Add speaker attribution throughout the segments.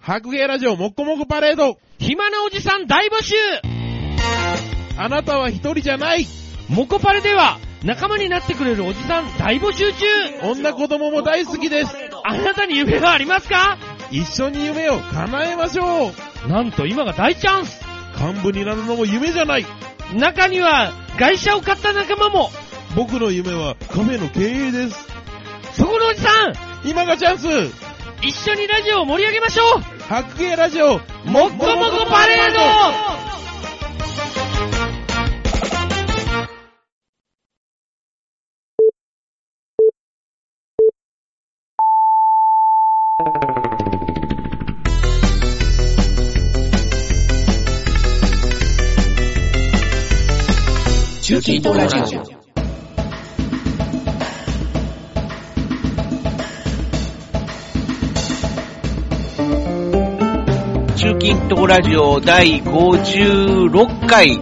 Speaker 1: 白芸ラジオもっこもこパレード
Speaker 2: 暇なおじさん大募集
Speaker 1: あなたは一人じゃない
Speaker 2: モコパレでは仲間になってくれるおじさん大募集中
Speaker 1: 女子供も大好きです
Speaker 2: あなたに夢はありますか
Speaker 1: 一緒に夢を叶えましょう
Speaker 2: なんと今が大チャンス
Speaker 1: 幹部になるのも夢じゃない
Speaker 2: 中には外車を買った仲間も
Speaker 1: 僕の夢はカフェの経営です
Speaker 2: そこのおじさん
Speaker 1: 今がチャンス
Speaker 2: 一緒にラジオを盛り上げましょう
Speaker 1: 白芸ラジオ
Speaker 2: もっこもこパレード
Speaker 3: 中近東ラジオ。中近東ラジオ第56回。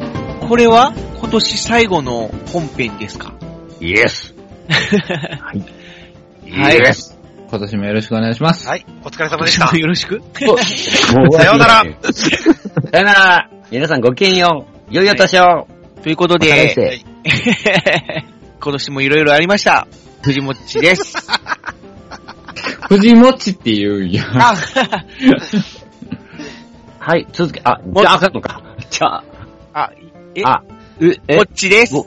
Speaker 3: これは今年最後の本編ですか
Speaker 4: イエス。
Speaker 3: はい
Speaker 4: イエス。
Speaker 5: 今年もよろしくお願いします。
Speaker 6: はい、お疲れ様でした。
Speaker 3: よろしく。
Speaker 6: さようなら。
Speaker 4: さよなら。皆さんごきげんよう。いよいよ年を。
Speaker 3: ということ
Speaker 4: 大
Speaker 3: で、
Speaker 4: 生。
Speaker 3: 今年もいろいろありました。藤もっちです。
Speaker 5: 藤もっちって言うんや。
Speaker 3: あ、
Speaker 4: はい、続け、あ、じゃああかんのか。じゃあ、
Speaker 3: あ、え、
Speaker 4: あ
Speaker 3: う、
Speaker 4: え
Speaker 3: もっちです。
Speaker 4: ご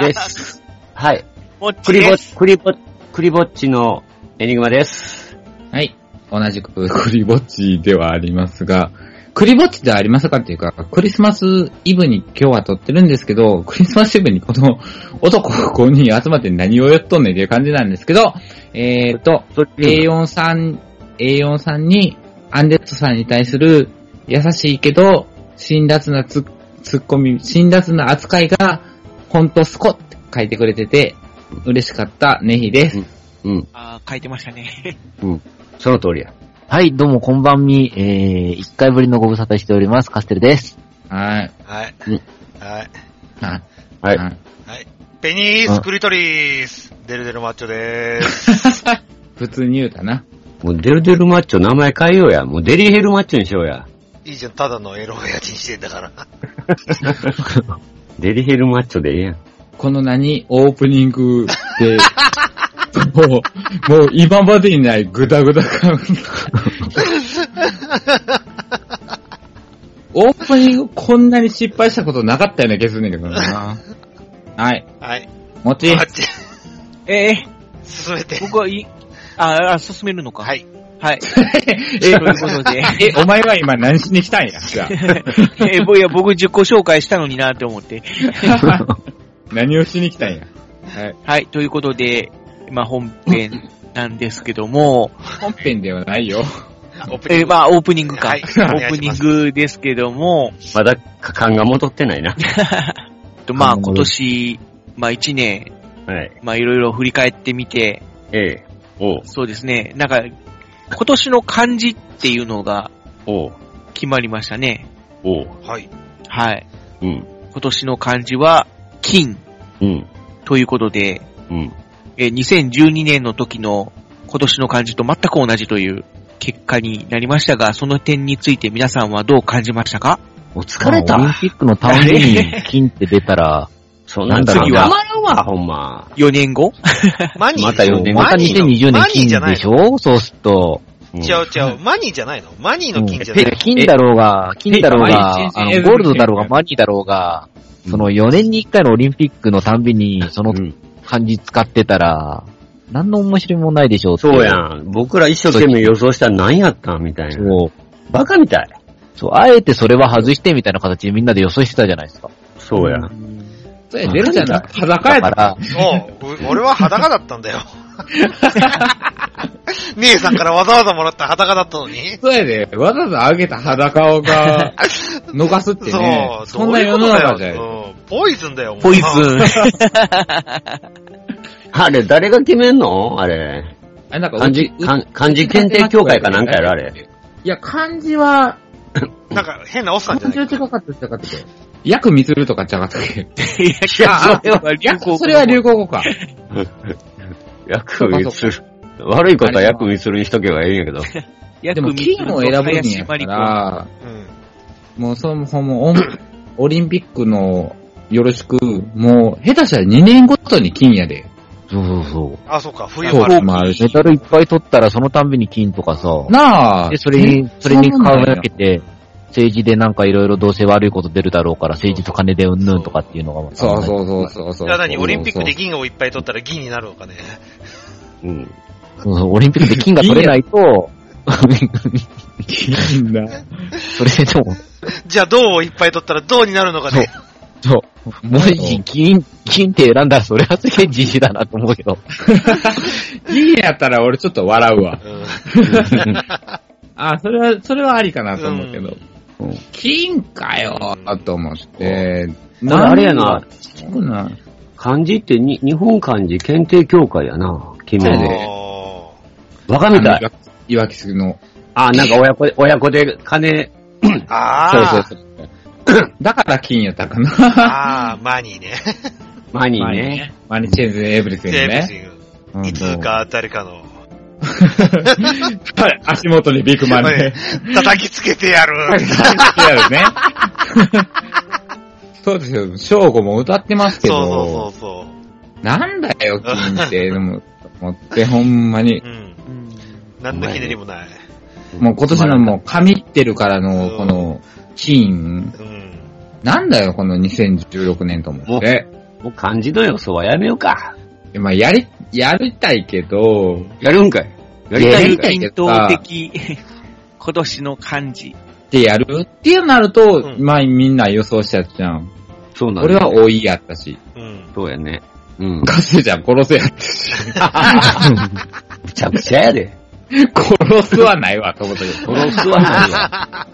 Speaker 4: です。はい、
Speaker 3: もっち
Speaker 4: クリボ
Speaker 3: で
Speaker 4: ッ
Speaker 3: す。
Speaker 4: チ、クリボッチ、クリボッチのエニグマです。
Speaker 5: はい。同じく、クリぼっちではありますが、クリぼっちではありますかっていうか、クリスマスイブに今日は撮ってるんですけど、クリスマスイブにこの 男5人集まって何をやっとんねんっていう感じなんですけど、えーと、
Speaker 4: そっち
Speaker 5: A4 さん、A4 さんに、アンデッドさんに対する優しいけど、辛辣なツッツッコミ、辛辣な扱いが、ほんとスコって書いてくれてて、嬉しかったネヒです。
Speaker 4: うん、
Speaker 3: あ、書いてましたね。
Speaker 4: その通りや。
Speaker 7: はい、どうもこんばんみ、えー、一回ぶりのご無沙汰しております、カステルです。
Speaker 5: はい。
Speaker 6: はい
Speaker 4: うん。
Speaker 6: はい。
Speaker 5: はい。
Speaker 4: はい
Speaker 6: ペニースクリトリース。デルデルマッチョでーす。
Speaker 5: 普通に言うたな。
Speaker 4: もうデルデルマッチョ名前変えようや。もうデリヘルマッチョにしようや。
Speaker 6: いいじゃん、ただのエロ親父にしてんだから。
Speaker 4: デリヘルマッチョでええやん。
Speaker 5: この何オープニングで、もう、もう今までにないグダグダ感。オープニングこんなに失敗したことなかったような気がするんだけどな。はい。
Speaker 6: はい。
Speaker 5: もっち
Speaker 6: マッチ、
Speaker 3: ええ、
Speaker 6: 進めて。
Speaker 3: 僕はいい、あ、あ、進めるのか。
Speaker 6: はい。
Speaker 3: はい。 ということで、
Speaker 5: え、お前は今何しに来たんや。 じゃ
Speaker 3: え、ぼいや、僕10個紹介したのになって思って。
Speaker 5: あ何をしに来たんや。はい。
Speaker 3: はい、ということで、まあ本編なんですけど も、
Speaker 5: 本編ではないよ。
Speaker 6: オープニン
Speaker 3: え
Speaker 6: グ。
Speaker 3: ーまあオープニングか。
Speaker 6: はい
Speaker 3: オープニングですけども、
Speaker 4: まだ感が戻ってない な。
Speaker 3: とまあ今年、まあ1年、
Speaker 4: はい。
Speaker 3: まあいろいろ振り返ってみて、
Speaker 4: ええ。おう。
Speaker 3: そうですね、なんか、今年の漢字っていうのが
Speaker 4: おう。
Speaker 3: 決まりましたね。
Speaker 4: おう。
Speaker 6: はい。
Speaker 3: はい。
Speaker 4: うん。
Speaker 3: 今年の漢字は、金
Speaker 4: うん。
Speaker 3: ということで、
Speaker 4: うん。
Speaker 3: えー2012年の時の今年の漢字と全く同じという結果になりましたが、その点について皆さんはどう感じましたか
Speaker 4: お疲れ
Speaker 7: オリン
Speaker 4: た。
Speaker 7: ピックの単位に金って出 たら、
Speaker 4: そ
Speaker 7: なんだろう
Speaker 4: 次
Speaker 7: な
Speaker 4: は。あ、ほんま。
Speaker 3: ?4 年後
Speaker 6: マニー。
Speaker 4: また呼んで
Speaker 7: また
Speaker 6: マニーの
Speaker 7: 2020年
Speaker 6: マニー
Speaker 7: 金
Speaker 6: じゃない
Speaker 7: でしょそうすると、
Speaker 4: うん
Speaker 6: 違う違う。マニーじゃないのマニーの金じゃない
Speaker 7: うん金だろうが、金だろう
Speaker 5: え
Speaker 7: が、あ
Speaker 5: え
Speaker 7: の、ゴールドだろうが、マニーだろうが、その4年に1回のオリンピックのたんびに、そうの
Speaker 4: ん。
Speaker 7: 漢字使ってたら、何の面白みもないでしょって
Speaker 4: そうや。ん。僕ら一生懸命予想したら何やったんみたいな。
Speaker 7: そう。
Speaker 4: バカみたい。
Speaker 7: そう、あえてそれは外してみたいな形でみんなで予想してたじゃないですか。
Speaker 4: そうや。
Speaker 5: それ出るじゃなくて裸や
Speaker 7: だ
Speaker 5: っ
Speaker 7: か
Speaker 5: た。
Speaker 7: ら、
Speaker 6: おうう俺は裸だったんだ よ。姉さんからわざわざもらった裸だったのに。
Speaker 5: そうやで、わざわざ上げた裸を が、逃すってね。
Speaker 6: そう、
Speaker 5: そんな世の中じゃ
Speaker 6: そういう
Speaker 5: よ。
Speaker 6: ことだようんポイズンだよ、もう
Speaker 3: ポイズン。
Speaker 4: あれ、誰が決めんのあれ。
Speaker 5: あれなんか
Speaker 4: 漢字、
Speaker 5: う
Speaker 4: 漢漢字検定協会かなんかやろ、あれ。。
Speaker 5: いや、漢字は、
Speaker 6: なんか変なおっさん
Speaker 5: 漢
Speaker 6: じゃない
Speaker 5: 字は近かったっかったけど。ヤクミツルとかじゃなかったっけ
Speaker 3: いや、
Speaker 5: あ
Speaker 3: それは流
Speaker 5: ヤ
Speaker 3: 行語
Speaker 5: ク、それは流行語か。
Speaker 4: 薬味する。悪いことは薬味するにしとけばいいんやけど。
Speaker 3: 約
Speaker 5: でも、
Speaker 3: 3つ
Speaker 5: 金
Speaker 3: の
Speaker 5: を選ぶん
Speaker 3: 林
Speaker 5: や
Speaker 3: 真
Speaker 5: か
Speaker 3: 理子
Speaker 5: ら、
Speaker 6: うん。
Speaker 5: もうそもそもオンオリンピックのよろしく、もう下手したら2年ごとに金やで。
Speaker 7: そうそうそう。
Speaker 6: あ、そうか、冬
Speaker 5: そう
Speaker 6: もある。
Speaker 5: もあるし
Speaker 7: メ。ダルいっぱい取ったらそのたんびに金とかさ。
Speaker 5: なあ。
Speaker 7: で、それに、
Speaker 5: え
Speaker 7: それに
Speaker 5: うなんや
Speaker 7: 輝けて、政治でなんかいろいろどうせ悪いこと出るだろうから、政治と金でうんぬんとかっていうのがまた
Speaker 5: そうそうそうそうそう。
Speaker 6: じゃあ何オリンピックで銀をいっぱい取ったら銀になるのかね。
Speaker 4: うん。
Speaker 7: そうそうオリンピックで金が取れないと、
Speaker 5: 金だ。
Speaker 7: それで も、
Speaker 6: じゃあ銅をいっぱい取ったら銅になるのかね。
Speaker 7: そう。もし金、金って選んだらそれはすげえ自信だなと思うけど。
Speaker 5: 銀やったら俺ちょっと笑うわ。
Speaker 6: うん
Speaker 5: あ、それは、それはありかなと思うけど。
Speaker 7: うんうん
Speaker 5: 金かよと思って。
Speaker 4: これあれやな。
Speaker 5: 聞くな。
Speaker 4: 漢字ってに、日本漢字検定協会やな。決めで。
Speaker 6: あ
Speaker 4: バカみたい。
Speaker 5: いわきすの。
Speaker 4: あ、なんか親子で、親子で金、
Speaker 6: ーあー、
Speaker 5: そうそうそう。だから金やったか な。
Speaker 6: ああ、マニーね。
Speaker 4: マニーね。
Speaker 5: マニチェーズエブリス
Speaker 6: セーブス
Speaker 5: ね。
Speaker 6: イン
Speaker 5: うん
Speaker 6: いつ。か誰かの、
Speaker 5: はい足元にビッグマンで。
Speaker 6: 叩きつけてやる。
Speaker 5: やるね。 そうですよ。翔吾も歌ってますけ
Speaker 6: そ
Speaker 5: ど。
Speaker 6: うそうそうそ
Speaker 5: なんだよ、金 って。でも、思って、ほんまに
Speaker 6: う。う。ん。何のひねりもない。
Speaker 5: もう今年のもう、神ってるからの、この、金。
Speaker 6: うん。
Speaker 5: なんだよ、この2016年と思って。
Speaker 4: もう漢字の予想はやめようか。
Speaker 5: まあ、やり、やりたいけど、
Speaker 4: やるんかい。やりたいんかい。
Speaker 5: け
Speaker 3: 伝
Speaker 5: ど
Speaker 3: 統
Speaker 5: さ
Speaker 3: 的、今年の漢字。
Speaker 5: ってやるってなると、
Speaker 6: うん
Speaker 5: まあ、みんな予想しちゃうじゃん。
Speaker 4: そうなんだ。
Speaker 5: 俺は多いやったし。
Speaker 6: うん。
Speaker 4: そうやね。うん。
Speaker 5: カスちゃん殺せやったし。
Speaker 4: むちゃくちゃやで。
Speaker 5: 殺すはないわ、と思ったけど。
Speaker 4: 殺すわないわ。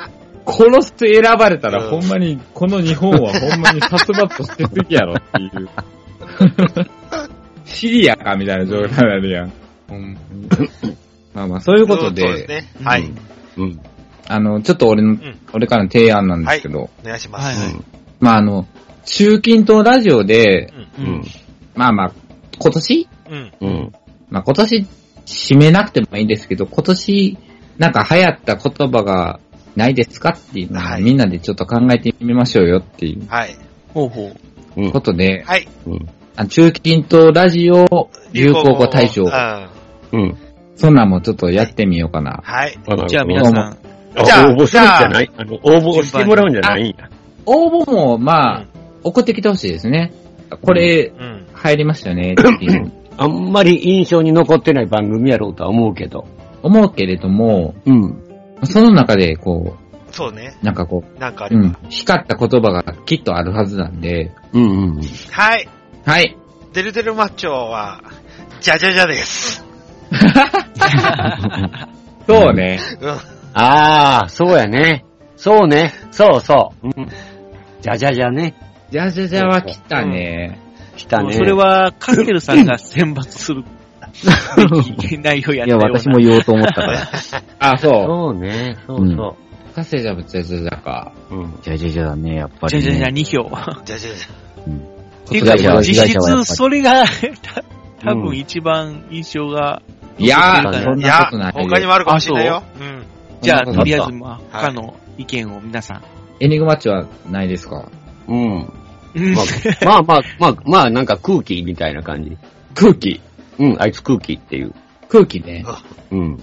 Speaker 5: 殺す選ばれたら、ほんまに、この日本はほんまに殺伐としてすぎやろっていう。 シリアかみたいな状態になるやん。ほんまにまあまあ、そういうこと
Speaker 6: そうで
Speaker 5: で、
Speaker 6: すね。はい。
Speaker 4: うん。
Speaker 5: あの、ちょっと俺の、
Speaker 6: ん
Speaker 5: 俺からの提案なんですけど、
Speaker 6: お願いします。
Speaker 4: はい
Speaker 5: まああの、中近東ラジオで、
Speaker 6: う
Speaker 4: うん。
Speaker 5: まあまあ、今年
Speaker 6: ん。うん。
Speaker 4: うん。
Speaker 5: まあ今年、締めなくてもいいんですけど、今年、なんか流行った言葉がないですかっていうのを、
Speaker 6: はい
Speaker 5: みんなでちょっと考えてみましょうよってい
Speaker 6: はい。
Speaker 3: ほうほう。
Speaker 5: うことで、
Speaker 6: はい。
Speaker 4: うん。
Speaker 5: あ中近東ラジオ流行語大賞
Speaker 6: うん。。は
Speaker 4: うん。
Speaker 5: そんなんもちょっとやってみようかな。
Speaker 6: い。
Speaker 3: じゃあ皆さ、
Speaker 5: どうん
Speaker 4: あ
Speaker 6: じゃあ
Speaker 4: 応募するんじゃないあの、応募してもらうんじゃないんや。
Speaker 5: 応募も、まあ、
Speaker 6: うん
Speaker 5: 送ってきてほしいですね。これ、
Speaker 6: うん。
Speaker 5: 入りましたよね、って いう。
Speaker 4: あんまり印象に残ってない番組やろうとは思うけど。
Speaker 5: 思うけれども、
Speaker 4: うん。
Speaker 5: その中で、こ
Speaker 6: そうね。
Speaker 5: う、なんかこ
Speaker 6: なんかあ
Speaker 5: う、
Speaker 6: れ
Speaker 5: うん
Speaker 6: ば。、
Speaker 5: 光った言葉がきっとあるはずなんで、
Speaker 4: うんうんうん。
Speaker 6: はい。
Speaker 5: はい。
Speaker 6: デルデルマッチョは、じゃじゃじゃです。
Speaker 5: そうね。
Speaker 6: うん。
Speaker 4: ああ、そうやね。そうね。そうそう。うん。じゃじゃじゃね。
Speaker 5: じゃじゃじゃは来たね。
Speaker 4: 来たね。
Speaker 3: それはカステルさんが選抜するべき内容やっ
Speaker 7: い
Speaker 3: たよ
Speaker 7: や、
Speaker 3: うな。
Speaker 7: 私も言おうと思ったから。
Speaker 5: あ、そ
Speaker 4: そうね。そうそ
Speaker 5: うん。カセジャブじゃじゃじゃか。
Speaker 4: う。うん。
Speaker 7: じゃじゃじゃだね、やっぱ
Speaker 3: じ
Speaker 7: り、
Speaker 3: ゃ
Speaker 7: ね。
Speaker 3: じゃじゃ2票。
Speaker 6: じゃじゃじゃ。
Speaker 3: っていうか
Speaker 7: じゃじゃ、は
Speaker 3: 実
Speaker 7: じゃじゃはやっ
Speaker 3: 質
Speaker 7: ぱり
Speaker 3: それが、た多分一番印象が、
Speaker 5: いやー、
Speaker 3: そう
Speaker 5: そん
Speaker 6: い
Speaker 5: な
Speaker 6: や
Speaker 5: ことない、。
Speaker 6: 他にもあるかもしれないよ。うん。
Speaker 3: じゃあ
Speaker 5: そ
Speaker 3: と
Speaker 5: んなことない
Speaker 3: りあえず、まあ、他の意見を皆さん。
Speaker 5: エニグマッチはないですか
Speaker 4: うん。
Speaker 3: うん
Speaker 4: まあ、まあまあ、まあ、まあ、なんか空気みたいな感じ。
Speaker 5: 空気。
Speaker 4: うん、あいつ空気っていう。
Speaker 5: 空気ね。
Speaker 4: うん。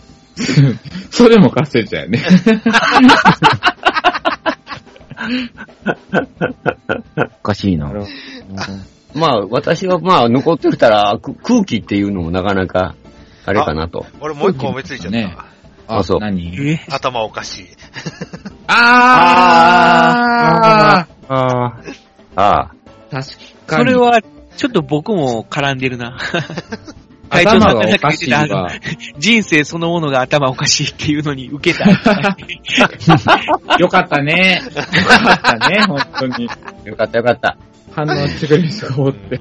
Speaker 5: それもカセジャや ね。
Speaker 7: おかしいな。
Speaker 4: まあ、私はまあ、残ってきたら、く空気っていうのもなかなか、あれかなと。
Speaker 6: 俺もう一個思いついちゃ
Speaker 5: ね
Speaker 6: っ
Speaker 4: あそう
Speaker 5: 何
Speaker 3: え
Speaker 6: た。頭おかしい。
Speaker 5: あー
Speaker 4: ああ。
Speaker 5: 確か
Speaker 3: そ
Speaker 5: に。
Speaker 3: れは、ちょっと僕も絡んでるな。会長さ
Speaker 5: 頭
Speaker 3: ん
Speaker 5: がおか
Speaker 3: が
Speaker 5: し
Speaker 3: 言
Speaker 5: い
Speaker 3: ってた
Speaker 5: が、
Speaker 3: 人生そのものが頭おかしいっていうのに受けた。
Speaker 5: よかったね。よかった ね、本当に。
Speaker 4: よかったよかった。
Speaker 5: 反応してくれる人がおって。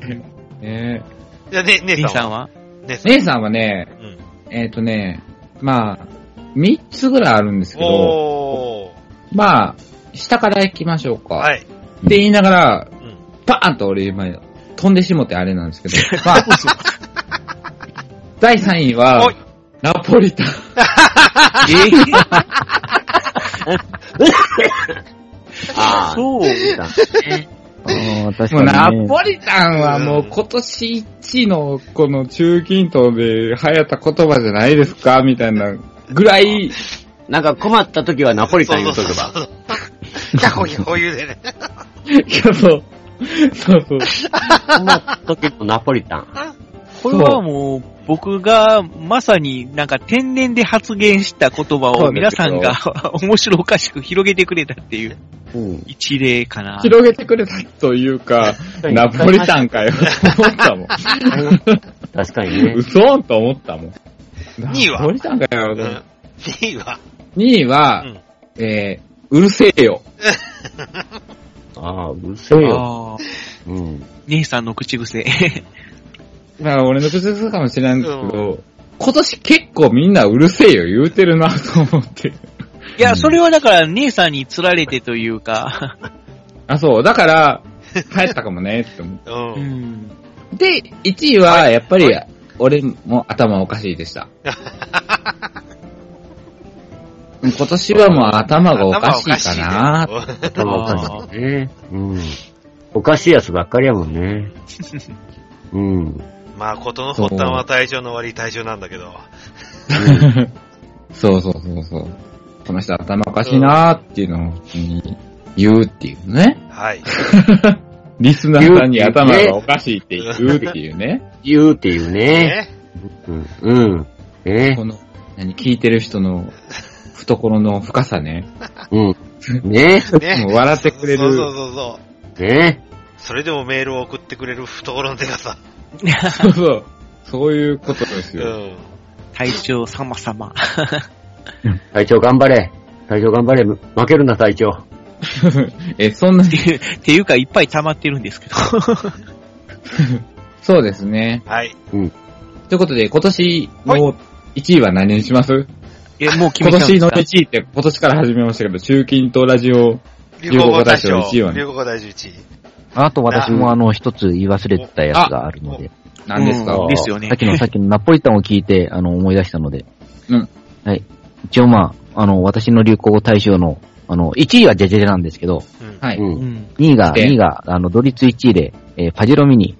Speaker 5: ね
Speaker 6: じゃあ、ね、姉
Speaker 3: リ
Speaker 6: さ
Speaker 3: さ
Speaker 6: んは
Speaker 3: んは
Speaker 6: 姉さん。
Speaker 5: 姉さんはね、
Speaker 6: うん。
Speaker 5: えっ、とね、まあ、3つぐらいあるんですけど、
Speaker 6: おー。
Speaker 5: まあ、下から行きましょうか。
Speaker 6: は
Speaker 5: っ
Speaker 6: い。
Speaker 5: て言いながら、
Speaker 6: うん。
Speaker 5: パーンと俺今、飛んでしもてあれなんですけど、まあ、第3位は
Speaker 6: おい、
Speaker 5: ナポリタン。
Speaker 4: ああ、
Speaker 3: そう。
Speaker 7: ああ、確
Speaker 5: もう
Speaker 7: か
Speaker 5: ナ
Speaker 7: に、ね。
Speaker 5: ポリタンはもう今年一のこの中近東で流行った言葉じゃないですかみたいなぐら い、
Speaker 4: なんか困った時はナポリタン言うとけば。
Speaker 6: ば。キャホキャホ言うでね。
Speaker 5: いや、そう。そう そう。
Speaker 4: 困った時のナポリタン。
Speaker 3: これはもう、僕がまさになんか天然で発言した言葉を皆さんが 面白おかしく広げてくれたっていう
Speaker 4: うん。
Speaker 3: 一例かな。
Speaker 5: 広げてくれたというか、ナポリタンかよ、と思ったもん。
Speaker 4: 確かにね。
Speaker 5: 嘘ーんと思ったもん。
Speaker 6: 2位は
Speaker 5: ナポリタンかよ。
Speaker 6: 2位は、
Speaker 5: 2位は、
Speaker 6: うん
Speaker 5: えー、うるせえよ。
Speaker 4: ああ、うるせえよ。
Speaker 3: あー
Speaker 4: うん。
Speaker 3: 姉さんの口癖。
Speaker 5: だから俺の口癖かもしれないんですけど、今年結構みんなうるせえよ言うてるなと思って。
Speaker 3: いや、それはだから姉さんに釣られてというか、
Speaker 5: あ、そう。だから、帰ったかもねって思っ
Speaker 6: うん。
Speaker 3: うん
Speaker 5: て。 で、1位は、やっぱり、俺も頭おかしいで した。今年はもう頭がおかしいかな。
Speaker 6: 頭おかしいね
Speaker 4: 頭おかしいね。うん。おかしいやつばっかりやもんね。うん。
Speaker 6: まあ、ことの発端は体調の悪い体調なんだけど。
Speaker 5: そうそうそうそう。この人頭おかしいなーっていうのを普通に言うっていうね。
Speaker 6: はい。
Speaker 5: リスナーさんに頭がおかしいって言うっていうね。
Speaker 4: 言うっていうね。
Speaker 6: ね。
Speaker 4: うん。うん。ね
Speaker 5: こ。の、何、聞いてる人の懐の深さ ね。
Speaker 4: うん。ね。
Speaker 5: もう
Speaker 6: ね。
Speaker 5: 笑ってくれ
Speaker 6: そうそう
Speaker 5: る。
Speaker 6: そうそう。
Speaker 4: ね。
Speaker 6: それでもメールを送ってくれる懐のデカさ。
Speaker 5: そうそう。そういうことです
Speaker 6: う
Speaker 5: よ。
Speaker 6: ん。
Speaker 3: 隊長様様。
Speaker 4: 隊長頑張れ。隊長頑張れ。負けるな、隊長。
Speaker 5: え、そんな
Speaker 3: っ、ていう、っていうかいっぱい溜まってるんですけど。
Speaker 5: そうですね。
Speaker 6: はい。
Speaker 5: ということで、今年の1位は何にします
Speaker 3: え、もう決
Speaker 5: 今
Speaker 3: めたんで
Speaker 5: 年
Speaker 3: す
Speaker 5: の
Speaker 3: か
Speaker 5: 1位って今年から始めましたけど、中近東ラジオ、
Speaker 6: 流行語大賞。
Speaker 5: 流行語大賞一位はね
Speaker 6: 流行語大賞1位。
Speaker 7: あと私もあの、一つ言い忘れてたやつがあるので、
Speaker 5: 何ですか、
Speaker 3: うんですよね
Speaker 7: さっ。きのさっきのナポリタンを聞いて、あの、思い出したので。
Speaker 5: うん。
Speaker 7: はい。一応まあ、あの、私の流行語大賞の、あの、1位はジェジェジェなんですけど、
Speaker 6: うん。
Speaker 4: う。
Speaker 5: はい。
Speaker 3: うんん。
Speaker 7: 2位が、
Speaker 5: で
Speaker 7: 2位が、あの、ドリツ1位で、えーパジェロミニ。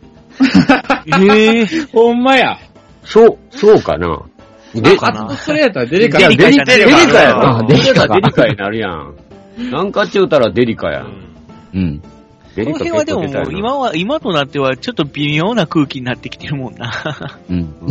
Speaker 5: えー、ほんまや。
Speaker 4: そう、そうかな。
Speaker 3: そう
Speaker 4: で、
Speaker 3: か
Speaker 5: あ
Speaker 3: な
Speaker 5: と、それやったらデリカ
Speaker 3: いや
Speaker 5: の
Speaker 3: デリカ
Speaker 6: デリ
Speaker 4: デリカや
Speaker 6: カ
Speaker 4: な。
Speaker 7: デ
Speaker 4: デ
Speaker 7: リ
Speaker 4: リ
Speaker 7: カ
Speaker 4: カ、
Speaker 7: か
Speaker 4: デリカになるやん。なんかっちゅうたらデリカや。
Speaker 6: うんん
Speaker 7: うん。
Speaker 4: デ
Speaker 3: こ
Speaker 4: リ
Speaker 3: の辺
Speaker 4: カ結
Speaker 3: は
Speaker 4: 構
Speaker 3: でも
Speaker 4: 出た
Speaker 3: も
Speaker 4: よ
Speaker 3: う
Speaker 4: な
Speaker 3: 今は、今となってはちょっと微妙な空気になってきてるもんな。
Speaker 7: うん。
Speaker 4: うん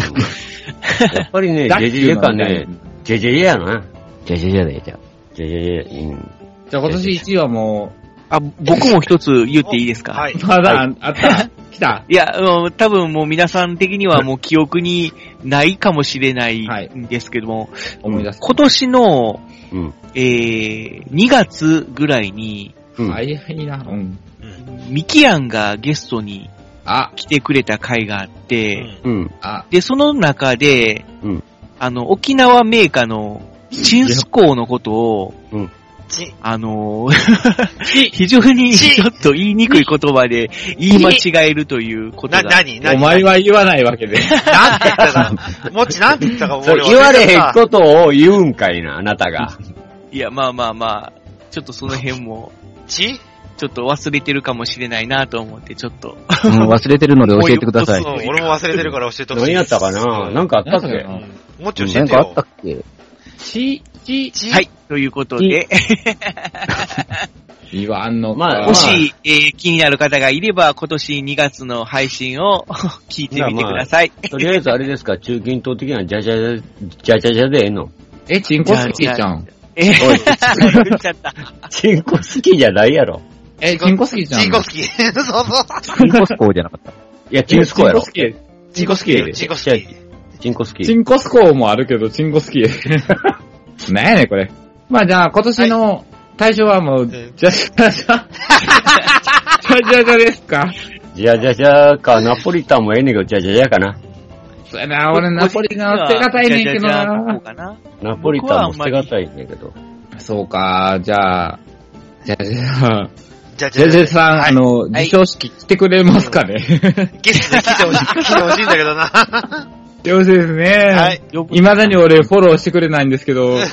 Speaker 4: やっぱり ね、ジ
Speaker 5: ダッ
Speaker 4: ェ
Speaker 5: キ
Speaker 4: ジェジ
Speaker 5: ー
Speaker 4: ェ
Speaker 5: の
Speaker 4: か
Speaker 5: ね
Speaker 4: ね、ジェジェジェやな。
Speaker 7: ジェジェジェで、じゃあ。
Speaker 4: ジェジェジェ。うん。
Speaker 5: じゃあ今年1位はも、。
Speaker 3: あ、僕も一つ言っていいですか
Speaker 6: はいう
Speaker 5: まだあった、来た。
Speaker 3: いや、あの多分もう皆さん的にはもう記憶にないかもしれない
Speaker 5: はい
Speaker 3: んですけども、
Speaker 5: 思い出す。
Speaker 3: 今年の、
Speaker 4: うん
Speaker 3: えー、2月ぐらいに、
Speaker 4: うん
Speaker 5: はいはいな。うん。
Speaker 6: うん
Speaker 3: ミキアンがゲストに
Speaker 5: あ、
Speaker 3: 来てくれた回があっ
Speaker 6: う
Speaker 3: て、
Speaker 6: ん
Speaker 4: うん。
Speaker 5: あ、
Speaker 3: で、その中で、
Speaker 4: うん
Speaker 3: あの、沖縄メーカーのチンスコーのことを、
Speaker 6: ち、
Speaker 3: あのー 非常にちょっと言いにくい言葉で言い間違えるということ
Speaker 6: な、
Speaker 3: が
Speaker 6: な。にな
Speaker 5: お
Speaker 6: に
Speaker 5: 前は言わないわけで。
Speaker 6: なんて言ったか、もっちなんて言ったか、
Speaker 4: そう
Speaker 6: 俺
Speaker 4: 言われへん
Speaker 6: は。
Speaker 4: ことを言うんかいな、あなた が。
Speaker 3: いや、まあまあまあ、ちょっとその辺も、
Speaker 6: ち
Speaker 3: ちょっと忘れてるかもしれないなと思って、ちょっと。
Speaker 7: うん、忘れてるので教えてくださ
Speaker 6: う
Speaker 7: い
Speaker 6: ん。俺も忘れてるから教えてほしい。
Speaker 4: 何やったかななん
Speaker 6: か。
Speaker 4: かあったっ
Speaker 5: なん
Speaker 4: け
Speaker 5: かな
Speaker 6: もっち教
Speaker 7: な
Speaker 6: え
Speaker 7: ん
Speaker 6: て
Speaker 7: かあっ
Speaker 6: よ
Speaker 7: た。っけ
Speaker 5: ち、ち、
Speaker 6: ち
Speaker 3: はい。ということで、
Speaker 5: 言わんのか。
Speaker 4: ま あ
Speaker 3: もし、えー気になる方がいれば、今年2月の配信を 聞いてみてください。
Speaker 4: とりあえずあれですか、中近東的なジャジャジャ、ジャジャジャでええの
Speaker 5: え、チンコ好きじゃん。
Speaker 3: えー、言っちゃった。
Speaker 4: チンコ好きじゃないやろ。
Speaker 5: え、チンコ好きじゃん。
Speaker 6: チンコ好き。そうそう。
Speaker 7: ピンコスコーじゃなかった。
Speaker 4: いや、チンスコやろ。
Speaker 5: チンコ好
Speaker 4: チンコ好きやで。
Speaker 6: チンコ好き。
Speaker 4: チンコ好き
Speaker 5: き。。チンコスコーもあるけど、チンコ好き。なんやねん、これ。まあじゃあ、今年の対象はもう、じ
Speaker 6: ん
Speaker 5: ゃじゃじゃ。じゃじゃじゃですか。
Speaker 4: ジャジャジャか、ナポリタンもええねんけど、ジャジャジャかな。
Speaker 5: そやな、俺ナポリの手堅いねんけ
Speaker 3: じ
Speaker 5: ど
Speaker 3: ゃあじゃあじゃあこ
Speaker 5: な
Speaker 3: う。かな。
Speaker 4: ナポリタンも捨てがたいねんけど。
Speaker 5: そうか、じゃあ、じゃじゃじゃ。
Speaker 6: じゃあ、じ
Speaker 5: じ
Speaker 6: ゃ
Speaker 5: ゃじ
Speaker 6: あじゃ
Speaker 5: ゃさん、あの、
Speaker 3: い
Speaker 5: 授賞式来てくれますかね。
Speaker 6: あゲストに来てほしい。来てほしいんだけどな。
Speaker 5: てほしいですね。
Speaker 6: は。。
Speaker 5: はい未だに俺フォローしてくれないんですけど。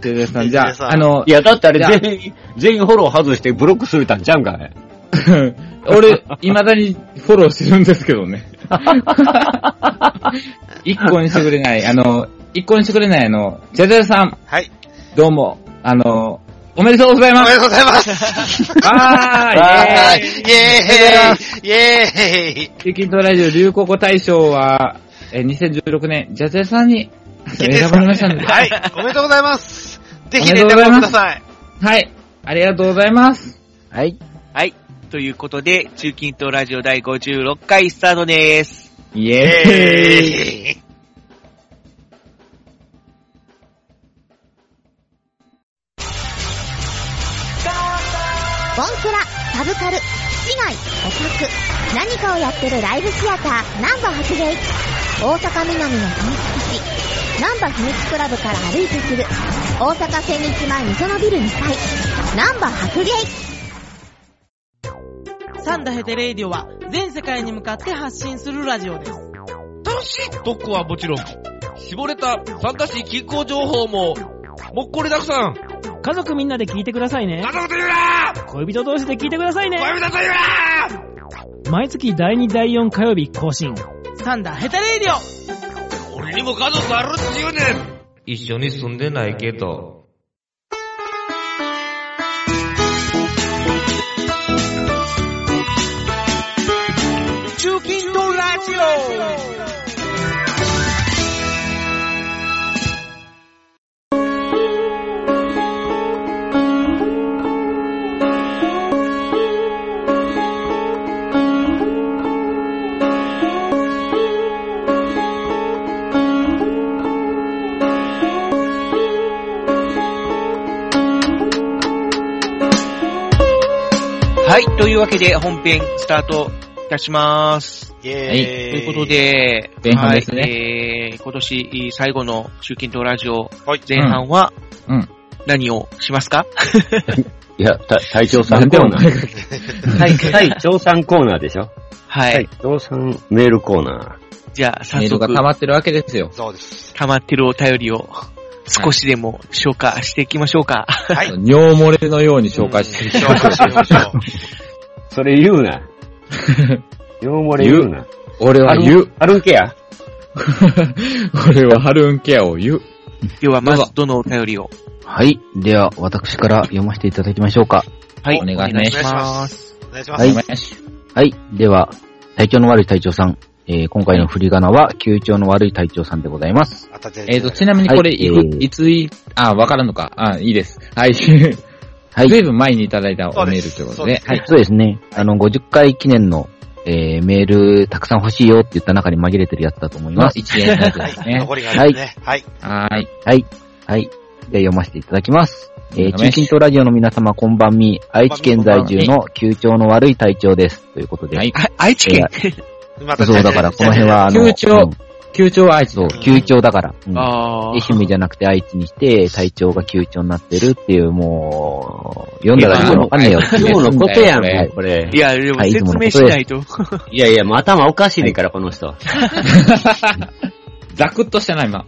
Speaker 5: テレさん、じゃ
Speaker 6: テレさん
Speaker 5: あ、あの
Speaker 4: い、や、だってあれ
Speaker 5: じゃあ
Speaker 4: 全員、全員フォロー外してブロックするたんちゃうんかい。
Speaker 5: 俺、未だにフォローしてるんですけど ね。一個にしてくれない、あの、一個にしてくれない、あの、ジャジャさん、
Speaker 6: はい。
Speaker 5: どうも、あの、おめでとうござい
Speaker 6: お
Speaker 5: ま。
Speaker 6: めですとうございます。
Speaker 5: は
Speaker 6: は
Speaker 5: ー
Speaker 6: い
Speaker 5: い。
Speaker 6: イェーイイェーイ
Speaker 5: キキントラジオ流行語大賞は、えー2016年、ジャジャさんに選ばれましたので、
Speaker 6: はい。おめでとうございます。ぜひ連
Speaker 5: おめでとうござい
Speaker 6: 絡をく
Speaker 5: ま
Speaker 6: だ
Speaker 5: す
Speaker 6: さい。
Speaker 5: はい、ありがとうございます。
Speaker 7: はい。
Speaker 3: はい。ということで、中近東ラジオ第56回スタートです。
Speaker 5: イ
Speaker 6: イ
Speaker 5: エーイ。
Speaker 6: ェーイ
Speaker 8: ボンクラ、サブカル、市内、オタク、何かをやってるライブシアター、ナンバ発芸。大阪南の秘密基地、ナンバ秘密クラブから歩いてする、大阪千日前みそのビル2階、ナンバ発芸。
Speaker 9: サンダヘテレイディオは全世界に向かって発信するラジオです。
Speaker 1: 楽しい特攻はもちろん、絞れたファンタシー気候情報も、もっこりだくさん。
Speaker 10: 家族みんなで聞いてくださいね。
Speaker 1: 家族と言うな
Speaker 10: 恋人同士で聞いてくださいね。
Speaker 1: 恋人と言うな
Speaker 10: 毎月第2第4火曜日更新。
Speaker 9: サンダヘテレイディオ
Speaker 1: 俺にも家族あるって言うねん
Speaker 11: 一緒に住んでないけど、
Speaker 9: 中近東ラジオ
Speaker 3: はい。というわけで、本編スタートいたします。
Speaker 6: イェーイ
Speaker 5: は
Speaker 3: と
Speaker 5: い
Speaker 3: いうこと、で、
Speaker 5: 前半ですね
Speaker 3: はい、えー、今年最後の中近東ラジオ
Speaker 6: はい
Speaker 3: 前半は
Speaker 5: うん。
Speaker 3: 何をしますか、
Speaker 4: いや、た隊長さ
Speaker 5: なんん
Speaker 4: コ
Speaker 5: で
Speaker 4: ー
Speaker 5: も
Speaker 4: ナー。隊隊長さんコーナーでしょ
Speaker 3: はい、
Speaker 4: 隊長さんメールコーナ
Speaker 3: じゃあ、早
Speaker 5: メール
Speaker 3: 速
Speaker 5: が、溜まってるわけですよ。
Speaker 6: そうです。
Speaker 3: 溜まってるお便りを少しでも消化していきましょうか。
Speaker 6: はい。
Speaker 5: 尿漏れのように紹介していき
Speaker 6: 紹
Speaker 5: ましょ
Speaker 6: 介してみましょう。
Speaker 4: ー。それ言うな。尿漏れ言うな。
Speaker 5: う。俺は言う。
Speaker 4: あるんけや。
Speaker 5: 俺はハルーンケアを言う。
Speaker 3: では、まずどのお便りを。
Speaker 7: はい。では、私から読ませていただきましょうか。
Speaker 3: はい、
Speaker 5: お願いします
Speaker 6: お願いします。お願
Speaker 7: は
Speaker 6: いします。
Speaker 7: い
Speaker 5: お願いし
Speaker 7: はい。では、体調の悪い隊長さん。えー、今回の振り仮名は、球長の悪い隊長さんでございます。
Speaker 6: あたて
Speaker 5: えーと、ちなみにこれ、いく
Speaker 7: はいえー
Speaker 5: いつい、あ、わからんのか。あ、いいです。はい。ず
Speaker 7: はい。
Speaker 5: いぶん前にいただいたおメールということで。
Speaker 7: はい、そうですね。あの、50回記念の、えー、メールたくさん欲しいよって言った中に紛れてるやつだと思い
Speaker 5: の
Speaker 7: ます。
Speaker 5: 一円のやつです
Speaker 6: はい。
Speaker 5: ね。
Speaker 6: 残りがあるんですね。はい。
Speaker 5: はい。
Speaker 7: はい。はい。では読ませていただきます。えー、
Speaker 5: お願いしま
Speaker 7: 中
Speaker 5: す
Speaker 7: 近東ラジオの皆様こんばんみ、愛知県在住の球長の悪い体調です。ということで。
Speaker 5: はい
Speaker 3: あ愛知県、
Speaker 6: ま
Speaker 7: そう、だからこの辺。は、あの、
Speaker 5: 球長
Speaker 7: うん
Speaker 5: 球長愛知
Speaker 7: そ
Speaker 5: の
Speaker 7: う、球長だから。うん
Speaker 3: あ
Speaker 7: 愛
Speaker 3: ー
Speaker 7: 媛じゃなくて愛知にして、体調が球長になってるっていう、もう、読んだらよくわかんねえよって
Speaker 4: い
Speaker 7: い
Speaker 4: つ
Speaker 7: う
Speaker 4: も。のことやん
Speaker 5: いや
Speaker 4: もう、これ
Speaker 3: い。や、でも
Speaker 7: はいいつ
Speaker 3: 説
Speaker 7: ものこと
Speaker 3: 明
Speaker 7: で
Speaker 3: しないと。
Speaker 4: いやいや、もう頭おかしいねんから、この人。
Speaker 5: ザクッとしたな、今。
Speaker 7: は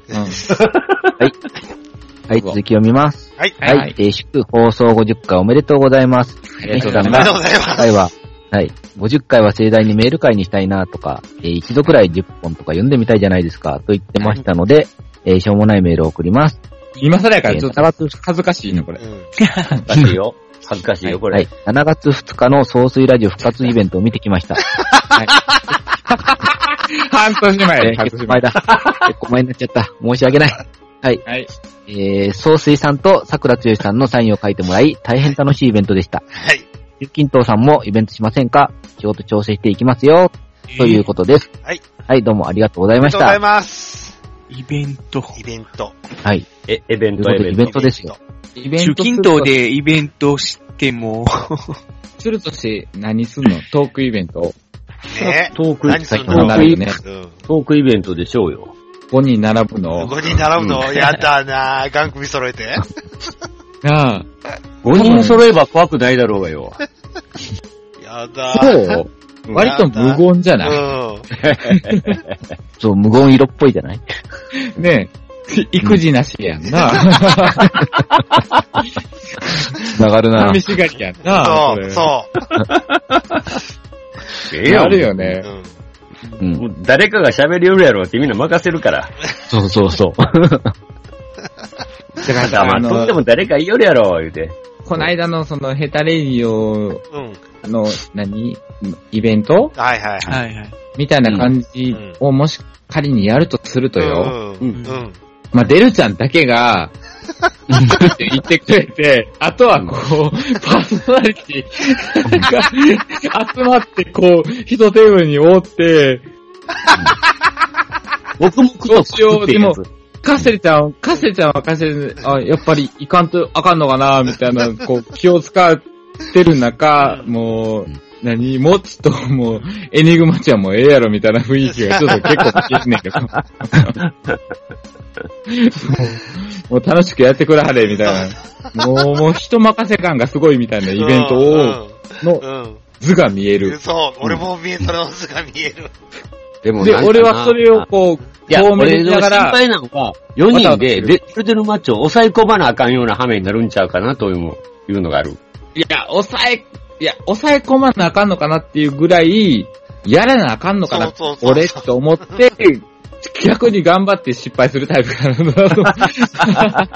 Speaker 7: い、続き読みます。
Speaker 6: はい。
Speaker 5: は
Speaker 7: はいい。えー祝放送50回おめでとうございます。
Speaker 5: ありがとうござい
Speaker 6: お
Speaker 5: ま
Speaker 6: めですとう。ございます。
Speaker 7: 回は、はい。50回は盛大にメール会にしたいなとか、えー一度くらい10本とか読んでみたいじゃないですか、と言ってましたので、えーしょうもないメールを送ります。
Speaker 5: 今更やからちょっと
Speaker 7: 7月、
Speaker 5: 恥ずかしいな、これ。
Speaker 6: うん
Speaker 4: 恥ずかしいよ。恥ずかしいよ、こ
Speaker 7: は
Speaker 4: れ
Speaker 7: い。。7月2日の総水ラジオ復活イベントを見てきました。
Speaker 5: 半年
Speaker 7: え
Speaker 5: 前、
Speaker 7: ー
Speaker 5: 半年
Speaker 7: 結構前
Speaker 5: 前。
Speaker 7: だ。 結構前になっちゃった。申し訳ない。はい。
Speaker 5: はい。
Speaker 7: えー、総水さんと桜剛さんのサインを書いてもらい、大変楽しいイベントでした。
Speaker 6: はい。
Speaker 7: ゆきんとうさんもイベントしませんか仕事調整していきますよ。ということです。
Speaker 6: はい。
Speaker 7: はい、どうもありがとうござい
Speaker 6: おめ
Speaker 7: まし
Speaker 6: でとうござい
Speaker 7: た。
Speaker 6: ます。
Speaker 3: イベント。
Speaker 6: イベント。
Speaker 7: はい。
Speaker 4: え、イベン
Speaker 7: と
Speaker 4: ト、
Speaker 7: い
Speaker 4: イ
Speaker 7: うことでイ
Speaker 4: ベン
Speaker 7: ベン
Speaker 4: ト。
Speaker 7: トですよ。
Speaker 5: イベン
Speaker 3: 中
Speaker 5: トす
Speaker 3: 近
Speaker 5: る
Speaker 3: 東
Speaker 5: と、
Speaker 3: でイベントしても、
Speaker 5: するとして何すん のトークイベント。
Speaker 6: ね
Speaker 4: トーク、
Speaker 6: 何する
Speaker 5: ト
Speaker 6: の
Speaker 5: ークイベント
Speaker 6: うん。
Speaker 4: トークイベントでしょうよ。
Speaker 5: 5人並ぶの。
Speaker 6: 5人並ぶのやだなぁ。ガン首揃えて。
Speaker 5: なあ。
Speaker 4: 5人揃えば怖くないだろうがよ。
Speaker 6: や
Speaker 5: そ
Speaker 6: だ
Speaker 5: う割と無言じゃない
Speaker 6: ぁ。
Speaker 7: そう、無言色っぽいじゃない
Speaker 5: ねえ、育児なしやんな。
Speaker 7: 繋がるな
Speaker 5: 寂しがりやんな。。
Speaker 6: そう、そう
Speaker 4: ええやん
Speaker 5: あるよね。
Speaker 4: もう誰かが喋りよるやろってみんな任せるから。
Speaker 7: そうそうそう。
Speaker 4: だからま
Speaker 5: あ
Speaker 4: あ、
Speaker 5: の
Speaker 4: とんでも誰か言いよるやろ、言うて。
Speaker 5: この間のそのヘタレディオ、あの、何イベント
Speaker 6: はいは
Speaker 3: は
Speaker 6: い
Speaker 3: い。はいはい。
Speaker 5: みたいな感じをもし仮にやるとするとよ。まあ、デルちゃんだけが、って言ってくれて、あとはこう、パーソナリティが集まってこう、一テーブルに覆って、
Speaker 4: 僕も
Speaker 5: どうしよう、でも、カセルちゃん、カセルちゃんはカセル、あ、やっぱりいかんとあかんのかな、みた いな、こう、気を使ってる中、もう、何もちと、もう、エニグマちゃんもええやろ、みたいな雰囲気がちょっと結構消えんね んけど。もうもう楽しくやってくれはれ、みたいな。もう、もう人任せ感がすごいみたいなイベントを、の図が見える。
Speaker 6: そう、俺も見え、その図が見える。
Speaker 4: でも
Speaker 5: で、
Speaker 4: なんかな
Speaker 5: 俺はそれをこう、
Speaker 4: いや、
Speaker 5: こう
Speaker 4: 俺
Speaker 5: 見
Speaker 4: の
Speaker 5: な
Speaker 4: 心
Speaker 5: がら、
Speaker 4: 配なのは、4人で、デルデルマッチョを抑え込まなあかんような羽目になるんちゃうかなといういうのがある。
Speaker 5: いや、抑え、いや、抑え込まなあかんのかなっていうぐらい、やらなあかんのかな、俺って思って、逆に頑張って失敗するタイプかなと。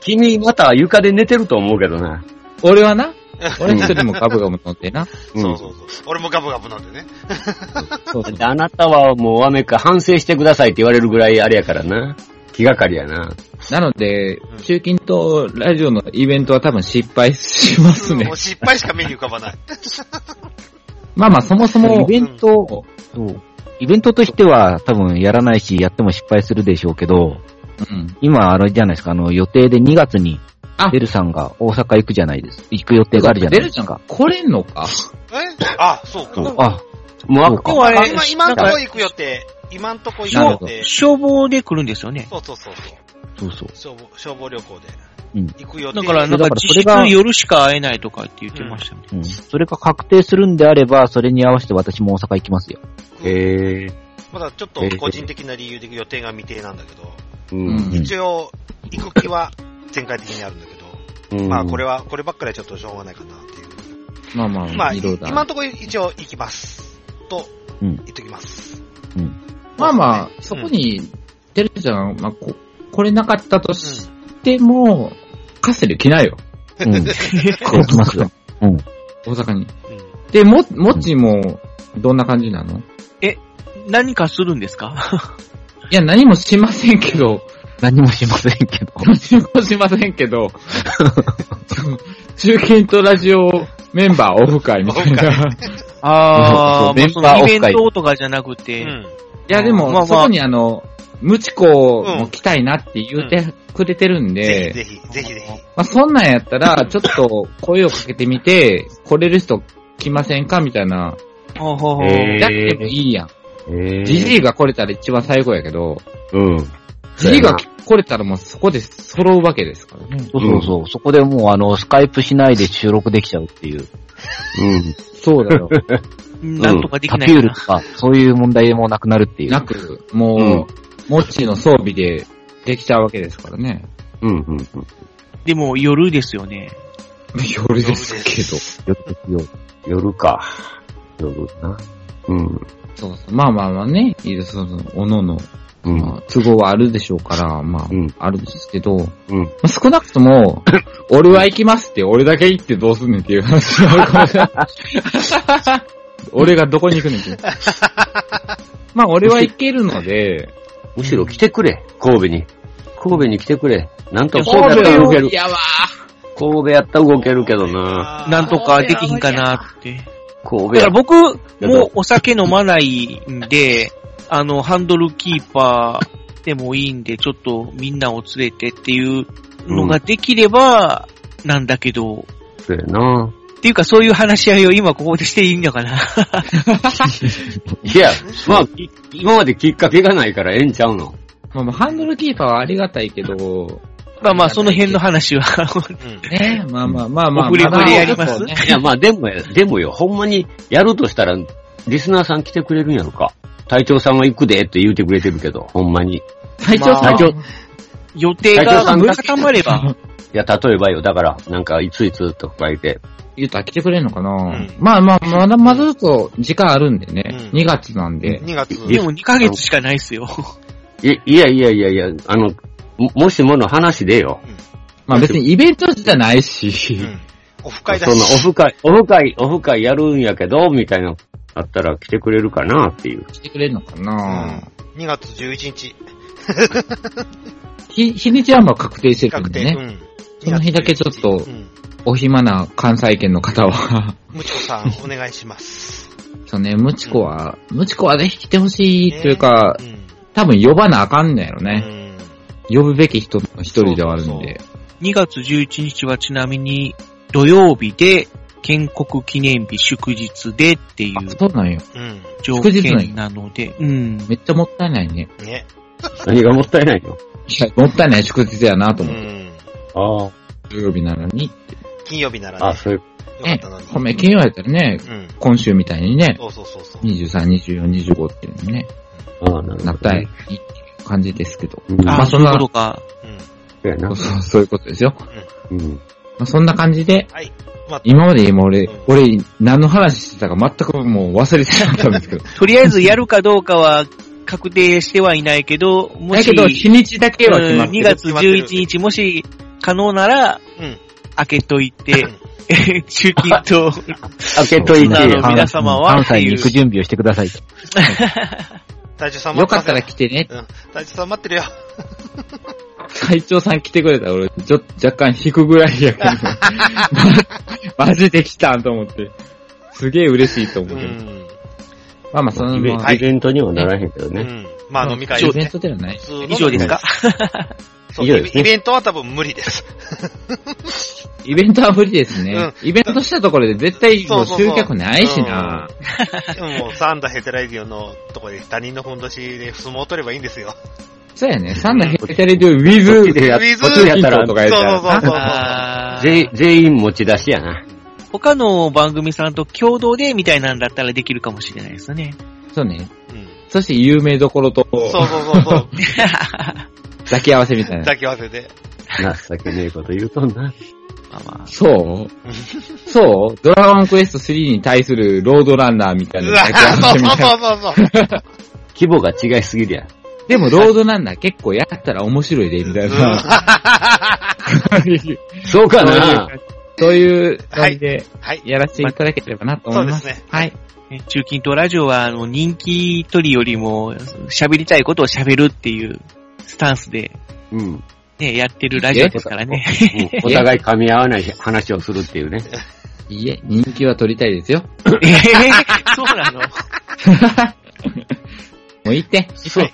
Speaker 4: 君、また床で寝てると思うけどな。
Speaker 5: 俺はな、俺一人もガブガブ乗ってな。
Speaker 4: そう
Speaker 6: そうそう。俺もガブガブなんでね。
Speaker 4: であなたはもう雨か反省してくださいって言われるぐらいあれやからな。気がかりやな。
Speaker 5: なので、中近東ラジオのイベントは多分失敗しますね
Speaker 6: もう。失敗しか目に浮かばない。
Speaker 5: まあまあ、そもそも
Speaker 7: イ、ベント、そうイベントとしては多分やらないし、やっても失敗するでしょうけど、
Speaker 5: うん
Speaker 7: 今、あれじゃないですか、あの、予定で2月に
Speaker 5: あ、
Speaker 7: デルさんが大阪行くじゃないです。行く予定があるじゃないですか。
Speaker 5: 来れんのか
Speaker 6: あ、そうか。
Speaker 7: あ、
Speaker 4: もうあ
Speaker 7: そう
Speaker 3: 今日はあれ
Speaker 6: 今、今んとこ行く予定。今んとこ行く予定。
Speaker 3: 消防で来るんですよね。
Speaker 6: そうそうそうそう。
Speaker 7: そうそう。
Speaker 6: 消防、消防旅行で。
Speaker 7: うん
Speaker 6: 行く予定。
Speaker 3: だから、なんか、実
Speaker 7: それが
Speaker 3: 質夜しか会えないとかって言ってましたね。
Speaker 7: うん。それが確定するんであれば、それに合わせて私も大阪行きますよ。
Speaker 4: へえ。
Speaker 6: まだちょっと個人的な理由で予定が未定なんだけど、
Speaker 4: うん。
Speaker 6: 一応、行く気は全開的にあるんだけ
Speaker 4: う
Speaker 6: ど、
Speaker 4: ん
Speaker 6: まあこれは、こればっかりはちょっとしょうがないかなっていう。
Speaker 5: まあまあ、
Speaker 6: まあ、い
Speaker 5: いろいろある
Speaker 6: 今んとこ一応行きます。と、
Speaker 7: うん
Speaker 6: 言っときます。
Speaker 5: まあまあ、そこに、てるちゃん、まあ、こ、来れなかったとしても、カセル来なよ。
Speaker 7: うん。行きますよ。うん。
Speaker 5: 大阪に。で、も、もっちも、どんな感じなの
Speaker 3: 何かするんですか
Speaker 5: いや、何もしませんけど、
Speaker 7: 何もしませんけど。
Speaker 5: 何もしませんけど、中堅とラジオメンバーオフ会みたいな。
Speaker 3: あー、まあ、その
Speaker 5: そうメンバーオ
Speaker 3: イ
Speaker 5: フ会
Speaker 3: ベントとかじゃなくて、
Speaker 5: いや、でも、
Speaker 3: まあまあ
Speaker 5: そこにあの、ムチコも来たいなって言ってくれてるんで、
Speaker 6: ぜひ、ぜひぜひ。
Speaker 5: まあ、そんなんやったら、ちょっと声をかけてみて、来れる人来ませんかみたいな。
Speaker 3: ほうほうほう
Speaker 4: へー
Speaker 5: やってもいいやん。
Speaker 4: へえ。
Speaker 5: ジジイが来れたら一番最後やけど、
Speaker 4: うん。
Speaker 5: ジジイが来れたらもうそこで揃うわけですからね。
Speaker 7: そうそうそう。そこでもう、あの、スカイプしないで収録できちゃうっていう。
Speaker 4: うん。
Speaker 5: そうだよ。
Speaker 3: なんとかでき
Speaker 7: タ
Speaker 3: な
Speaker 7: ピュー
Speaker 3: い
Speaker 7: ル
Speaker 3: な
Speaker 7: と。か、そういう問題もなくなるっていう。
Speaker 5: なく、もう、モッチーの装備でできちゃうわけですからね。
Speaker 4: うん。うん。
Speaker 3: でも、夜ですよね。
Speaker 5: 夜ですけど。
Speaker 7: 夜ですよ。
Speaker 4: 夜か。夜な。うん。
Speaker 5: そうそう。まあまあまあね、いいです。その、おのおの、
Speaker 4: うん。
Speaker 5: まあ都合はあるでしょうから、まあ、
Speaker 4: うん
Speaker 5: あるんですけど、ま
Speaker 4: うん。
Speaker 5: あ、少なくとも、俺は行きますって、俺だけ行ってどうすんねんっていう話があるかもしれない。俺がどこに行くねんっていう。まあ、俺は行けるので、
Speaker 4: むしろ来てくれ。神戸に。神戸に来てくれ。なんと
Speaker 3: いや
Speaker 4: 神戸やったら動ける。
Speaker 5: やわ
Speaker 4: 神戸やったら動けるけどな。
Speaker 3: なんとかできひんかなって。
Speaker 4: 神戸
Speaker 3: だか
Speaker 4: や
Speaker 3: ら僕、もうお酒飲まないんで、あの、ハンドルキーパーでもいいんで、ちょっとみんなを連れてっていうのができれば、なんだけど、
Speaker 4: そうやな。
Speaker 3: っていうかそういう話し合いを今ここでしていいのかな。
Speaker 4: いや、まあ、き今まできっかけがないからええんちゃうの。
Speaker 5: まあまあ、ハンドルキーパーはありがたいけど、
Speaker 3: まあまあ、その辺の話は。
Speaker 5: ね、まあまあまあま あ、
Speaker 3: オフレコ
Speaker 5: まだ
Speaker 3: でやります
Speaker 5: ちょっとね
Speaker 4: いや、まあでもや、でもよ、ほんまにやるとしたら、リスナーさん来てくれるんやろか。隊長さんは行くでって言うてくれてるけど、ほんまに。
Speaker 3: 隊長さん予定が固まれば。
Speaker 4: いや、例えばよ、だから、なんか、いついつとか言って。
Speaker 5: 言うたら来てくれんのかな、まあまあ、まだまだちょっと時間あるんでね。2月なんで。
Speaker 6: 2月
Speaker 3: でも2ヶ月しかないっすよ。
Speaker 4: いいやいやいやいや、あの、ももしもの話でよ。
Speaker 5: まあ別にイベントじゃないし。
Speaker 6: オフ会
Speaker 4: そんな、オフ会、オフ会、オフ会やるんやけど、みたいな、あったら来てくれるかなっていう。
Speaker 5: 来てくれるのかな、
Speaker 6: 2月11日。
Speaker 5: 日、日にちはまあ確定してるんでね。
Speaker 6: 確定
Speaker 5: その日だけちょっと、お暇な関西圏の方は。
Speaker 6: むちこさん、お願いします。
Speaker 5: そうね、ムチコは、ムチコはぜひ来てほしいというか、多分呼ばなあかんねやろね。呼ぶべき人の一人ではあるんで。
Speaker 3: 2月11日はちなみに土曜日で建国記念日祝日でっていう
Speaker 5: そうなんよ。
Speaker 3: 条
Speaker 5: 祝日なん
Speaker 3: 件
Speaker 5: よ
Speaker 3: なので、うん。
Speaker 5: めっちゃもったいないね。
Speaker 6: ね。
Speaker 4: 何がもったいないの
Speaker 5: いや、もったいない祝日やなと思って。
Speaker 4: ああ。
Speaker 5: 土曜日なのに。
Speaker 6: 金曜日ならね。
Speaker 5: あそういう
Speaker 6: よかったのに。
Speaker 5: ほめ、金曜やったらね、
Speaker 6: うん
Speaker 5: 今週みたいにね、
Speaker 6: そうそうそうそう。
Speaker 5: 23、24、25っていうのね、
Speaker 4: な
Speaker 5: ったらいいっていう感じですけど。
Speaker 3: あ
Speaker 5: まあそんな、
Speaker 3: そういうことか
Speaker 5: そうそうそういうことですよ。
Speaker 4: うん。
Speaker 5: まあ、そんな感じで、
Speaker 6: はい。まあ
Speaker 5: 今まで今俺、俺、何の話してたか全くもう忘れてしまったんですけ ど。
Speaker 3: とりあえずやるかどうかは確定してはいないけど、もし、
Speaker 5: だけど日にちだけは決まって
Speaker 3: 2
Speaker 5: る
Speaker 3: 月11日、もし可能なら、
Speaker 6: うん
Speaker 3: 開けといて、 中勤と、
Speaker 4: 開けと
Speaker 3: リス
Speaker 4: いて
Speaker 3: ナーの皆様は
Speaker 7: 関
Speaker 3: って
Speaker 7: 西に
Speaker 3: いう
Speaker 7: 行く準備をしてくださいと。
Speaker 6: 隊長さん
Speaker 5: よかったら来てね。
Speaker 6: うん。隊長さん待ってるよ。
Speaker 5: 会長さん来てくれたら俺、ちょっと若干引くぐらいや けど。マジで来たんと思って。すげえ嬉しいと思うけど。まあまあ、その
Speaker 4: イベイベントにはならへんけどね。
Speaker 6: まあ飲み会ですね
Speaker 5: イベントではない。
Speaker 6: 普通の
Speaker 4: 以上ですか
Speaker 6: そう
Speaker 4: 以上ですね
Speaker 6: イベントは多分無理です。
Speaker 5: イベントは無理ですね。イベントしたところで絶対もう集客ないしな。
Speaker 6: うんもうサンダヘテライディオのとこで他人のふんどしで相撲を取ればいいんですよ。
Speaker 5: そうやね。サンダヘッタレディオ、ウィズ、ウ
Speaker 6: や
Speaker 4: こっちでやったら
Speaker 5: とかやったら。
Speaker 6: そうそうそうそう
Speaker 4: 全全員持ち出しやな。
Speaker 3: 他の番組さんと共同でみたいなんだったらできるかもしれないですよね。
Speaker 5: そうね。そして有名どころと、
Speaker 6: そうそうそうそう。
Speaker 5: 抱き合わせみたいな。
Speaker 6: 抱き合わせで。
Speaker 4: 情けねえこと言うとんな。
Speaker 5: そうそうドラゴンクエスト3に対するロードランナーみたいな抱き合わせみたい な。
Speaker 6: そうそうそうそう。
Speaker 4: 規模が違いすぎるやん。
Speaker 5: でもロードランナー結構やったら面白いで、みたいな。
Speaker 4: そうかな
Speaker 5: そういう感じで、やらせていただければなと思います。
Speaker 6: すね。
Speaker 5: はい。
Speaker 3: 中近東ラジオは、あの、人気取りよりも、喋りたいことを喋るっていうスタンスで、
Speaker 4: うん。
Speaker 3: ね、やってるラジオですから ね。
Speaker 4: お互い噛み合わない話をするっていうね。
Speaker 5: いいえ、人気は取りたい ですよ。
Speaker 3: えーそうなの
Speaker 5: もういいって。
Speaker 4: そう。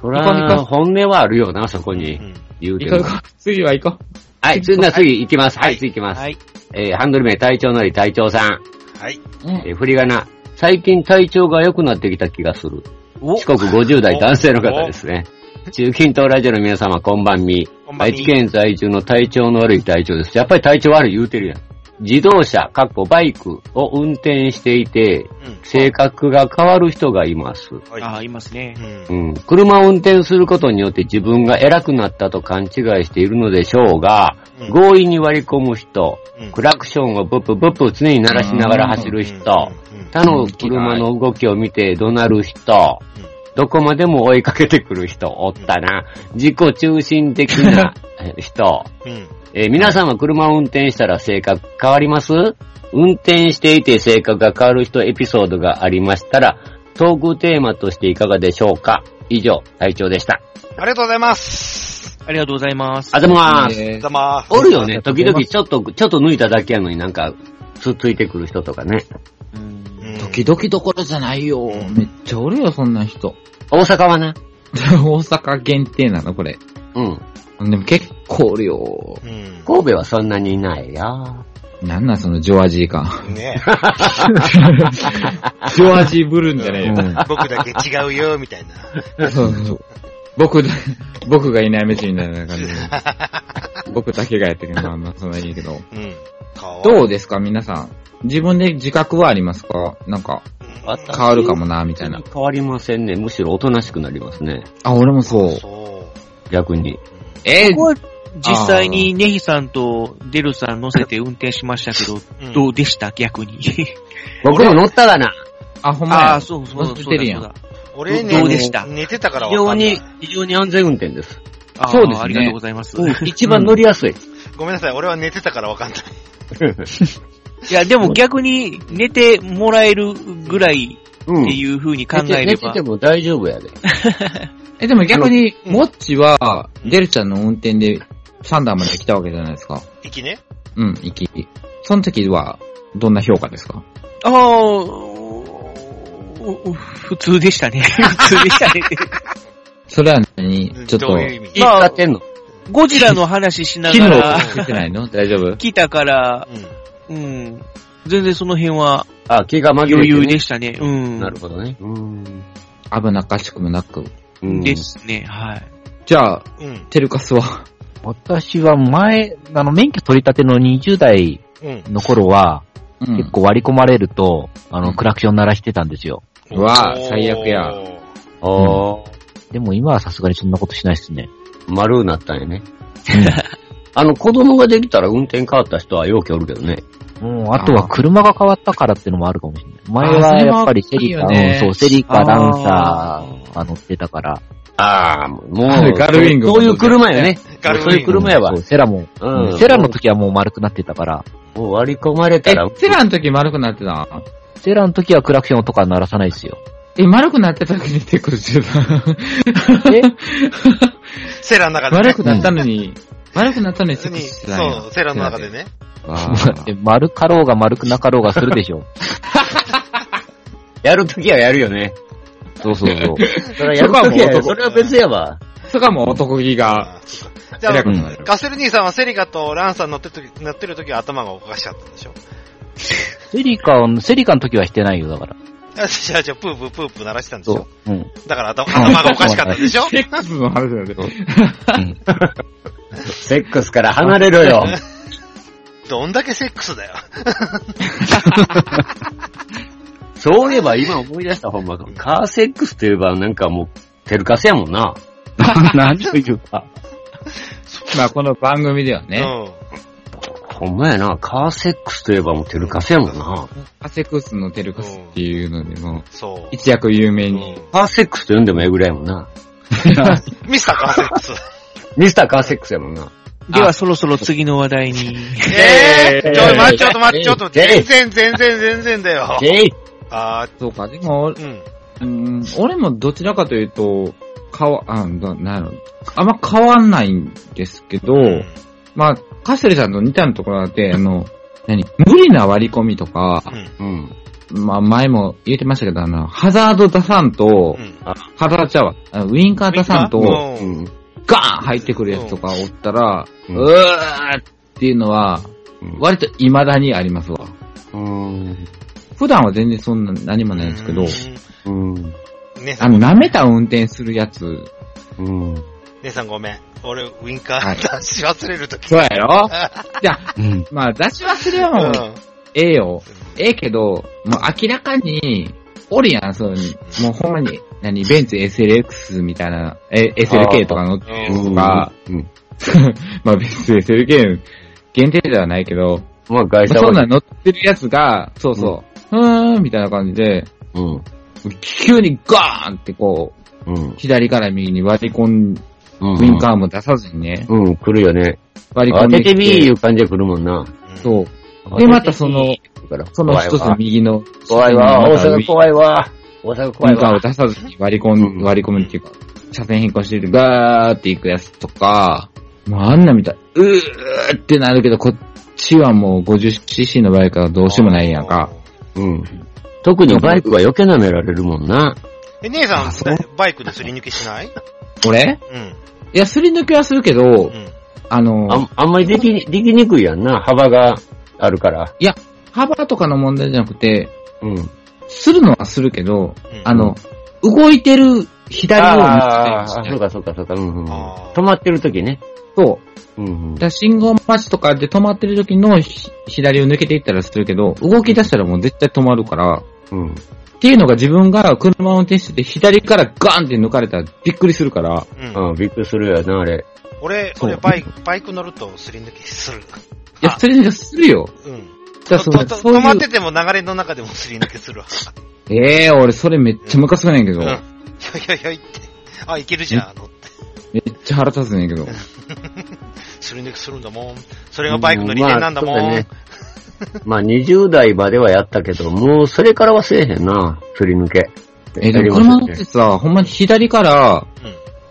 Speaker 4: そら
Speaker 5: 行こう行こう
Speaker 4: 本音はあるよな、そこに。言うて
Speaker 5: 行こう
Speaker 4: も
Speaker 5: 行こう。次は行こう。
Speaker 4: はい、次な、次行きます。はい、次行きます。
Speaker 3: はい。
Speaker 4: えーハンドル名、隊長のり隊長さん。
Speaker 6: はい。
Speaker 4: えー振り仮名、最近体調が良くなってきた気がする。
Speaker 3: お
Speaker 4: 四国50代男性の方ですね。中近東ラジオの皆様、こんばんみ。愛知県在住の体調の悪い体調です。やっぱり体調悪い言うてるやん。自動車、かっこバイクを運転していて、性格が変わる人がいます。
Speaker 3: ああ、いますね。
Speaker 4: うん車を運転することによって自分が偉くなったと勘違いしているのでしょうが、強引に割り込む人、クラクションをブップブップ常に鳴らしながら走る人、他の車の動きを見て怒鳴る人、どこまでも追いかけてくる人、おったな。自己中心的なえ人。
Speaker 6: うん。
Speaker 4: えー皆さんは車を運転したら性格変わります運転していて性格が変わる人エピソードがありましたら、トークテーマとしていかがでしょうか以上、隊長でした。
Speaker 6: ありがとうございます。
Speaker 3: ありがとうございます。
Speaker 4: あざまー
Speaker 6: あり
Speaker 4: す。
Speaker 6: がとうございます。
Speaker 4: おるよね、時々ちょっと、ちょっと抜いただけやのになんか、つっついてくる人とかね。
Speaker 5: 時々どころじゃないよ。めっちゃおるよ、そんな人。
Speaker 4: 大阪はな。
Speaker 5: 大阪限定なの、これ。。
Speaker 4: うん
Speaker 5: でも結構おるよ。
Speaker 4: 神戸はそんなにいないよ。
Speaker 5: なんなん、そのジョアジー感。
Speaker 6: ね
Speaker 5: ジョアジーブルーンじゃないよ。
Speaker 6: 僕だけ違うよ、みたいな。
Speaker 5: そうそう。僕だ、僕がいない飯みたいな感じで。僕だけがやってるのはまあそんなにいいけど。
Speaker 6: うん。
Speaker 5: どうですか、皆さん。自分で自覚はありますかなんか。変わるかもな、みたいな。
Speaker 4: 変わりませんね。むしろおとなしくなりますね。
Speaker 5: あ、俺もそう。
Speaker 4: 逆に。
Speaker 5: え
Speaker 3: ここは実際にネヒさんとデルさん乗せて運転しましたけど、どうでした逆に。
Speaker 4: 僕も乗ったがな。
Speaker 5: あ、ほんまや。
Speaker 3: ああ、そうそうそうだ。
Speaker 5: 乗せてるやん
Speaker 3: そうだ
Speaker 6: 俺
Speaker 3: ど
Speaker 6: ね、
Speaker 3: どうでした
Speaker 6: 寝てたから
Speaker 4: 非
Speaker 6: わか
Speaker 4: 常
Speaker 6: んない
Speaker 4: に。、非常に安全運転です。
Speaker 3: あー
Speaker 5: そうですね
Speaker 3: ありがとうございます。
Speaker 4: うん一番乗りやすい。
Speaker 6: ごめんなさい、俺は寝てたからわかんない。
Speaker 3: いや、でも逆に寝てもらえるぐらいって
Speaker 4: うん。
Speaker 3: いう風に考えれ
Speaker 4: 寝て
Speaker 3: ば。
Speaker 4: ても大丈夫やで。
Speaker 5: え、でも逆に、もっちは、デルちゃんの運転で、サンダーまで来たわけじゃないですか。
Speaker 6: 息ね。
Speaker 5: うん、行き。その時は、どんな評価ですか
Speaker 3: ああ、おお普通でしたね。 普通で したね。
Speaker 5: それは何ちょっと
Speaker 6: どう、いう意味
Speaker 4: まあ、使ってんの。
Speaker 3: ゴジラの話しな
Speaker 5: 機
Speaker 3: が
Speaker 5: 能
Speaker 3: ら、
Speaker 5: ついてないの 大丈夫
Speaker 3: 来たから、
Speaker 6: うん。
Speaker 3: うん。全然その辺は
Speaker 4: あ、気が紛れてね
Speaker 3: 余裕でしたね。うん。
Speaker 4: なるほどね。うん。
Speaker 5: 危なっかしくもなく。
Speaker 4: うん
Speaker 3: ですね、はい。
Speaker 5: じゃあ、
Speaker 6: うん。
Speaker 5: テルカスは、
Speaker 7: 私は前、あの、免許取り立ての20代
Speaker 6: うん。
Speaker 7: の頃は、
Speaker 5: うん
Speaker 7: 結構割り込まれると、あ
Speaker 5: う
Speaker 7: の、
Speaker 5: ん
Speaker 7: クラクション鳴らしてたんですよ。
Speaker 5: うわ最悪や
Speaker 6: おー。
Speaker 4: ああ、
Speaker 7: でも今はさすがにそんなことしないですね。
Speaker 4: 丸になったんやね。あの、子供ができたら運転変わった人は容器おるけどね。
Speaker 7: うん、あとは車が変わったからっていうのもあるかもしれない。前はやっぱりセリカ、
Speaker 5: あーそれも大きいよね
Speaker 7: うんそう、セリカ、ランサーが乗ってたから。
Speaker 4: ああ、もう、
Speaker 5: ガルウィングも
Speaker 4: そういう車やね。
Speaker 6: ガルウィング
Speaker 4: そういう車やわ
Speaker 7: うん。そうセラも、
Speaker 4: うん
Speaker 7: うんセラの時はもう丸くなってたから、
Speaker 4: もう割り込まれた
Speaker 5: え
Speaker 4: ら、、
Speaker 5: セラの時丸くなってた
Speaker 7: セラの時はクラクションとか鳴らさないですよ。
Speaker 5: え、丸くなってた時にテクルしてた。
Speaker 7: え
Speaker 6: セラの中で、ね。
Speaker 5: 丸くなったのに、丸くなったのに
Speaker 6: 普通
Speaker 5: テク
Speaker 6: に、
Speaker 5: ルしてたんや
Speaker 6: そう、セラの中で。ね。
Speaker 5: わ
Speaker 7: で
Speaker 5: ー
Speaker 7: 丸かろうが丸くなかろうがするでしょ。
Speaker 4: やるときはやるよね。
Speaker 7: そうそうそう。
Speaker 4: それはやるときはやる。
Speaker 5: そこはもう男
Speaker 4: それは別やわ。
Speaker 5: そこはもう男気が、
Speaker 6: あそっかじ
Speaker 5: 偉く
Speaker 6: ゃ
Speaker 5: なる
Speaker 6: あ、。ガセル兄さんはセリカとランさん乗ってる時、乗ってる時は頭がおかしかったんでしょ
Speaker 7: セリカは、セリカの時はしてないよ、だから。
Speaker 6: あじゃあ、じゃあ、プープープープー鳴らしてたんでし
Speaker 7: そ
Speaker 6: ょ
Speaker 7: う。うん。
Speaker 6: だから頭頭がおかしかったんでしょ
Speaker 5: セックスの話なんで。
Speaker 4: セックスから離れろよ。
Speaker 6: どんだけセックスだよ。
Speaker 4: そういえば今思い出したほんま、カーセックスといえばなんかもう、テルカスやもんな。なんというか。
Speaker 5: まあ、この番組では
Speaker 6: う
Speaker 5: ね、
Speaker 4: ほんまやな、カーセックスといえばもうテルカスやもんな。
Speaker 5: アセクスのテルカスっていうのでも、
Speaker 6: ん。そ
Speaker 5: 一躍有
Speaker 6: う。
Speaker 5: 名
Speaker 6: う
Speaker 5: に。
Speaker 6: ん
Speaker 4: カーセックスと呼んでもええぐらいやもんな。
Speaker 6: ミスターカーセックス。
Speaker 4: ミスターカーセックスやもんな。
Speaker 3: ではそろそろ次の話題に。
Speaker 4: え
Speaker 6: えぇ
Speaker 4: ー
Speaker 6: ちょ、待って、ちょっと待って、ちょっと待って
Speaker 4: えー
Speaker 6: 全然、全然、全然だよ。
Speaker 4: えい
Speaker 6: あ
Speaker 5: そうか、でも、
Speaker 6: ー、う
Speaker 5: う
Speaker 6: ん。
Speaker 5: ん、俺もどちらかというと、変わ、あ、ななんやろあんま変わんないんですけど、
Speaker 6: うん
Speaker 5: まあ、カセルさんと似たようなところがあって、あの、何無理な割り込みとか、
Speaker 4: うん。
Speaker 5: まあ前も言ってましたけど、あの、ハザード出さんと
Speaker 6: う、ん。
Speaker 5: ハザードちゃうわあのウィンカー出さん
Speaker 6: う
Speaker 5: と、
Speaker 6: ん。
Speaker 5: ガーン入ってくるやつとかおったら、う
Speaker 4: うん
Speaker 5: ーっていうのは、
Speaker 4: うん
Speaker 5: 割と未だにありますわ。
Speaker 4: うん。
Speaker 5: 普段は全然そんな何もないんですけど、
Speaker 4: うん。
Speaker 6: 姉さ
Speaker 5: あ
Speaker 6: ん
Speaker 5: の、、舐めた運転するやつ、
Speaker 4: うん。
Speaker 6: 姉さんごめん。俺、ウィンカ
Speaker 5: は
Speaker 6: ー
Speaker 5: い
Speaker 6: 出し忘れるとき。
Speaker 5: そうやろじゃあ、
Speaker 4: うん。
Speaker 5: まあ、出し忘れは
Speaker 6: う
Speaker 5: もう、ええよ。ええけど、もう明らかに、おるやん、そうに。もうほんまに、何、ベンツ SLX みたいな、え、SLK とか乗ってるやつとか、
Speaker 4: うん。
Speaker 5: まあ、ベンツ SLK 限定ではないけど、
Speaker 4: まあ、外
Speaker 5: ま
Speaker 4: 車
Speaker 5: あそん
Speaker 4: は
Speaker 5: なん乗ってるやつが、そうそう、うーん、みたいな感じで、
Speaker 4: うん。
Speaker 5: 急にガーンってこう、
Speaker 4: うん。
Speaker 5: 左から右に割り込ん、
Speaker 4: うん
Speaker 5: ウィンカーも出さずにね、
Speaker 4: うん、来るよね。
Speaker 5: 割り込
Speaker 4: 当
Speaker 5: んで
Speaker 4: て
Speaker 5: きて。
Speaker 4: てみーいう感じで来るもんな。
Speaker 6: ん。う
Speaker 5: そう。
Speaker 4: 当て
Speaker 5: で、
Speaker 4: て
Speaker 5: またその、その一つの右の、
Speaker 4: 怖いわ、
Speaker 5: ま
Speaker 4: 大
Speaker 5: たウィン
Speaker 4: 阪怖いわ。大阪怖い
Speaker 5: ンカーを
Speaker 4: わ。
Speaker 5: 出さずに割り込
Speaker 4: うん
Speaker 5: ん、割り込むっていうか、車線変更してる、ガーって行くやつとか、もうあんなみたい、うーってなるけど、こっちはもう 50cc のバイクはどうしようもないやんか。。
Speaker 4: うん。特にバイクは余計舐められるもんな。
Speaker 6: え、姉さん、バイクですり抜けしない
Speaker 5: 俺
Speaker 6: うん。
Speaker 5: いや、すり抜けはするけ
Speaker 6: う
Speaker 5: ど、
Speaker 6: ん。
Speaker 5: あ
Speaker 4: あ
Speaker 5: の、
Speaker 4: んあんまりでき、できにくいやんな。幅があるから。
Speaker 5: 幅とかの問題じゃなくて、
Speaker 4: うん。
Speaker 5: するのはするけど
Speaker 6: うん、
Speaker 5: あの、動いてる左を見
Speaker 4: あ
Speaker 5: つ
Speaker 4: あ、
Speaker 5: け
Speaker 4: そう
Speaker 5: る。
Speaker 4: かそうかそうか。うんうん、
Speaker 6: あー
Speaker 4: 止まってる時ね。
Speaker 5: そう。
Speaker 4: うんうん
Speaker 5: だか。ら信号待ちとかで止まってる時のひ左を抜けていったらするけど、動き出したらもう絶対止まるから、
Speaker 4: うん。
Speaker 5: っていうのが自分が車を運転してて左からガーンって抜かれたらびっくりするから。
Speaker 4: うん、びっくりするよな、あれ。
Speaker 6: 俺、
Speaker 5: そう
Speaker 6: 俺バイク、バイク乗るとすり抜けする。
Speaker 5: いや、それじゃするよ。
Speaker 6: うん。
Speaker 5: じゃあそ
Speaker 6: と
Speaker 5: う
Speaker 6: と
Speaker 5: そういう
Speaker 6: 止まってても流れの中でもすり抜けするわ。
Speaker 5: ええ俺それめっちゃムカつくねんけど。
Speaker 6: うん。い
Speaker 5: め
Speaker 6: やいやいやいって。あ、いけるじゃん。乗って
Speaker 5: っちゃ腹立つねんけど。
Speaker 6: すり抜けするんだもん。それがバイクの利点なんだもん。
Speaker 4: まあそうだねまあ、20代まではやったけど、もうそれからはせえへんな、すり抜け。
Speaker 5: えでも車乗ってさ、ほんまに左から、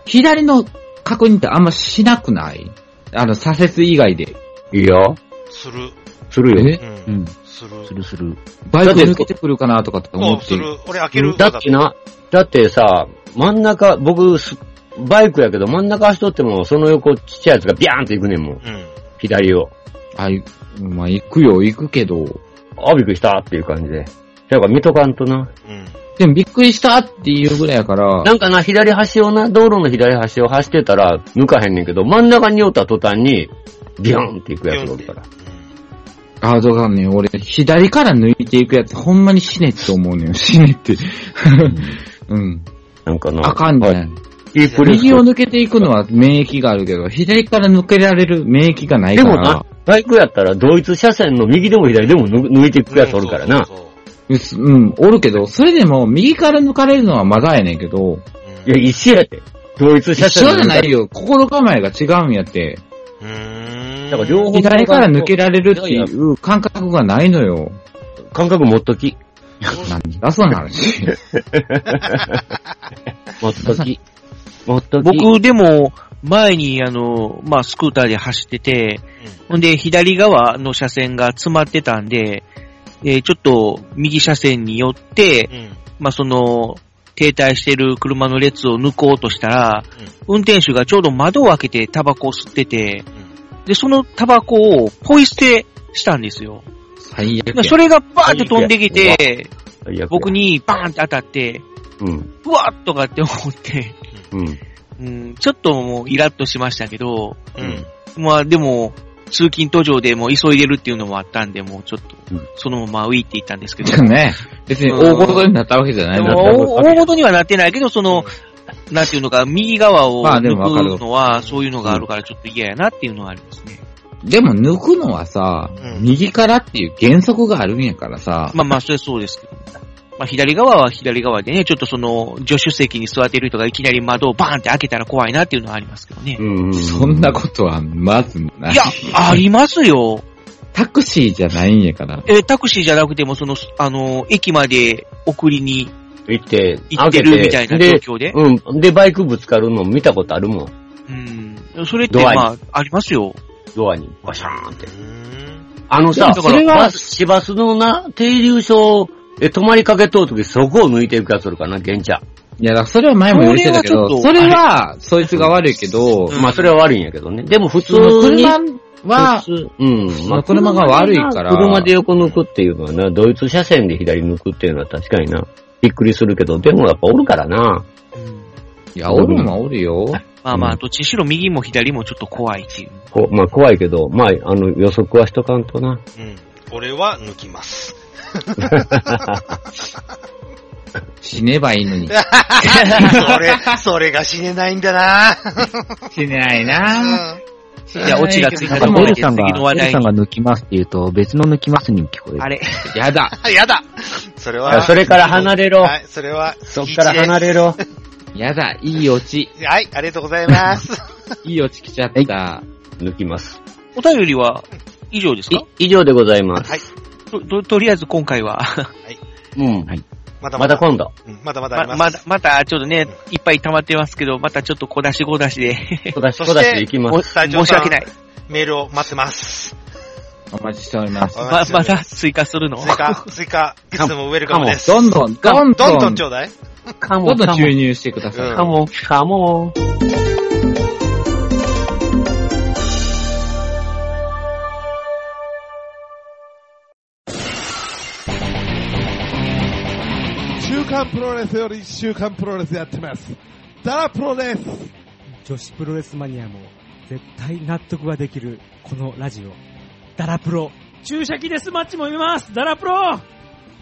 Speaker 5: 左の確認ってあんましなくないあの、左折以外で。
Speaker 4: いいよ。
Speaker 6: する。
Speaker 4: するよ。
Speaker 5: えうん。
Speaker 6: する。
Speaker 7: するする。
Speaker 5: バイク抜けてくるかなとかって思って。
Speaker 6: 俺開ける
Speaker 4: だってな、だってさ、真ん中、僕、すバイクやけど真ん中走っとっても、その横ちっちゃいやつがビャーンって行くねんもん。左を。
Speaker 5: あ、いまあ、行くよ、行くけど。
Speaker 4: あ、びっくりしたっていう感じで。だから見とかんとな。
Speaker 5: でもびっくりしたっていうぐらいやから。
Speaker 4: なんかな、左端をな、道路の左端を走ってたら、抜かへんねんけど、真ん中におった途端に、ビャーンって行くやつがおるから。
Speaker 5: あ、そうだね。俺、左から抜いていくやつ、ほんまに死ねって思うねん。 死ねって。うん。
Speaker 4: なんかな。
Speaker 5: あかんねん。右を抜けていくのは免疫があるけど、左から抜けられる免疫がない
Speaker 4: で
Speaker 5: から。
Speaker 4: もな、バイクやったら、同一車線の右でも左でも抜抜いていくやつおるからな。
Speaker 5: うっすうん、おるけど、それでも、右から抜かれるのはまだやねんけど。
Speaker 4: いや、一緒やて。同一車線
Speaker 5: 一緒じゃないよ。心構えが違うんやって。
Speaker 4: だから両方
Speaker 5: 左から抜けられるっていう感覚がないのよ。
Speaker 4: 感覚持っとき。
Speaker 5: 何だその 話。
Speaker 4: 持っとき。
Speaker 3: 僕でも、前に、あの、まあ、スクーターで走ってて、ほんで、左側の車線が詰まってたんで、えーちょっと、右車線によって、まあ、その、停滞してる車の列を抜こうとしたら、運転手がちょうど窓を開けてタバコを吸ってて、で、そのタバコをポイ捨てしたんですよ。
Speaker 5: 最悪や
Speaker 3: それがバーって飛んできて、
Speaker 4: 最悪や
Speaker 3: 僕にバーンって当たって、
Speaker 4: うん。
Speaker 3: うわっとかって思って、
Speaker 4: うん。
Speaker 3: うん、ちょっともうイラッとしましたけど、
Speaker 4: うん。
Speaker 3: まあでも、通勤途上でもう急いでるっていうのもあったんで、もうちょっと、そのまま浮いていったんですけど。
Speaker 5: ね。別に大ごとになったわけじゃない
Speaker 3: で
Speaker 5: な
Speaker 3: も大大ごとにはなってないけど、その、なんていうのか、右側を
Speaker 5: まあ
Speaker 3: 抜
Speaker 5: でもわかる
Speaker 3: くのは、そういうのがあるからちょっと嫌やなっていうのはありますね。
Speaker 5: でも抜くのはさ、右からっていう原則があるんやからさ。
Speaker 3: まあまあ、それはそうですけど。まあ、左側は左側でね、ちょっとその、助手席に座ってる人がいきなり窓をバーンって開けたら怖いなっていうのはありますけどね。
Speaker 5: そんなことはまずない。
Speaker 3: いや、ありますよ。
Speaker 5: タクシーじゃないんやから。
Speaker 3: えータクシーじゃなくても、その、あの、駅まで送りに
Speaker 4: 行って、
Speaker 3: 行ってるみたいな
Speaker 4: 開けて
Speaker 3: 状況で
Speaker 4: うん。で、バイクぶつかるの見たことあるもん。
Speaker 3: それって、
Speaker 4: ドアに
Speaker 3: まあ、ありますよ。
Speaker 4: ドアに、バシャーンって。あのさ、
Speaker 3: でもだ
Speaker 4: そ
Speaker 3: から
Speaker 4: れ
Speaker 3: バ
Speaker 4: は、
Speaker 3: ス
Speaker 4: 市バスのな、停留所、え、止まりかけとうとき、そこを抜いていくやつおるからな、現茶。
Speaker 5: いや、だからそれは前も言ってたけど、それは、そいつが悪いけど、
Speaker 4: まあ、それは悪いんやけどね。でも、普通
Speaker 5: その
Speaker 4: に。
Speaker 5: 車は
Speaker 4: 普通うん。まあ、
Speaker 5: 車が悪いから
Speaker 4: 車で横抜くっていうのはな、ドイツ車線で左抜くっていうのは確かにな、びっくりするけど、でもやっぱおるからな。
Speaker 5: いや、おるんはおる よ。
Speaker 3: まあまあ、どっちにしろ右も左もちょっと怖いっていう。
Speaker 4: こまあ、怖いけど、まあ、あの、予測はしとかんとな。
Speaker 6: 俺は抜きます。
Speaker 5: 死ねばいいのに。
Speaker 6: それ、それが死ねないんだな
Speaker 5: 死ねないな
Speaker 6: じ
Speaker 3: ゃあオチがつい
Speaker 7: な
Speaker 3: た
Speaker 7: ん
Speaker 3: と
Speaker 7: か
Speaker 3: ころで
Speaker 7: ベルさんが
Speaker 3: 次の、話
Speaker 7: ベル
Speaker 3: 題
Speaker 7: さん
Speaker 3: に。
Speaker 7: が抜きますって言うと、別の抜きますにも聞こえる。
Speaker 3: あれ。
Speaker 5: やだ。
Speaker 6: やだそれ
Speaker 4: いや
Speaker 6: は。
Speaker 4: それから離れろ
Speaker 6: はい、それは。
Speaker 4: そっから離れろ。
Speaker 5: やだ、いいオチ。
Speaker 6: はい、ありがとうございます。
Speaker 5: いいオチ来ちゃった。
Speaker 4: 抜きます。
Speaker 3: お便りは、以上ですか
Speaker 4: 以上でございます。
Speaker 6: はい。
Speaker 3: と、ととりあえず今回は。
Speaker 4: うん。
Speaker 6: ま
Speaker 4: だまだ今度。
Speaker 6: まだまだあ
Speaker 3: ま
Speaker 6: ります。
Speaker 3: まだ、また、ちょっとね、いっぱい溜まってますけど、またちょっと小出し小出しで。
Speaker 4: 小出
Speaker 6: そして、
Speaker 3: 申し訳ない。。
Speaker 6: メールを待ってます。
Speaker 5: お待ちしております。
Speaker 3: ま、また追加するの
Speaker 6: 追加、追加、いつでもウェルカムです。
Speaker 5: どんどん、どんどん、
Speaker 6: どんどんちょうだい。
Speaker 4: カ
Speaker 5: どんどん注入してください。
Speaker 6: カ
Speaker 4: モ、カモ。
Speaker 12: 週刊プロレスより週刊プロレスやってます。ダラプロです。
Speaker 10: 女子プロレスマニアも絶対納得ができるこのラジオダラプロ注射器デスマッチも見ますダラプロ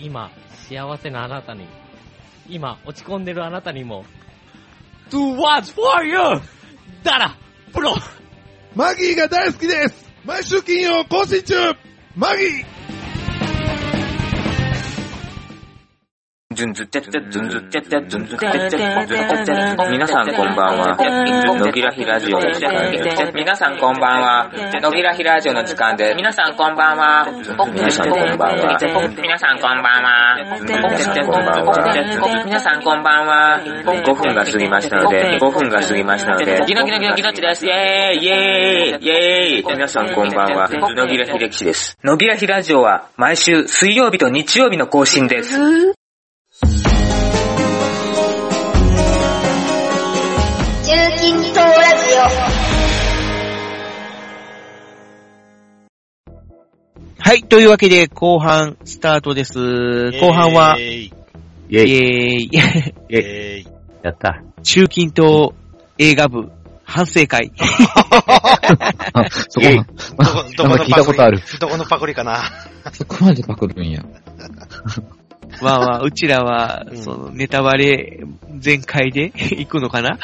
Speaker 2: 今、
Speaker 13: 幸せなあなたに、今、落ち込んでるあなたにも、Do what's for you! だら、プロ
Speaker 12: マギーが大好きです毎週金曜更新中マギー
Speaker 14: ズンズってって、ズンズってって、ズンズってって、ズンズってって。皆さんこんばんは。のぎらひラジオの時間です。皆さんこんばんは。のぎらひラジオの時間です。皆さんこんばんは。皆さんこんばんは。皆さんこんばんは。皆さんこんばんは。5分が過ぎましたので、5分が過ぎましたので、ギノギノギノギノッチです。イェーイイェーイイェーイ皆さんこんばんは。のぎらひできです。のぎらひラジオは毎週水曜日と日曜日の更新です。
Speaker 8: 中近東ラジ
Speaker 3: はい、というわけで、後半スタートです。後半は、イェーイ。イ ェ
Speaker 4: ー
Speaker 3: イ。
Speaker 4: やった。
Speaker 3: 中近東映画部反省会。
Speaker 7: そこな、
Speaker 6: ど
Speaker 7: な
Speaker 6: この
Speaker 7: んか聞いたことある。
Speaker 6: どこのパクリかな。
Speaker 5: そこまでパクるんや。
Speaker 3: まあまあ、うちらは、その、ネタバレ全開で 行くのかな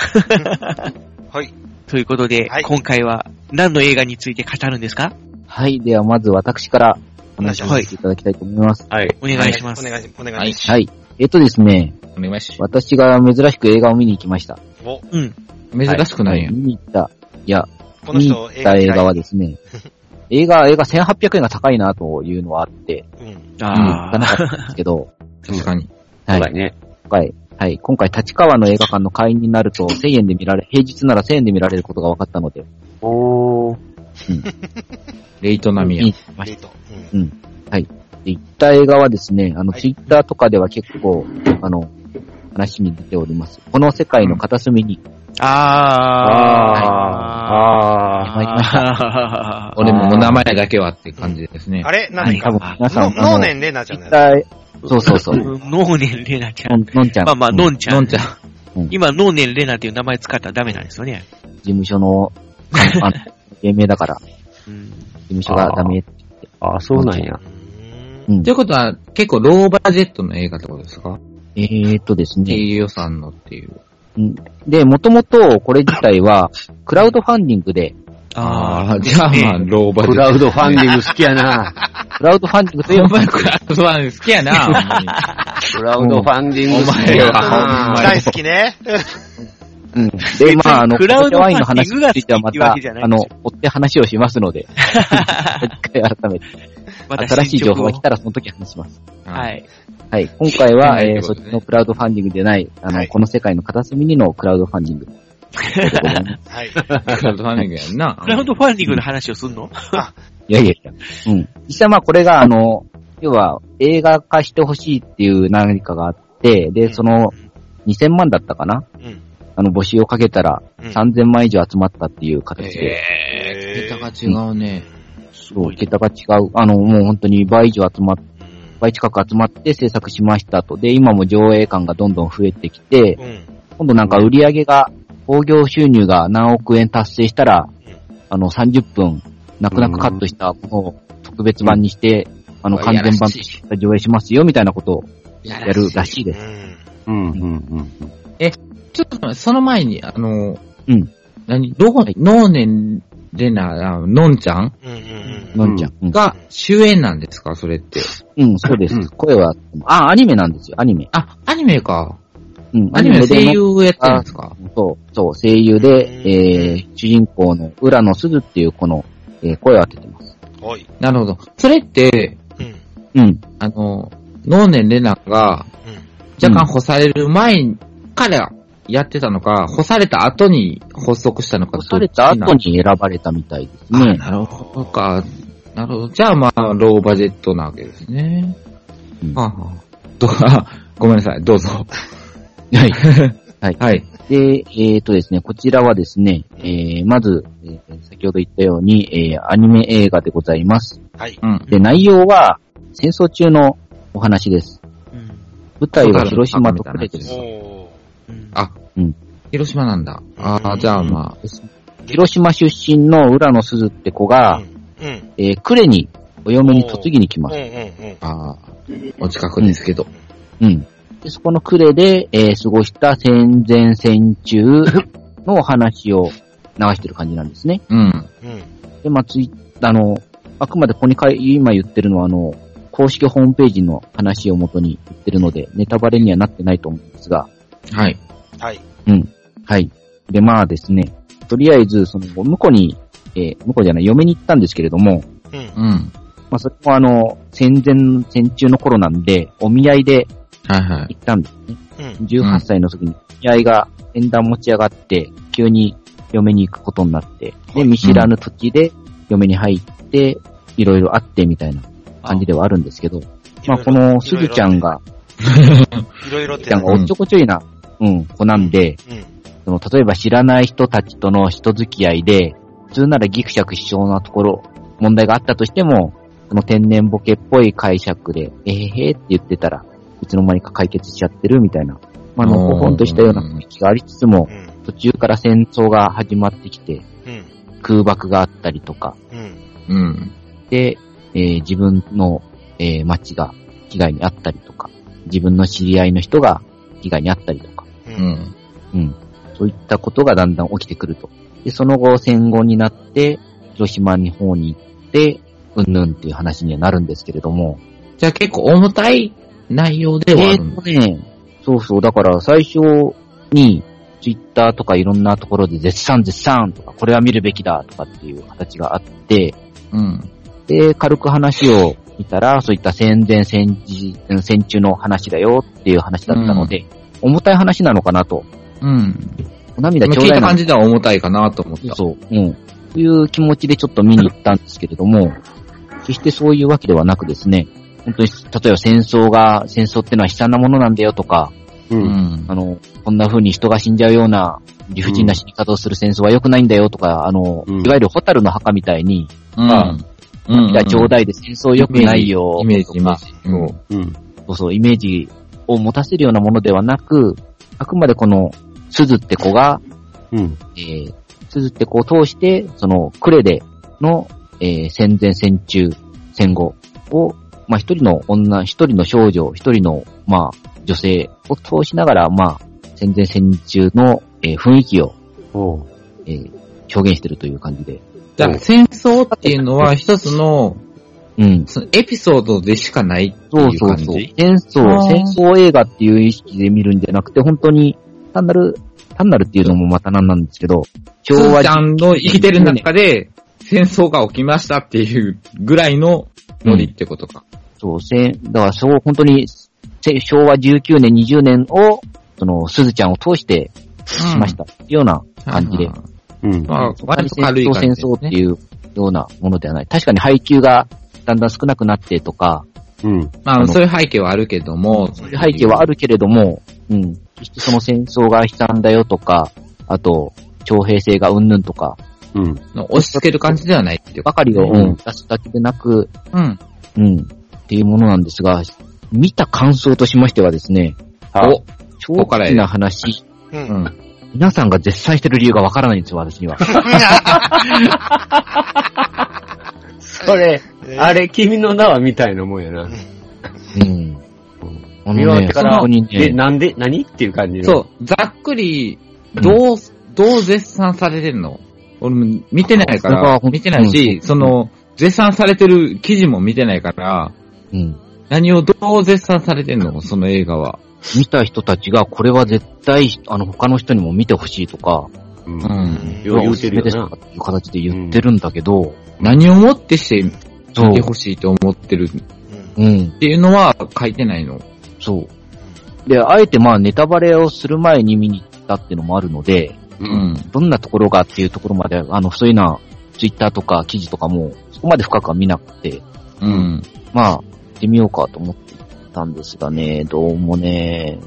Speaker 6: はい。
Speaker 3: ということで、今回は何の映画について語るんですか
Speaker 7: はい。では、まず私からお話しさせていただきたいと思います。
Speaker 4: はい。
Speaker 3: お願いします。
Speaker 6: お願い、お願い。
Speaker 7: はい。はい。えっとですね。
Speaker 5: お願いし
Speaker 7: 私が珍しく映画を見に行きました。
Speaker 6: お、
Speaker 3: うん。
Speaker 5: 珍しくないや
Speaker 7: は見に行った。いや、
Speaker 6: この
Speaker 7: 見に
Speaker 6: 人
Speaker 7: 行った映画はですね、映画、映画1800円が高いなというのはあって、
Speaker 6: うん。
Speaker 3: あ
Speaker 7: うん行かなかったんですけど、
Speaker 5: 確かに。
Speaker 7: はい。
Speaker 4: ね。
Speaker 7: 今回、はい。今回、立川の映画館の会員になると1000円で見られ、平日なら1000円で見られることが分かったので、
Speaker 3: おー。
Speaker 5: レイト並みや。
Speaker 7: 見に行きました。うん。はい。で、行った映画はですね、あの、ツイッターとかでは結構、あの、話に出ております。この世界の片隅に、
Speaker 3: あー。
Speaker 7: はい参りまし
Speaker 3: あー。
Speaker 5: 俺ももう名前だけはって感じですね。
Speaker 6: あれなんで
Speaker 7: 多分皆さん、あの
Speaker 6: 脳年レナちゃんのやつ。
Speaker 7: そうそうそう。
Speaker 3: 脳年レナちゃん。
Speaker 7: のんちゃん。
Speaker 3: まあまあ、のんちゃん。
Speaker 5: のんちゃん。
Speaker 3: 今、脳年レナっていう名前使ったらダメなんですよね。
Speaker 7: 事務所の、 あの、芸名だから、
Speaker 3: うん
Speaker 7: 事務所がダメ。
Speaker 4: ああ、そうなんや。
Speaker 7: うん
Speaker 5: ということは、結構ローバージェットの映画ってことですか
Speaker 7: えーっとですね。
Speaker 5: 低予算のっていう。
Speaker 7: うんで、もともとこれ自体は、クラウドファンディングで、
Speaker 5: ああ、じゃあまあ、ローバージェット。
Speaker 4: クラウドファンディング好きやな。
Speaker 7: クラウドファンディン グという
Speaker 5: お前クラウドファンディング好きやな、ほん まに
Speaker 4: クラウドファンディング好きやな。
Speaker 6: 大好きね。
Speaker 7: うん。で、まあ、あの、
Speaker 3: クラウドファンディング
Speaker 7: ワインの話についてはま
Speaker 3: が
Speaker 7: た、
Speaker 3: 好きっていうわけじゃない
Speaker 7: あの、追って話をしま すので、一回改めて、
Speaker 3: また
Speaker 7: 新しい情報が
Speaker 3: 進
Speaker 7: 来たらその時話します。
Speaker 3: はい。
Speaker 7: はい。今回は、
Speaker 5: はい
Speaker 7: えー、そっちのクラウドファンディングでない、あの、この世界の片隅にのクラウドファンディ ング。
Speaker 6: はい。
Speaker 5: クラウドファンディングやんな。
Speaker 3: クラウドファンディングの話をすんの
Speaker 7: いやいやいや。うん。実際まあこれがあの、要は映画化してほしいっていう何かがあって、で、その2000万だったかな
Speaker 6: うん。
Speaker 7: あの募集をかけたら
Speaker 6: うん
Speaker 7: 3000万以上集まったっていう形で、
Speaker 5: えー、
Speaker 6: え
Speaker 5: 桁が違うね。
Speaker 7: そう、桁が違う。あの、もう本当に倍以上集まっ、
Speaker 6: ー
Speaker 7: 倍近く集まって制作しましたと。で、今も上映感がどんどん増えてきて、
Speaker 6: うん。
Speaker 7: 今度なんか売り上げが、興行収入が何億円達成したら、あの、30分、泣く泣くカットしたものを特別版にして、あの、
Speaker 5: うわ
Speaker 7: 完全版と
Speaker 5: やらし
Speaker 7: して上映しますよ、みたいなことをやるらしいで
Speaker 6: う
Speaker 7: す。
Speaker 6: ん。
Speaker 4: うん、うん、うん。
Speaker 5: ちょっと待って、その前に、あの、
Speaker 7: うん。
Speaker 5: 何どこ、能年レナ、あのんちゃん
Speaker 6: うんうん
Speaker 7: のんちゃん。うん、
Speaker 5: が主演なんですかそれって。
Speaker 7: うんそうで
Speaker 4: うん
Speaker 7: す。声は、あ、アニメなんですよ、アニメ。
Speaker 5: あ、アニメか。
Speaker 7: うん、
Speaker 5: アニメの
Speaker 7: で
Speaker 5: 声優をやってるんですか
Speaker 7: そう、そう、声優で、えー、主人公の浦野鈴っていう子の、えー声を当ててます。
Speaker 6: うん。おい。
Speaker 5: なるほど。それって、
Speaker 6: うん。
Speaker 7: うん。
Speaker 5: あの、能年レナが
Speaker 6: う
Speaker 5: 若干干される前からやってたのか、干された後に発足したのか、
Speaker 7: 干された後に選ばれたみたいです
Speaker 5: どっちなの。
Speaker 7: ね。
Speaker 5: あなるほどか。なるほど。じゃあまあ、ローバジェットなわけですね。
Speaker 7: うん
Speaker 5: はあはあ どごめんなさい、どうぞ。
Speaker 7: はい。
Speaker 5: はい。はい。
Speaker 7: で、えっ、とですね、こちらはですね、えー、まず、えー先ほど言ったように、えー、アニメ映画でございます。
Speaker 6: ん。はい。
Speaker 5: うん。
Speaker 7: で、内容は、戦争中のお話です。舞台は広島と呉です。
Speaker 6: おー。
Speaker 5: あ、
Speaker 7: うん
Speaker 5: 広島なんだ。ああ、じゃあまあ、
Speaker 7: 広島出身の浦野鈴って子が、
Speaker 6: うん。
Speaker 7: えー、呉にお嫁に嫁ぎに来
Speaker 6: うん
Speaker 7: ま
Speaker 6: うん
Speaker 7: す。
Speaker 6: うん。
Speaker 5: ああ、お近くですけど。
Speaker 7: うん。で、そこの呉で、えー過ごした戦前戦中の話を流してる感じなんですね。
Speaker 5: うん。
Speaker 7: で、まあ、ツイあの、あくまでここに書い今言ってるのは、あの、公式ホームページの話を元に言ってるので、ネタバレにはなってないと思うんですが。
Speaker 5: はい。
Speaker 6: はい。
Speaker 7: うん。はい。で、まあですね、とりあえず、その、向こうに、えー向こうじゃない、嫁に行ったんですけれども、
Speaker 5: うん。
Speaker 7: まあ、それもあの、戦前、戦中の頃なんで、お見合いで、行ったんですね。18歳の時に、お見合いが、縁談持ち上がって、急に嫁に行くことになって、で、見知らぬ土地で、嫁に入って、いろいろ会ってみたいな感じではあるんですけど、まあ、このすぐちゃんが、
Speaker 6: いろいろ
Speaker 7: すぐ
Speaker 6: って
Speaker 7: ちゃんがおっちょこちょいな、うん、子なんで、その、例えば知らない人たちとの人付き合いで、普通ならギクシャクしそうなところ、問題があったとしても、その天然ボケっぽい解釈で、えへへって言ってたら、いつの間にか解決しちゃってるみたいな、まあ、のほほんとしたような雰囲気がありつつも、途中から戦争が始まってきて、
Speaker 6: うん。
Speaker 7: 空爆があったりとか、
Speaker 6: うん。
Speaker 5: うん。
Speaker 7: で、えー自分の、えー町が被害に遭ったりとか、自分の知り合いの人が被害に遭ったりとか、
Speaker 5: うん。
Speaker 7: うん。そういったことがだんだん起きてくると。で、その後戦後になって、広島の方に行って、うんぬんっていう話にはなるんですけれども。
Speaker 5: じゃあ結構重たい内容ではあるん
Speaker 7: えーっとね、そうそう、だから最初に、ツイッターとかいろんなところで絶賛絶賛とか、これは見るべきだとかっていう形があって、
Speaker 5: うん。
Speaker 7: で、軽く話を見たら、そういった戦前戦時、うん戦中の話だよっていう話だったので、重たい話なのかなと。
Speaker 5: うん。
Speaker 7: お涙ちょう
Speaker 5: 聞い
Speaker 7: だ
Speaker 5: た
Speaker 7: いな
Speaker 5: 感じでは重たいかなと思った。
Speaker 7: そう。うん。という気持ちでちょっと見に行ったんですけれども、決してそういうわけではなくですね、本当に、例えば戦争が、戦争ってのは悲惨なものなんだよとか、
Speaker 5: うん。
Speaker 7: あの、こんな風に人が死んじゃうような理不尽な死に方をする戦争は良くないんだよとか、あの、いわゆるホタルの墓みたいに、
Speaker 5: うん
Speaker 7: まあ、
Speaker 5: うん
Speaker 7: 涙ちょうだいで戦争良くないよ。
Speaker 5: イメージ、イメージまあ
Speaker 7: そうそうそう、イメージを持たせるようなものではなく、あくまでこの、鈴って子が、えー、鈴って子を通して、その、クレでの、えー戦前、戦中、戦後を、まあ、一人の女、一人の少女、一人の、まあ、女性を通しながら、まあ、戦前、戦中の、えー雰囲気を、えー表現してるという感じで。
Speaker 5: だから戦争っていうのは一つの、
Speaker 7: うん。
Speaker 5: そのエピソードでしかないっていう感じ
Speaker 7: そうそうそう。戦争、戦争映画っていう意識で見るんじゃなくて、本当に、単なる、単なるっていうのもまたなんなんですけど、
Speaker 5: 昭
Speaker 7: 昭
Speaker 5: 和
Speaker 7: 和
Speaker 5: ちゃんの生きてる中で、戦争が起きましたっていうぐらいのノリってことか。
Speaker 7: そう、せん、だからそう、本当に、せ昭和19年、20年を、その、鈴ちゃんを通して、しました。ような感じで。うん。
Speaker 5: まあ割と
Speaker 7: 戦
Speaker 5: 軽い
Speaker 7: 争、
Speaker 5: 感じで
Speaker 7: 戦
Speaker 5: すね
Speaker 7: 争っていうようなものではない。確かに配給がだんだん少なくなってとか、うん。
Speaker 5: まあ、そういう背景はあるけども、そう
Speaker 7: 背景はあるけれども、うん。決してその戦争が悲惨だよとか、あと、徴兵制がうんぬんとか、うん。
Speaker 5: 押し付ける感じではないっていう
Speaker 7: ばかりを、
Speaker 5: う
Speaker 7: うんん、出すだけでなく、
Speaker 5: うん。
Speaker 7: うん。っていうものなんですが、見た感想としましてはですね、
Speaker 5: お
Speaker 7: 超
Speaker 5: ここから
Speaker 7: 大きな話、
Speaker 5: うん。
Speaker 7: 皆さんが絶賛してる理由がわからないんですよ、私には。
Speaker 4: それ、あれ、君の名はみたいなもんやな。
Speaker 7: うん。
Speaker 4: 見終わってか
Speaker 5: そ
Speaker 4: ら、
Speaker 5: の
Speaker 4: で、なんで、何っていう感じの。
Speaker 5: そう、ざっくり、どう、どう絶賛されてるの俺も見てないか
Speaker 7: それは
Speaker 5: ら、
Speaker 7: 本当
Speaker 5: 見てないし、
Speaker 7: うん
Speaker 5: その、絶賛されてる記事も見てないから、
Speaker 7: うん。
Speaker 5: 何をどう絶賛されてんのその映画は。
Speaker 7: 見た人たちが、これは絶対、あの、他の人にも見てほしいとか、
Speaker 4: うん。
Speaker 7: 要はおすすめですとかっていう形で言ってるんだけど、
Speaker 5: 何をもってして
Speaker 7: そう
Speaker 5: 見てほしいと思ってるっ
Speaker 7: うん。
Speaker 5: ていうのは書いてないの。
Speaker 7: そう。で、あえてまあネタバレをする前に見に行ったっていうのもあるので、
Speaker 5: うん。
Speaker 7: どんなところがっていうところまで、あの、そういうのは、ツイッターとか記事とかも、そこまで深くは見なくて、
Speaker 5: うん。
Speaker 7: まあ、行ってみようかと思って行ったんですがね、どうもね、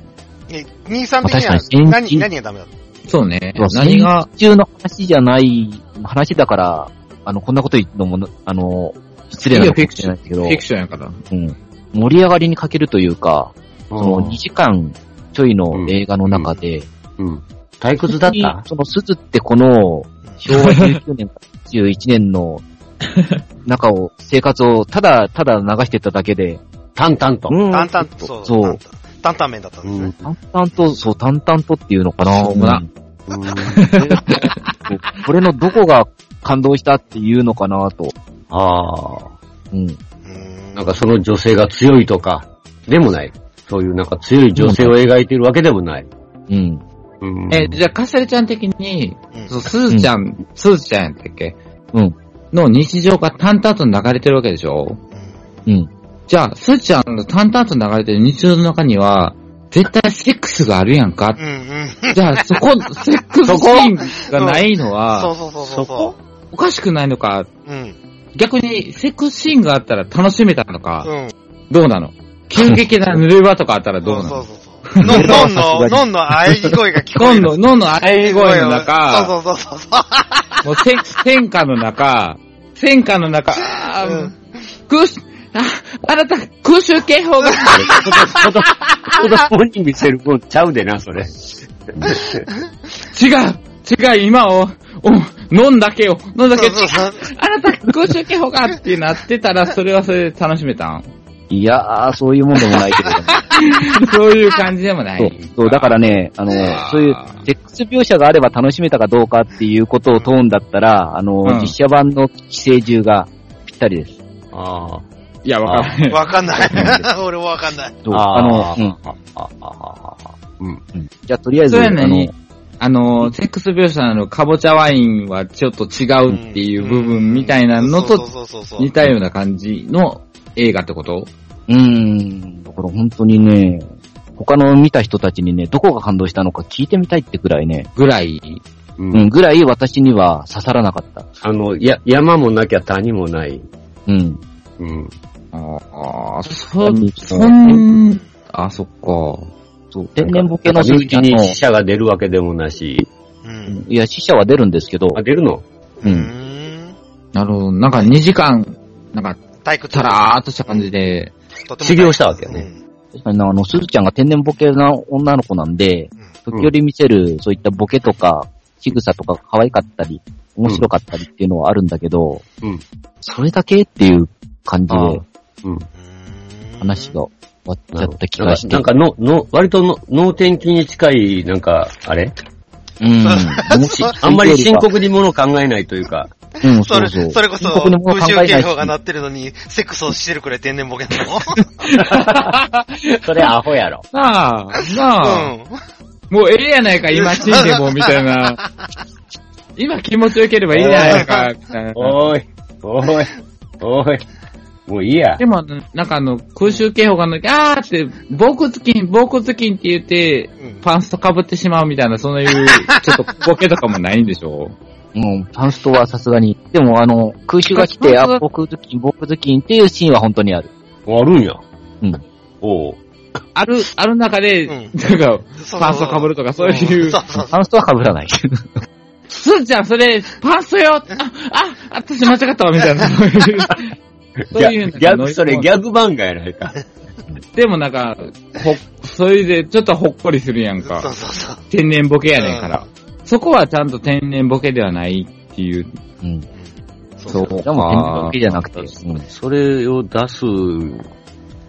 Speaker 6: ね、兄さん
Speaker 7: まあ
Speaker 6: 的
Speaker 7: 確
Speaker 6: に
Speaker 7: か
Speaker 6: は
Speaker 7: に戦、
Speaker 6: 何、
Speaker 7: 時
Speaker 6: 何がダメだっ
Speaker 5: そうね
Speaker 7: まあ
Speaker 5: 何が、
Speaker 7: 戦時中の話じゃない、話だから、あの、こんなこと言うのもな、あの、失礼なのかもしれないんだけど、
Speaker 5: フィクションやから。
Speaker 7: うん、盛り上がりに欠けるというか、そ
Speaker 5: うん
Speaker 7: の2時間ちょいの映画の中で、退屈だったその鈴ってこの昭和19年から21年の中を、生活をただただ流してただけで、淡々と。
Speaker 6: 淡々とそう
Speaker 7: そう。
Speaker 6: 担々麺だったんですね。
Speaker 7: 淡々と、そう、淡々とっていうのかな。
Speaker 6: そうだ
Speaker 7: ん これのどこが感動したっていうのかなと。
Speaker 4: ああ。
Speaker 7: うん。
Speaker 4: なんかその女性が強いとか、でもない。そういうなんか強い女性を描いているわけでもない。
Speaker 7: うん。
Speaker 4: うん、
Speaker 5: え、じゃあ、カステルちゃん的に、そうすずちゃん、すずちゃんやったっけ
Speaker 7: うん。
Speaker 5: の日常が淡々と流れてるわけでしょ
Speaker 7: うん。
Speaker 5: じゃあ、すずちゃんの淡々と流れてる日常の中には、絶対セックスがあるやんか。じゃあ、そこ、セックスシーンがないのは、
Speaker 6: そうそうそうそうそ
Speaker 5: おかしくないのか、
Speaker 6: う。うん。
Speaker 5: 逆にセックスシーンがあったら楽しめたのか、
Speaker 6: うん。
Speaker 5: どうなの急激な濡れ場とかあったらどうなの
Speaker 6: そうそうそう。の、のんの、のんの喘ぎ声が聞こえる。
Speaker 5: のんの、のんの喘ぎ声の中、
Speaker 6: そうそうそうそう。
Speaker 5: もうせ、戦火の中、戦火の中、あー空襲、あ、あなた、空襲警 報が、
Speaker 4: 子供に見せるもんちゃうで な、それ。
Speaker 5: 違う、違う、今を、お、飲んだけを、飲んだけを、違うあなた、空襲警報がってなってた ら、それはそれで楽しめたん
Speaker 7: いやー、そういうもんでもないけれ ども。
Speaker 5: そういう感じでもな
Speaker 7: そう
Speaker 5: い。、
Speaker 7: そう、だからね、あの、そういう、セックス描写があれば楽しめたかどうかっていうことを問うんだったら、あの、
Speaker 5: うん
Speaker 7: 実写版の寄生獣がぴったりです。
Speaker 4: ああ。
Speaker 5: いや、わかんない。
Speaker 6: わかんない。 俺もわかんない。
Speaker 7: そう、
Speaker 5: あ
Speaker 7: あ
Speaker 5: ー
Speaker 7: の、うん。
Speaker 4: うん。
Speaker 7: じゃあ、とりあえず、
Speaker 5: それな
Speaker 7: あ
Speaker 5: の
Speaker 7: の
Speaker 5: に、あの、セックス描写のカボチャワインはちょっと違うっていう部分みたいなのと似たような感じの映画ってこと
Speaker 7: うーん、だから本当にね、他の見た人たちにね、どこが感動したのか聞いてみたいってくらいね、
Speaker 5: ぐらい、
Speaker 4: うん、
Speaker 7: ぐらい私には刺さらなかった。
Speaker 4: あの、や、山もなきゃ谷もない。
Speaker 7: うん。
Speaker 4: うん。
Speaker 5: ああ、そ
Speaker 4: そ、
Speaker 5: そん、あ、そっか。
Speaker 7: そう、天然ボケの
Speaker 4: 身内に死者が出るわけでもなし。
Speaker 7: いや、死者は出るんですけど。
Speaker 4: あ、出るの
Speaker 5: うん。なるほど。なんか2時間、なんか、
Speaker 6: 体育
Speaker 5: たらーっとした感じで、
Speaker 7: 修行したわけよね。確かにな、あの、すずちゃんが天然ボケな女の子なんで、時折見せる、そういったボケとか、仕草とか可愛かったり、面白かったりっていうのはあるんだけど、
Speaker 4: うん。
Speaker 7: それだけっていう感じ
Speaker 4: あ
Speaker 7: で、
Speaker 4: うん。
Speaker 7: 話が終わっちゃった気
Speaker 4: なん
Speaker 7: が
Speaker 4: か
Speaker 7: し、て。
Speaker 4: なんかの、の、割との、脳天気に近い、なんか、あれ
Speaker 7: うん。
Speaker 4: あんまり深刻にものを考えないというか。
Speaker 7: うん
Speaker 6: それ、それこそ、空襲警報が鳴ってるのに、セックスをしてるくらい天然ボケなの
Speaker 4: それアホやろ。
Speaker 5: なあ、なあ、もうええやないか、今死んでも、みたい な。今気持ちよければいいやないか、みたいな。
Speaker 4: おーい、おーい、おーい。もういいや。
Speaker 5: でも、あのなんかあの、空襲警報がの、あーって、防骨筋、防骨筋って言って、パンスト被ってしまうみたいな、そういう、ちょっとボケとかもないんでしょ
Speaker 7: うん、パンストはさすがに。でも、あの、空襲が来て、あ、僕ズキン、僕ズキンっていうシーンは本当にある。
Speaker 4: あるんや。
Speaker 7: うん。
Speaker 4: お
Speaker 5: ある、ある中で、なんか、パンスト被るとか、そういう。
Speaker 7: パンストは被らない。
Speaker 5: すずちゃん、それ、パンストよあ、あ、私間違ったわ、みたいな。そういうそういうなんか
Speaker 4: ギャ
Speaker 5: ノ
Speaker 4: グ、
Speaker 5: イズ
Speaker 4: それギャグ漫画やないか。
Speaker 5: でもなんか、ほ、それでちょっとほっこりするやんか。天然ボケやねんから。そこはちゃんと天然ボケではないっていう。
Speaker 7: うん。
Speaker 5: そうか。
Speaker 7: でも天然ボケじゃなくて。
Speaker 4: それを出す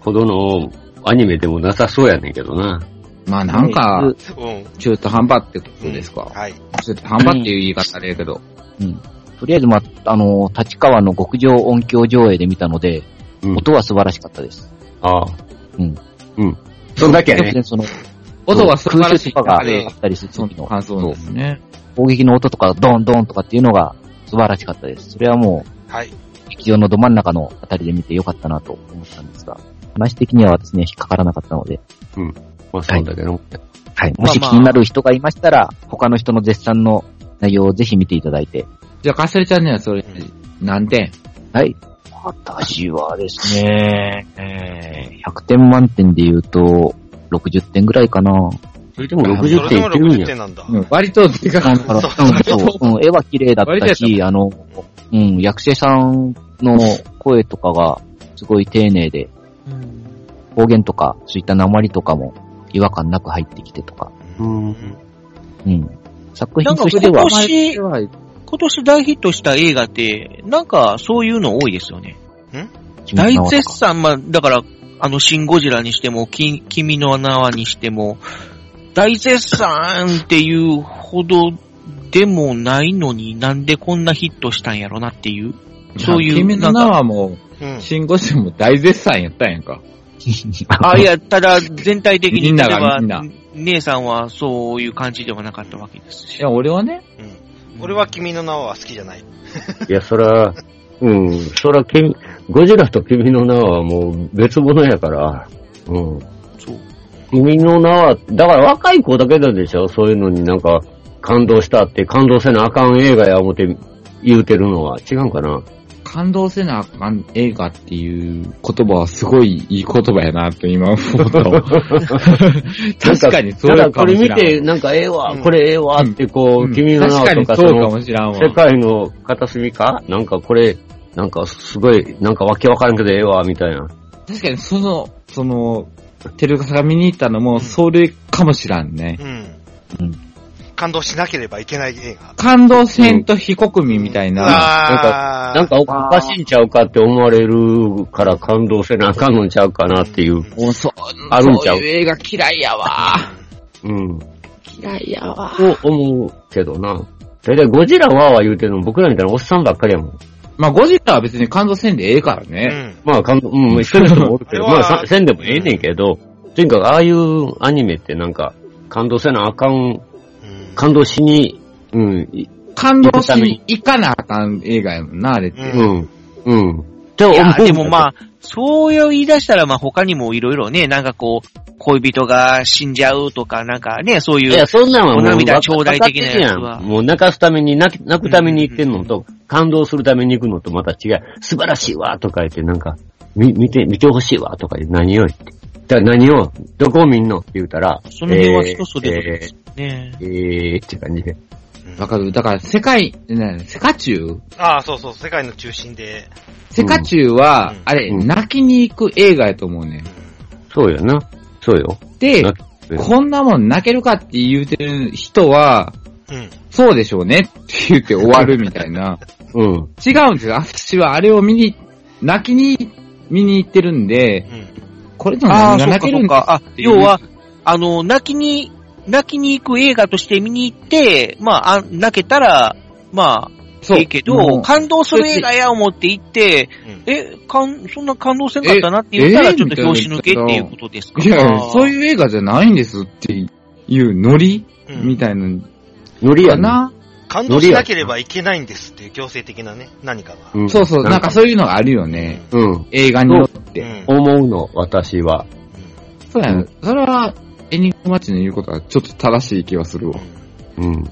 Speaker 4: ほどのアニメでもなさそうやねんけどな。
Speaker 5: まあなんか、
Speaker 6: うん。
Speaker 5: 中途半端ってことですか。
Speaker 6: はい。
Speaker 5: 中途半端っていう言い方あれやけど。
Speaker 7: とりあえず、まあ、あの、立川の極上音響上映で見たので、音は素晴らしかったです。
Speaker 4: ああ。
Speaker 7: うん。
Speaker 4: うん。そんだけやね
Speaker 7: 特にその、
Speaker 5: 音は素晴らしい
Speaker 7: 空襲とか
Speaker 5: あれ
Speaker 7: があったりする時の。
Speaker 5: 感想ですね。
Speaker 7: 攻撃の音とか、ドンドンとかっていうのが素晴らしかったです。それはもう、
Speaker 6: はい。
Speaker 7: 劇場のど真ん中のあたりで見てよかったなと思ったんですが、話的には私ね、引っかからなかったので。
Speaker 4: うん。 まあそうだけど。
Speaker 7: はい。もし気になる人がいましたら、他の人の絶賛の内容をぜひ見ていただいて。
Speaker 5: じゃあ、かすれちゃんね、それ、何点
Speaker 7: はい。私はですね、えー、100点満点で言うと、60点ぐらいかな。
Speaker 4: それでも60点いってるんや。
Speaker 6: なんだ。
Speaker 5: 割とでか
Speaker 7: かった。そう、うん、絵は綺麗だったし、あの、うん、役者さんの声とかがすごい丁寧で、方言とか、そういった鉛とかも違和感なく入ってきてとか、
Speaker 4: うん。
Speaker 7: うん。作
Speaker 3: なん
Speaker 7: 品
Speaker 3: か
Speaker 7: としては
Speaker 3: 今、年、今年大ヒットした映画って、なんかそういうの多いですよね。
Speaker 7: 君
Speaker 3: 大
Speaker 7: の名は
Speaker 3: 絶賛、まあ、だから、あの、シン・ゴジラにしても、き君の名はにしても、大絶賛っていうほどでもないのになんでこんなヒットしたんやろなっていう、そういう。
Speaker 5: 君の名
Speaker 3: なんか
Speaker 5: はもう、新ゴジラも大絶賛やったんやんか。
Speaker 3: あ、いや、ただ、全体的
Speaker 5: み
Speaker 3: に、
Speaker 5: ん
Speaker 3: 例
Speaker 5: な
Speaker 3: え
Speaker 5: が
Speaker 3: ば
Speaker 5: みんな、
Speaker 3: 姉さんはそういう感じではなかったわけですし。
Speaker 5: いや、俺はね、
Speaker 6: 俺は君の名は好きじゃない。
Speaker 4: いや、そら、うん、そら、君ゴジラと君の名はもう別物やから、うん。君の名は、だから若い子だけなんでしょそういうのになんか感動したって感動せなあかん映画や思って言うてるのは違うんかな
Speaker 5: 感動せなあかん映画っていう言葉はすごいいい言葉やなと今思うと。 確かにそう
Speaker 4: ただ
Speaker 5: や
Speaker 4: こ
Speaker 5: かも
Speaker 4: れ
Speaker 5: し
Speaker 4: 見
Speaker 5: らん。
Speaker 4: て、なんかええわ、これええわってこう、
Speaker 5: うん
Speaker 4: 君の名はとか
Speaker 5: 確かにそうかもしらんわ
Speaker 4: その世界の片隅かなんかこれ、なんかすごい、なんかわけわからんけどええわ、みたいな。
Speaker 5: 確かにその、その、テルカさんが見に行ったのも、それかもしらんね。
Speaker 6: うん。感動しなければいけない映画。
Speaker 5: 感動せんと非国民みたいな。
Speaker 6: あー
Speaker 4: なんかおかしいんちゃうかって思われるから感動せなあかんのんちゃうかなっていう。あるんちゃう
Speaker 5: そういう映画嫌いやわ。
Speaker 4: うん。
Speaker 5: 嫌いやわ。
Speaker 4: と思うけどな。だいたいゴジラはは言うてるの僕らみたいなおっさんばっかりやもん。
Speaker 5: まあ、ゴジラは別に感動せんでええからね。
Speaker 4: まあ、感動、うん、一緒の人もおるけ ど、まあ、させんでもええねんけど、とにかくああいうアニメってなんか、感動せなあかん、感動しに、うん、い
Speaker 5: 感動しに行かなあかん映画やもんな、あれって。
Speaker 4: うん。うん。
Speaker 5: で
Speaker 3: いや、でもまあ、そういう言い出したら、まあ他にもいろいろね、なんかこう、恋人が死んじゃうとか、なんかね、そういう、
Speaker 4: いや、そんなんはも
Speaker 3: お
Speaker 4: う、
Speaker 3: 涙頂戴的なやつ
Speaker 4: わかってるや
Speaker 3: は
Speaker 4: ん。もう泣かすために、泣き泣くために行ってんのと、感動するために行くのとまた違う。素晴らしいわとか言って、なんか、み、見て、見てほしいわとか言って、何を言って。だから何を、どこを見んのって言うたら、
Speaker 3: その辺は人それぞれ
Speaker 4: え
Speaker 3: ですね。
Speaker 4: ーえーえーって感じで。
Speaker 5: わかる。だから、世界、ね、世界中
Speaker 6: ああ、そうそう、世界の中心で。
Speaker 5: 世界中は、あれ、泣きに行く映画やと思うねん。
Speaker 4: そうやな。そうよ。
Speaker 5: で、こんなもん泣けるかって言うてる人は、
Speaker 6: うん
Speaker 5: そうでしょうねって言って終わるみたいな。
Speaker 4: うん。
Speaker 5: 違うんですよ。私はあれを見に、泣きに、見に行ってるんで、これでも
Speaker 3: ああ、
Speaker 5: 何が
Speaker 3: そう
Speaker 5: 泣
Speaker 3: か
Speaker 5: け
Speaker 3: そ
Speaker 5: るん
Speaker 3: う
Speaker 5: だ
Speaker 3: か。あ、要は、あの、泣きに、泣きに行く映画として見に行って、まあ、あ泣けたら、ま
Speaker 5: あ、
Speaker 3: いいけ
Speaker 5: も
Speaker 3: ど、
Speaker 5: う
Speaker 3: 感動する映画や思って行って、え、かん、そんな感動せんかったなって言ったら、ちょっと拍子抜けっていうことですか
Speaker 5: いやいや
Speaker 3: あ、ー
Speaker 5: そういう映画じゃないんですっていうノリ、みたいな。
Speaker 4: ノ
Speaker 6: リやね
Speaker 5: な。
Speaker 6: 感動しなければいけないんですっていう強制的なね、何かが。
Speaker 5: そうそう、なんかそういうのがあるよね。
Speaker 4: うん。
Speaker 5: 映画によって。
Speaker 4: 思うの、私は。
Speaker 5: そうやね。それは、エニグマッチの言うことはちょっと正しい気はするわ。
Speaker 4: うん。だ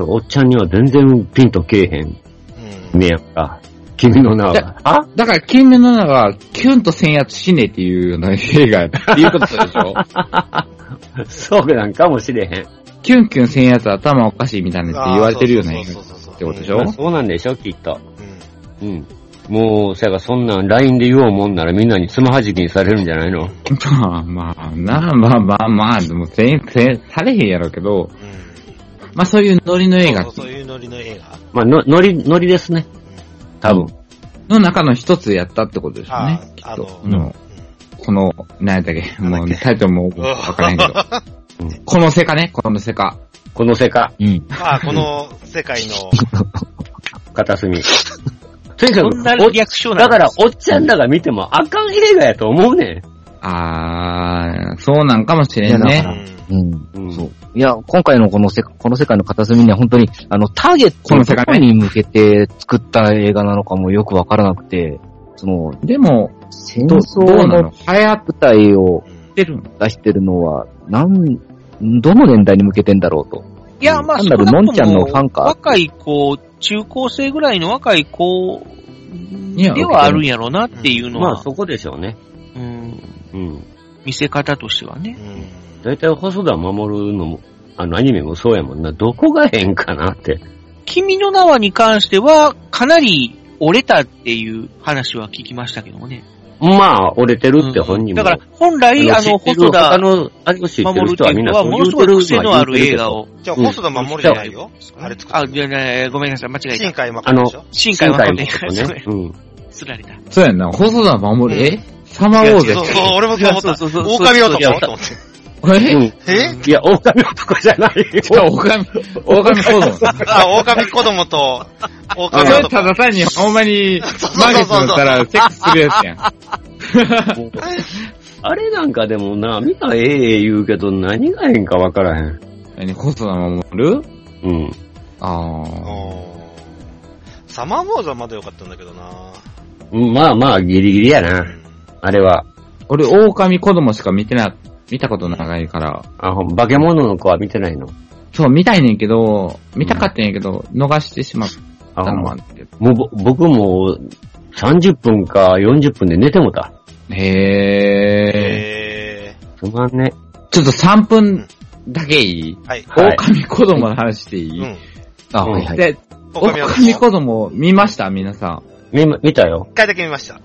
Speaker 4: から、おっちゃんには全然ピンとけえへん。ねやんか。君の名 は。あ
Speaker 5: だから、金目の名が、キュンと戦圧しねえっていうような映画っていうことでしょ
Speaker 4: そうなんかもしれへん。
Speaker 5: キュンキュンせんやつ頭おかしいみたいなって言われてるような映画ってことでしょ
Speaker 4: そうなんでしょ、きっと。うん。もう、そやからそんなん LINE で言おうもんならみんなにつまはじきにされるんじゃないの
Speaker 5: まあまあ、なあまあまあまあ、でもせん、せん、されへんやろうけど、まあそういうノリの映画
Speaker 6: そういうノリの映画。
Speaker 4: まあ、の、ノリ、ノリですね。多分。
Speaker 5: の中の一つやったってことでしょうね。
Speaker 6: ああ、あの、
Speaker 5: うんこの、何だっけ、もうタイトルもわからへんけ ど。このセカね、このセカ。
Speaker 4: このセカ。
Speaker 5: うん。
Speaker 6: まあ、この世界 の、
Speaker 4: 片隅。 とにかく、
Speaker 6: な
Speaker 4: おだから、おっちゃんらが見てもあかん映画やと思うねん。
Speaker 5: あー、そうなんかもしれん
Speaker 7: いやだから
Speaker 5: ね。
Speaker 7: うん。そう。いや、今回のこのせ、この世界の片隅には本当に、あの、ターゲットの世界に向けて作った映画なのかもよくわからなくて、その、
Speaker 5: でも、
Speaker 7: 戦
Speaker 5: ど
Speaker 7: 争
Speaker 5: どうな
Speaker 7: の
Speaker 5: の早
Speaker 7: 舞台を
Speaker 5: 出
Speaker 7: してるのは、なん、どの年代に向けてんだろうと。
Speaker 3: いや、まあ、
Speaker 7: 単
Speaker 3: 少な
Speaker 7: な
Speaker 3: く
Speaker 7: る
Speaker 3: と
Speaker 7: のん
Speaker 3: も
Speaker 7: ちゃんのファンか
Speaker 3: 若い子、中高生ぐらいの若い子
Speaker 7: いや
Speaker 3: ではあるんやろうなっていうのは、
Speaker 4: まあ、そこでしょうね。
Speaker 3: うん、
Speaker 4: うん。
Speaker 3: 見せ方としてはね。
Speaker 4: だいたい細田守るのも、あの、アニメもそうやもんな。どこが変かなって。
Speaker 3: 君の名はに関しては、かなり折れたっていう話は聞きましたけどもね。
Speaker 4: まあ、折れてるって本人
Speaker 3: だ
Speaker 4: も。
Speaker 3: から、本来、あの、細田
Speaker 4: あの、あの知ってる人はみんなそう
Speaker 3: も
Speaker 4: 言
Speaker 3: の
Speaker 4: う
Speaker 3: すご
Speaker 4: てる
Speaker 3: い癖のある映画を。
Speaker 6: じゃあ、細田守じゃないよ。あれ
Speaker 3: あ、いやいやいやごめんなさい、間違えた。新
Speaker 6: 海
Speaker 4: あの、
Speaker 3: 新海誠ね。
Speaker 4: ね。うん。
Speaker 3: すられた。
Speaker 5: そうやんな、細田守る、えサマーウォーズ
Speaker 6: そうそう、俺もそう 思った。狼男と思って。
Speaker 4: えいや、狼男じゃない。じ
Speaker 5: ゃあ、狼、狼子供。
Speaker 6: あ、狼子供と、
Speaker 5: そ
Speaker 6: 狼
Speaker 5: れ
Speaker 6: 男。
Speaker 5: ただ単に、ほんまに、満月だったら、セックスするやつやん。
Speaker 4: あれなんかでもな、みんなええええ言うけど、何がええんかわからへん。
Speaker 5: 何、ホソナ守る
Speaker 4: うん。
Speaker 5: あ
Speaker 6: サマーボーズはまだ良かったんだけどな
Speaker 4: うんまあまあ、ギリギリやな。あれは。
Speaker 5: 俺、狼子供しか見てな、見たこと長いから。
Speaker 4: あ、ほん、化け物の子は見てないの
Speaker 5: そう、見たいねんけど、見たかったんやけど、逃してしまったのは。
Speaker 4: もうぼ、僕も、30分か40分で寝てもた。
Speaker 5: へ
Speaker 4: ー。つまんね。
Speaker 5: ちょっと3分だけいい
Speaker 6: はい。
Speaker 5: 狼子供の話していい、
Speaker 6: うん
Speaker 5: あ、
Speaker 4: うん
Speaker 5: はい。で、
Speaker 6: 狼男
Speaker 5: 狼子供見ました皆さん。
Speaker 4: 見、見たよ。
Speaker 6: 一回だけ見ました。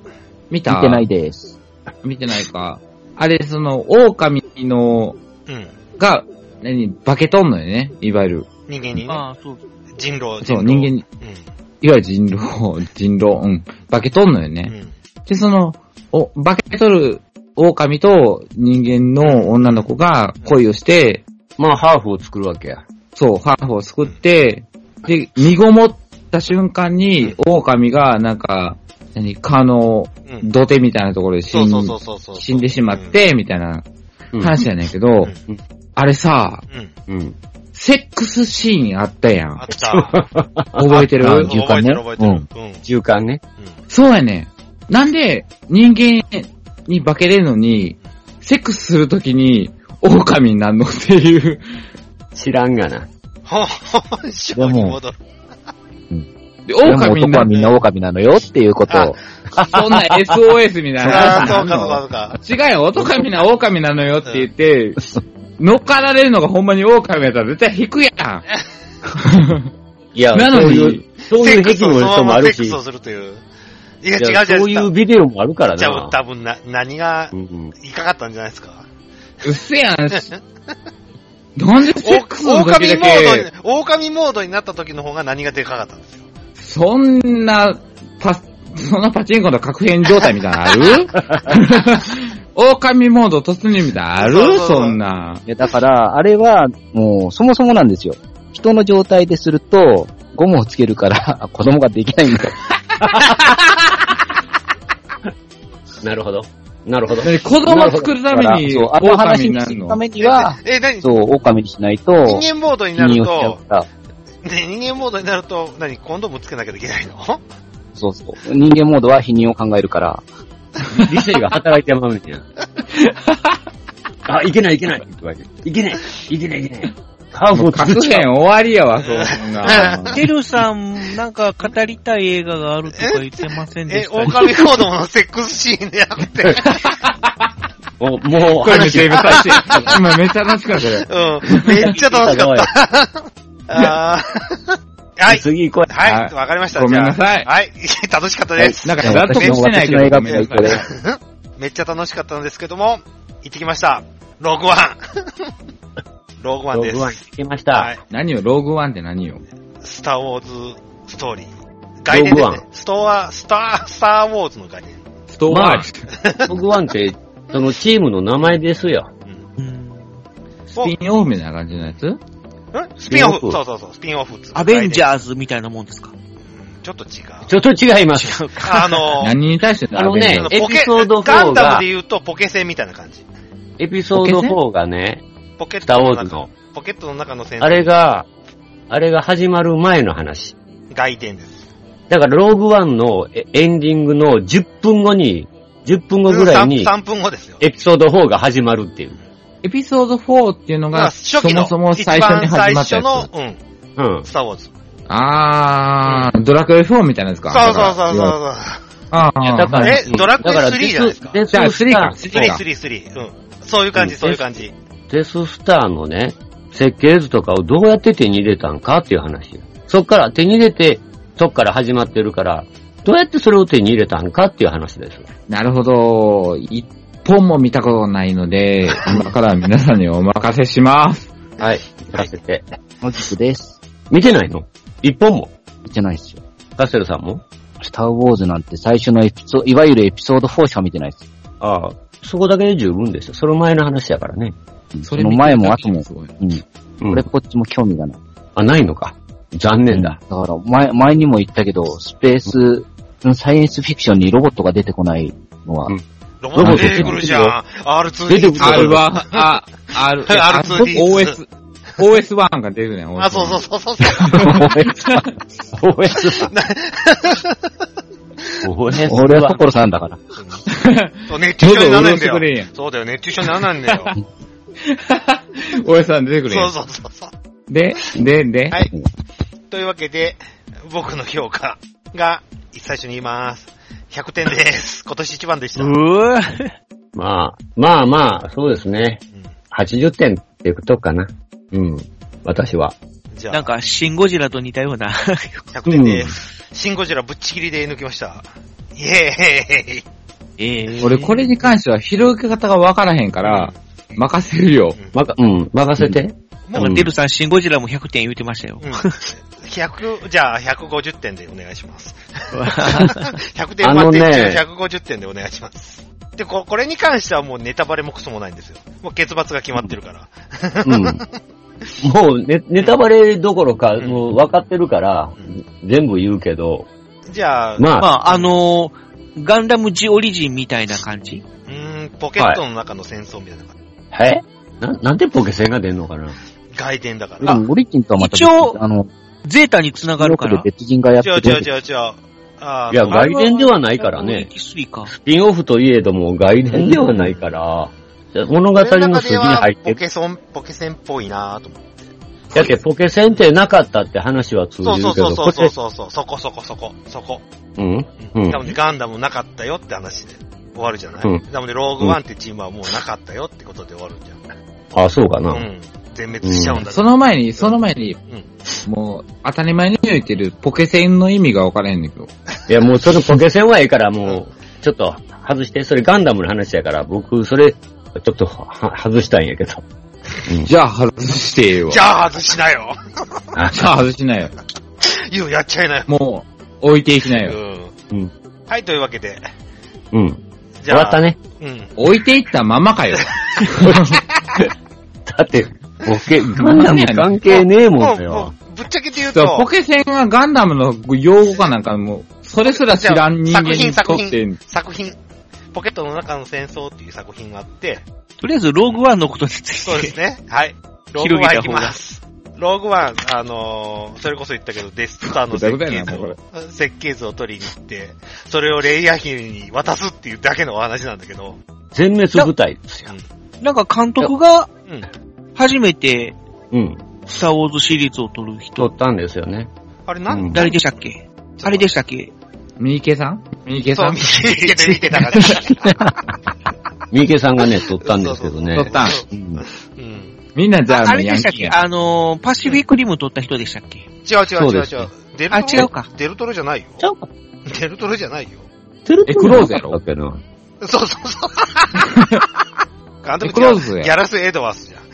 Speaker 5: 見た
Speaker 7: 見てないです。
Speaker 5: 見てないか。あれ、その、狼の、
Speaker 6: うん。
Speaker 5: が、何、化けとんのよね、いわゆる。
Speaker 6: 人間にね。人狼、人
Speaker 5: そう、
Speaker 6: 狼。
Speaker 5: 人間に、いわゆる人狼、人狼、うん、化けとんのよね。で、その、お、化けとる狼と人間の女の子が恋をして、
Speaker 4: まあ、ハーフを作るわけや。
Speaker 5: そう、ハーフを作って、で、身ごもった瞬間に、狼が、なんか、何、蚊の
Speaker 6: うん
Speaker 5: 土手みたいなところで死ん
Speaker 6: そうそうそうそうそう
Speaker 5: 死んでしまって、みたいな話やねんけど、あれさ、
Speaker 4: うん。
Speaker 5: セックスシーンあったやん。
Speaker 6: あった。
Speaker 5: 覚えてる
Speaker 4: あ
Speaker 5: 中間ね覚えてる覚えてる
Speaker 6: うん。
Speaker 4: 中間ね。
Speaker 5: そうやねん。なんで、人間に化けれるのに、セックスするときに、狼になるのっていう。
Speaker 4: 知らんがな。
Speaker 6: ほ本性に戻る。
Speaker 5: で、
Speaker 7: でも
Speaker 5: 狼に
Speaker 7: 男
Speaker 5: な
Speaker 7: は
Speaker 5: る。
Speaker 7: みんな狼なのよっていうことを。
Speaker 5: そんな SOS みたいな。
Speaker 7: あーそうか
Speaker 6: そうか
Speaker 5: そうか。違うよ、男はみんな狼なのよって言って、乗っかられるのがほんまに狼やったら絶対引くやん。
Speaker 4: いや、
Speaker 5: なの
Speaker 4: そ
Speaker 5: に
Speaker 4: ういう、そういう
Speaker 6: セックス
Speaker 4: 癖
Speaker 6: を
Speaker 4: も
Speaker 6: その
Speaker 4: 人も
Speaker 6: ま
Speaker 4: あ
Speaker 6: まセ
Speaker 4: る
Speaker 6: ック
Speaker 4: し
Speaker 6: スを、するという。いや、違う
Speaker 4: い
Speaker 6: 違
Speaker 4: や
Speaker 6: う違う。
Speaker 4: そういうビデオもあるからな
Speaker 6: じゃあ、多分な、何が、いかかったんじゃないですか。
Speaker 5: うっせ やん。なんでセックスの時
Speaker 6: 狼
Speaker 5: だ
Speaker 6: モード
Speaker 5: け
Speaker 6: に、狼モードになった時の方が何がでかかったんですよ。
Speaker 5: そんな、パ、そんなパチンコの確変状態みたいなのあ る狼モード突入みたいなのある
Speaker 7: そうそう
Speaker 5: そ
Speaker 7: そうん
Speaker 5: な。
Speaker 7: いや、だから、あれは、もう、そもそもなんですよ。人の状態ですると、ゴムをつけるから、 あ子供ができないんだ。
Speaker 4: なるほど。なるほど。
Speaker 5: 子供を作るために
Speaker 7: そう、あの話
Speaker 5: 狼に
Speaker 7: に
Speaker 5: な
Speaker 7: す
Speaker 5: るの
Speaker 7: るためには、
Speaker 6: え、何
Speaker 7: そう、狼にしないと、
Speaker 6: 人間モードになると
Speaker 7: 人間をしちゃった
Speaker 6: ね、人間モードになると、何、コンドームつけなきゃいけないの
Speaker 7: そうそう。人間モードは否認を考えるから。
Speaker 4: 理性が働いてまうねんや。あ、いけないいけないとか言っていけないいけないいけない。ハーフを作っ
Speaker 5: 確
Speaker 4: ちゃ
Speaker 5: 変
Speaker 4: う。
Speaker 5: 終わりや わ、そん な。
Speaker 3: テルさん、なんか語りたい映画があるとか言ってませんで
Speaker 6: え、
Speaker 3: した、
Speaker 6: 狼モードのセックスシーンでやって。
Speaker 4: もう、もう、
Speaker 5: これめっ
Speaker 4: 話
Speaker 5: ちゃ今楽しい 今めっちゃ楽しかったよ。
Speaker 6: うん。めっちゃ楽しかった。あーはい。
Speaker 4: 次行こう。
Speaker 6: はい。わかりました。
Speaker 5: ごめんなさい
Speaker 6: じゃあはい。 楽しかったです。
Speaker 5: なんか納得してないけどごめんなさい
Speaker 6: めっちゃ楽しかったんですけども、行ってきました。ログワン。 ログワンです。
Speaker 5: ログワン
Speaker 4: 行きました。
Speaker 5: 何よ、ローグワンって何よ。
Speaker 6: スターウォーズストーリー。概念です
Speaker 4: ログ
Speaker 6: ね。ストア、スター、スターウォーズの概念。
Speaker 5: ス
Speaker 4: トーマー。ログワンって、そのチームの名前ですよ。
Speaker 5: スピンオフみたいな感じのやつ
Speaker 6: んスピンオフ。そうそうそう、スピンオフ。
Speaker 3: アベンジャーズみたいなもんですか
Speaker 6: ちょっと違う。
Speaker 4: ちょっと違います。
Speaker 6: あ の、
Speaker 5: 何に対してのアベンジャーズ
Speaker 6: あのポケ
Speaker 4: エピソード4が
Speaker 6: ガンダムで言うとポケセンみたいな感じ。
Speaker 4: エピソード4がね、
Speaker 6: ポケッ
Speaker 4: ス
Speaker 6: ト
Speaker 4: ター
Speaker 6: の
Speaker 4: ウォーズ
Speaker 6: 中
Speaker 4: の、
Speaker 6: ポケットの中の戦
Speaker 4: あれ、が、あれが始まる前の話。
Speaker 6: 外伝です。
Speaker 4: だから、ローグワンのえエンディングの10分後に、10分後ぐらいに、
Speaker 6: 3分後ですよ。
Speaker 4: エピソード4が始まるっていう。
Speaker 5: エピソード4っていうの
Speaker 6: まあ
Speaker 5: が、そ
Speaker 6: 初期の
Speaker 5: もそも最初に始まった
Speaker 6: 一番
Speaker 5: や
Speaker 6: 最初
Speaker 4: の、うん。
Speaker 6: スターウォーズ。
Speaker 5: つ。あー、ドラクエ4みたいなやつ
Speaker 6: そ
Speaker 5: か。
Speaker 6: うそうそうそうそう。
Speaker 5: ああ、
Speaker 6: だからえドラクエ
Speaker 4: だから
Speaker 6: 3じゃないですか
Speaker 4: デスデススター
Speaker 6: スリー、スリー、スリー。うん。そういう感じ、
Speaker 4: うん
Speaker 6: そういう感じ。
Speaker 4: デススターのね、設計図とかをどうやって手に入れたんかっていう話。そっから手に入れて、そっから始まってるから、どうやってそれを手に入れたんかっていう話です。
Speaker 5: なるほど。一本も見たことないの で、今から皆さんにお任せします。
Speaker 4: はい。任せて。
Speaker 7: マジックです。
Speaker 4: 見てないの一本も
Speaker 7: 見てないですよ。
Speaker 4: カステルさんも
Speaker 7: スターウォーズなんて最初のエピソード、いわゆるエピソード4しか見てないです。
Speaker 4: ああ、そこだけで十分ですよ。その前の話やからね。
Speaker 7: その前も後も、うん。俺こっちも興味がない。
Speaker 4: あ、ないのか。残念だ。
Speaker 7: だから、前、前にも言ったけど、スペース、サイエンスフィクションにロボットが出てこないのは、
Speaker 6: ロボット出てくるじゃん。R2
Speaker 5: 出てくる。R1、あ、R、
Speaker 6: R2D
Speaker 5: OS、OS1 が出るね、OS1
Speaker 6: あ、 そうそうそうそう。
Speaker 5: OS1。
Speaker 7: ね俺は所さんだから。
Speaker 6: そう熱中症にならない
Speaker 5: 喉潤
Speaker 6: んだ
Speaker 5: してくれんや
Speaker 6: よ。そうだよ、熱中症にならないんだよ。
Speaker 5: OS1 出てくる
Speaker 6: そ
Speaker 5: や。
Speaker 6: うんそうそうそう。
Speaker 5: で、で、で、
Speaker 6: はい。というわけで、僕の評価が、最初に言います。100点です。今年一番でした。
Speaker 4: うまあ、まあまあ、そうですね。80点ってことかな。うん。私は。
Speaker 3: なんか、シンゴジラと似たような。
Speaker 6: 100点です。シンゴジラぶっちぎりで抜きました。イエーイ
Speaker 3: え
Speaker 5: 俺これに関しては広げ方がわからへんから、任せるよ。
Speaker 4: まか、うん、任せて。
Speaker 3: なんか、デルさん、シンゴジラも100点言うてましたよ。
Speaker 6: 100、じゃあ150点でお願いします。100
Speaker 3: あ
Speaker 6: 点
Speaker 3: の
Speaker 6: 満
Speaker 3: ね
Speaker 6: 点中150点でお願いします。で、こ、これに関してはもうネタバレもクソもないんですよ。もう結末が決まってるか ら。
Speaker 4: うん。もうネ、ネタバレどころか、もう分かってるから、全部言うけど、
Speaker 6: じゃあ、
Speaker 3: まあ、あのーガンダムジオリジンみたいな感じ。
Speaker 6: うーん、ポケットの中の戦争みたいな感じ。
Speaker 4: えな、なんでポケセンが出んのかな
Speaker 6: 外伝だか
Speaker 7: あ、
Speaker 6: ら。
Speaker 7: オリジンとはまた別
Speaker 6: 一応
Speaker 7: あの、
Speaker 3: ゼータに繋がるから
Speaker 7: で別人がやって
Speaker 6: 違う
Speaker 7: る。
Speaker 6: 違う違う違う。あー
Speaker 4: いや、外伝ではないからね。スピンオフといえども外伝ではないから、物語の筋に入って
Speaker 6: ポ
Speaker 4: る。
Speaker 6: ケソン、ポケセンっぽいなぁと思って。
Speaker 4: だってポケセンってなかったって話は通じ
Speaker 6: そう
Speaker 4: る
Speaker 6: そう
Speaker 4: け
Speaker 6: そう
Speaker 4: ど、
Speaker 6: そう
Speaker 4: こ
Speaker 6: そ
Speaker 4: れ
Speaker 6: うそうそう、そこそこそこ、そこ。
Speaker 4: うんうん
Speaker 6: 多分ねガンダムなかったよって話で終わるじゃない、
Speaker 4: うん
Speaker 6: なので、ローグワンってチームはもうなかったよってことで終わるんじゃん。
Speaker 4: あ、そうかな。
Speaker 6: うん。全滅しちゃうんだ
Speaker 5: その前に、その前に、もう、当たり前に言ってるポケセンの意味がわからへんねんけど。
Speaker 4: いや、もうそのポケセンはいいから、もう、ちょっと外して、それガンダムの話やから、僕、それ、ちょっとは外したいんやけど。
Speaker 5: じゃあ外してええわ。
Speaker 6: じゃあ外しなよ
Speaker 5: じゃあ外しなよ。
Speaker 6: 言うやっちゃいなよ。
Speaker 5: もう、置いていきなよ。
Speaker 4: うん。
Speaker 6: はい、というわけで。
Speaker 4: うん。
Speaker 6: じゃあ。
Speaker 5: うん。置いていったままかよ。
Speaker 4: だって、ポ ケ、ガンダム関係ねえもんよ。
Speaker 6: ぶっちゃけて言う
Speaker 5: そう
Speaker 6: と、
Speaker 5: ポケセンがガンダムの用語かなんかもう、それすら知らん人間にと
Speaker 6: 作
Speaker 5: っ
Speaker 6: 品、
Speaker 5: て
Speaker 6: 作、品、作品、ポケットの中の戦争っていう作品があって、
Speaker 3: とりあえず、ローグワンのことについて。
Speaker 6: そうですね。はい。ローグ
Speaker 3: 広
Speaker 6: ワ
Speaker 3: げた
Speaker 6: ンいき
Speaker 3: 方が
Speaker 6: ます。ローグワン、あのーそれこそ言ったけど、デスターの設計図
Speaker 5: ぐだぐだや
Speaker 6: を、設計図を取りに行って、それをレイヤーヒルに渡すっていうだけのお話なんだけど、
Speaker 4: 全滅部隊です
Speaker 6: よ。
Speaker 3: なんか監督が
Speaker 6: うん。
Speaker 3: 初めて、
Speaker 4: うん。
Speaker 3: スターウォーズシリーズを撮る人。
Speaker 4: 撮ったんですよね。
Speaker 6: あれなん
Speaker 3: 誰でしたっけあれでしたっけ
Speaker 5: ミーケさんミーケさん
Speaker 6: そう、ミーケで見てたから。
Speaker 4: 三池さんがね、撮ったんですけどね。
Speaker 5: 撮ったん
Speaker 4: うん。
Speaker 5: みんなじゃあ、
Speaker 3: あれ
Speaker 5: もう
Speaker 3: でしたっけあのー、パシフィックリム撮った人でしたっけ
Speaker 6: 違う違う
Speaker 3: そう
Speaker 6: 違う
Speaker 3: です
Speaker 6: 違
Speaker 3: ね
Speaker 6: う。デルトロ
Speaker 3: あ違うか。
Speaker 6: デルトロじゃないよ。
Speaker 4: 違うか。
Speaker 6: デルトロじゃないよ。
Speaker 4: え、クローズやろだっけな。
Speaker 6: そうそうそう。監督
Speaker 3: クローズ
Speaker 6: 違
Speaker 3: や
Speaker 6: うギャラス・エドワースじゃん。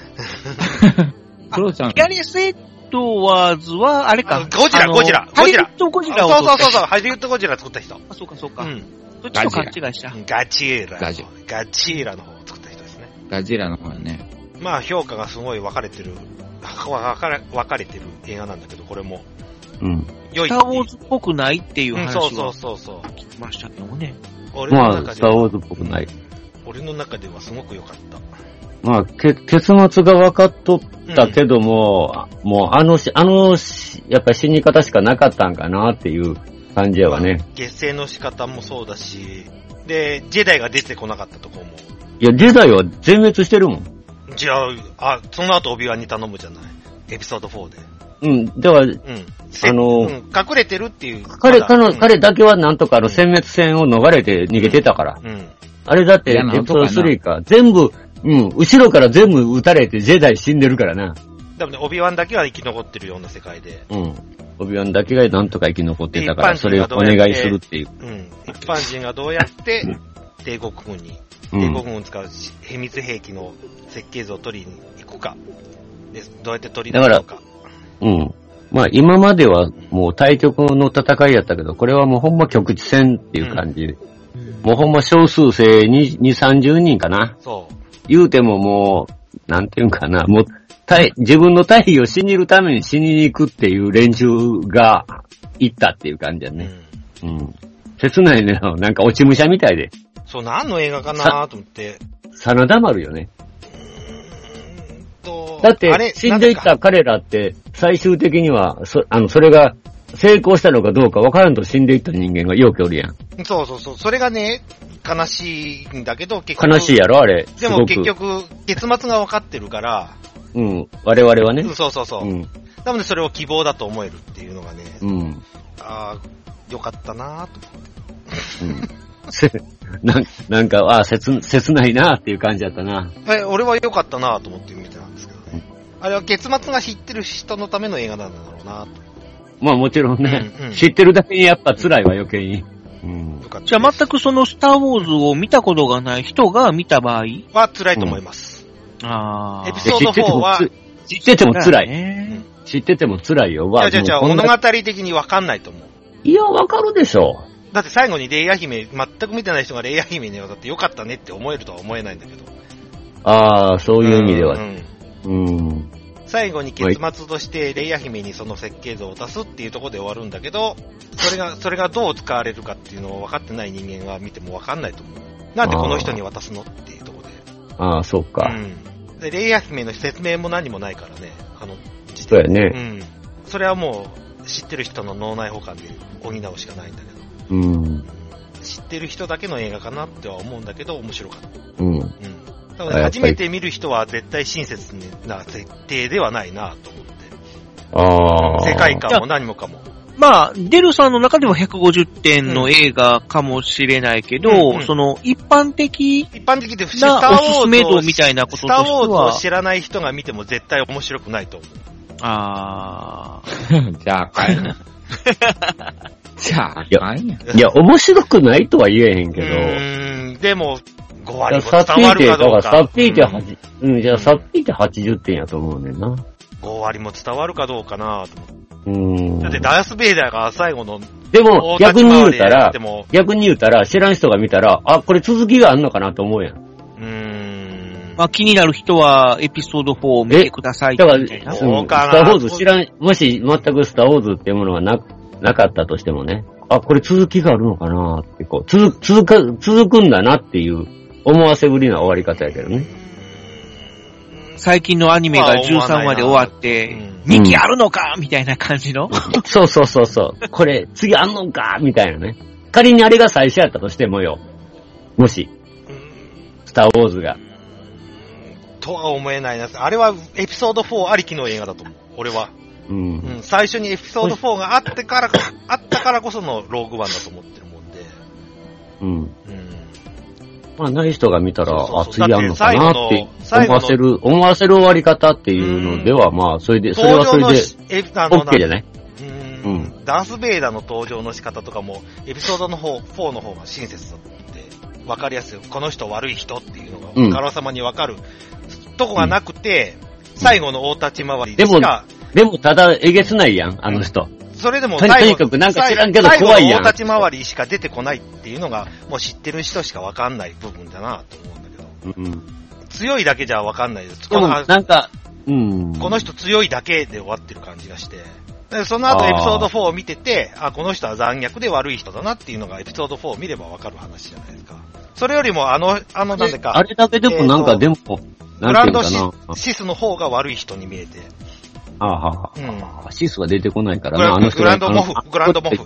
Speaker 5: クローちゃん
Speaker 3: ギャリス・エドワーズは、あれか。
Speaker 6: ゴジラ、
Speaker 3: あの
Speaker 6: ゴジラ、
Speaker 3: ハ
Speaker 6: ゴ
Speaker 3: リ
Speaker 6: ジ
Speaker 3: ウ
Speaker 6: ラ
Speaker 3: ッ。ドゴジラを撮
Speaker 6: そう
Speaker 3: った
Speaker 6: そうそうそう、ハリウッドゴジラ作った人。
Speaker 3: あ、そうかそうか。
Speaker 6: うん。
Speaker 3: そっちと勘違いした。
Speaker 6: ガチエラ。
Speaker 5: ガジ
Speaker 6: ガチエラの方を作った人ですね。
Speaker 5: ガジラの方やね。
Speaker 6: まあ評価がすごい分かれてる、分かれ分かれてる映画なんだけど、これも。
Speaker 4: うん。
Speaker 6: 良
Speaker 3: ス
Speaker 6: い
Speaker 3: ター・ウォーズっぽくないっていう
Speaker 6: うん
Speaker 3: 話
Speaker 6: そ
Speaker 3: を
Speaker 6: うそうそうそう。
Speaker 3: 聞きましたけどね。
Speaker 6: 俺の
Speaker 4: まあ、
Speaker 6: 中
Speaker 4: ス
Speaker 6: で
Speaker 4: ターウォ
Speaker 6: は、
Speaker 4: ーズっぽくない。
Speaker 6: 俺の中ではすごく良かった。
Speaker 4: まあ、け、結末が分かっとったけども、もうあのし、あのし、やっぱり死に方しかなかったんかなっていう感じやわね。
Speaker 6: 結成の仕方もそうだし、で、ジェダイが出てこなかったとこも。
Speaker 4: いや、ジェダイは全滅してるもん。
Speaker 6: じゃあ、あ、その後オビワンに頼むじゃない。エピソード4で。
Speaker 4: うん。だから、あ
Speaker 6: う
Speaker 4: の、
Speaker 6: ん、隠れてるっていう。
Speaker 4: 彼、
Speaker 6: まだ
Speaker 4: 彼の、彼だけはなんとかあの、殲滅戦を逃れて逃げてたから。
Speaker 6: うん。
Speaker 4: あれだって、
Speaker 6: い
Speaker 4: エ
Speaker 6: や
Speaker 4: ピ
Speaker 6: な
Speaker 4: ソー
Speaker 6: んとか
Speaker 4: ド
Speaker 6: な
Speaker 4: 3か。全部、うん、後ろから全部撃たれて、ジェダイ死んでるからな。
Speaker 6: 多分ね、オビワンだけは生き残ってるような世界で。
Speaker 4: うん。オビワンだけがなんとか生き残ってたか
Speaker 6: で
Speaker 4: ら、
Speaker 6: 一般
Speaker 4: そ
Speaker 6: 人
Speaker 4: れを
Speaker 6: がど
Speaker 4: お
Speaker 6: うやって
Speaker 4: 願いするっていう。
Speaker 6: うん。一般人がどうや って、帝国軍に、
Speaker 4: うん
Speaker 6: 帝国軍を使うし秘密兵器の設計図を取りに行くか。で、どうやって取り
Speaker 4: だ
Speaker 6: に
Speaker 4: か
Speaker 6: 行く
Speaker 4: ら
Speaker 6: のか。、
Speaker 4: うん。まあ今まではもう対局の戦いやったけど、これはもうほんま局地戦っていう感じ。
Speaker 6: う
Speaker 4: もうほんま少数生に、2、30人かな。
Speaker 6: そう。
Speaker 4: 言うてももう、なんていうんかな、もう、体自分の体位を死にるために死にに行くっていう連中が行ったっていう感じだね。うん。切ないね、なんか落ち武者みたいで。
Speaker 6: そう、何の映画かなと思って。
Speaker 4: 真田丸よね。だっ
Speaker 6: あ
Speaker 4: て、
Speaker 6: れ
Speaker 4: 死んでいった彼らって、最終的には、そ、あの、それが成功したのかどうか分からんと死んでいった人間がよくおるやん。
Speaker 6: そうそうそう。それがね、悲しいんだけど、結局。
Speaker 4: 悲しいやろ、あれ。
Speaker 6: ですも
Speaker 4: ごく
Speaker 6: 結。局、結末が分かってるから、
Speaker 4: うん。我々はね
Speaker 6: う。んそうそうそう。
Speaker 4: うん。
Speaker 6: なのでそれを希望だと思えるっていうのがね、
Speaker 4: うん。
Speaker 6: ああ、よかったなぁと。
Speaker 4: せなんなんか、ああ、切、切ないなっていう感じだったな。
Speaker 6: え、俺は良かったなぁと思って見てたんですけどね。あれは結末が知ってる人のための映画なんだろうなぁと。
Speaker 4: まあもちろんね、
Speaker 6: うんうん
Speaker 4: 知ってるだけにやっぱ辛いわ、余計に。
Speaker 3: じゃあ全くそのスターウォーズを見たことがない人が見た場合
Speaker 6: は辛いと思います。
Speaker 3: ああ。
Speaker 6: エピソード4は、
Speaker 4: 知
Speaker 6: い
Speaker 4: っててもつ知ってても辛い。
Speaker 3: い
Speaker 4: 知ってても辛いよ。わ
Speaker 6: やじゃあじゃあ
Speaker 4: もうこん
Speaker 6: 物
Speaker 4: な
Speaker 6: 語的に分かんないと思う。
Speaker 4: いや、わかるでしょ。
Speaker 6: だって最後にレイヤ姫、全く見てない人がレイヤ姫にはだって良かったねって思えるとは思えないんだけど、
Speaker 4: ああ、そういう意味では。うん。
Speaker 6: 最後に結末としてレイヤ姫にその設計図を出すっていうところで終わるんだけど、それが、それがどう使われるかっていうのを分かってない人間は見ても分かんないと思う。なんでこの人に渡すのっていうとこ
Speaker 4: ああ、そうか。
Speaker 6: ろで。レイヤ姫の説明も何もないからね、あの、
Speaker 4: そうやね。
Speaker 6: うん。それはもう知ってる人の脳内補完で補うしかないんだけど、
Speaker 4: うん。
Speaker 6: 知ってる人だけの映画かなっては思うんだけど、面白かった。
Speaker 4: うん。あ
Speaker 6: 多分
Speaker 4: やっぱ
Speaker 6: 初
Speaker 4: り
Speaker 6: めて見る人は絶対親切な設定ではないなと思う。
Speaker 4: ああ。
Speaker 6: 世界観も何もかも。
Speaker 3: まあ、デルさんの中では150点の映画かもしれないけど、
Speaker 6: うんうん
Speaker 3: その、一般的
Speaker 6: 一般的で不思議
Speaker 3: なおすすめ
Speaker 6: スターウ
Speaker 3: 度
Speaker 6: ォーズを
Speaker 3: みたいなことと
Speaker 6: ス
Speaker 3: して
Speaker 6: ター・ウォーズを
Speaker 3: は、
Speaker 6: 知らない人が見ても絶対面白くないと思う。
Speaker 3: ああ。
Speaker 5: じゃあ、かいな。じゃあ、かいな。
Speaker 4: いや、面白くないとは言えへんけど。
Speaker 6: うん、でも、5
Speaker 4: いや
Speaker 6: 割
Speaker 4: さっ
Speaker 6: も
Speaker 4: ぴ
Speaker 6: 伝わ
Speaker 4: いて、
Speaker 6: る
Speaker 4: だ
Speaker 6: か
Speaker 4: か
Speaker 6: どう
Speaker 4: ら
Speaker 6: か。
Speaker 4: さっぴいて8、うん、じゃあさっぴいて80点やと思うねんな。
Speaker 6: 5割も伝わるかどうかなと思って
Speaker 4: うん。
Speaker 6: だってダース・ベイダーが最後の、
Speaker 4: でも、逆に言うたら
Speaker 6: でも、、
Speaker 4: 逆に言うたら、知らん人が見たら、あ、これ続きがあんのかなと思うやん。
Speaker 3: まあ、気になる人は、エピソード4を見てください
Speaker 4: だから、うん
Speaker 3: み
Speaker 4: ス
Speaker 3: た
Speaker 4: タ
Speaker 3: いな。
Speaker 4: ー・ウォーズ知らん、もし全くスター・ウォーズっていうものがな、なかったとしてもね、あ、これ続きがあるのかなって、こう、続、続か、続くんだなっていう、思わせぶりな終わり方やけど ね。
Speaker 3: 最近のアニメが13話で終わって、2期あるのかみたいな感じの。
Speaker 4: そうそうそうそう。これ、次あんのかみたいなね。仮にあれが最初やったとしてもよ。もし、スター・ウォーズが。
Speaker 6: とは思えないな。あれはエピソード4ありきの映画だと思う。俺は。
Speaker 4: うん。
Speaker 6: うん、最初にエピソード4があってから、あったからこそのローグワンだと思ってるも
Speaker 4: う
Speaker 6: んで。
Speaker 4: ん。まあ、ない人が見たら、あ、
Speaker 6: そうそう
Speaker 4: 次あんのかな
Speaker 6: だ
Speaker 4: っ
Speaker 6: って
Speaker 4: て思
Speaker 6: 最後の
Speaker 4: わせる、思わせる終わり方っていうのでは、まあ、それで、それはそれで、
Speaker 6: エピあの
Speaker 4: OK じゃない
Speaker 6: うん。ダース・ベイダーの登場の仕方とかも、エピソードの方、4の方が親切だって、わかりやすい。この人悪い人っていうのが、
Speaker 4: うん
Speaker 6: あからさまにわかる。とこがなくて、最後の大立ち回り
Speaker 4: で
Speaker 6: で
Speaker 4: も
Speaker 6: しか、、
Speaker 4: でも、ただ、えげつないやん、あの人。
Speaker 6: それでも
Speaker 4: と
Speaker 6: 最
Speaker 4: に
Speaker 6: 後、
Speaker 4: とにかくなんか知らんけど
Speaker 6: 最後
Speaker 4: 怖いやん
Speaker 6: 最後の大立ち回りしか出てこないっていうのが、もう知ってる人しかわかんない部分だなと思うんだけど。
Speaker 4: うん。
Speaker 6: 強いだけじゃわかんないです。
Speaker 4: で
Speaker 6: こ
Speaker 4: も、
Speaker 6: の
Speaker 4: なんか、うん。
Speaker 6: この人強いだけで終わってる感じがして。でその後
Speaker 4: あー
Speaker 6: エピソード4を見てて、あこの人は残虐で悪い人だなっていうのがエピソード4を見ればわかる話じゃないですか。それよりもあの、あの、なんでか。
Speaker 4: あれだけでも、なんか、でも、
Speaker 6: ブ
Speaker 4: な
Speaker 6: ラ
Speaker 4: んていうの
Speaker 6: ンド
Speaker 4: か
Speaker 6: シ
Speaker 4: な。
Speaker 6: シスの方が悪い人に見えて。
Speaker 4: ああは
Speaker 6: うん。
Speaker 4: あ、シスは出てこないから
Speaker 6: グラ
Speaker 4: な、あの人
Speaker 6: グランドモフ
Speaker 4: あの、
Speaker 6: グランドモフ、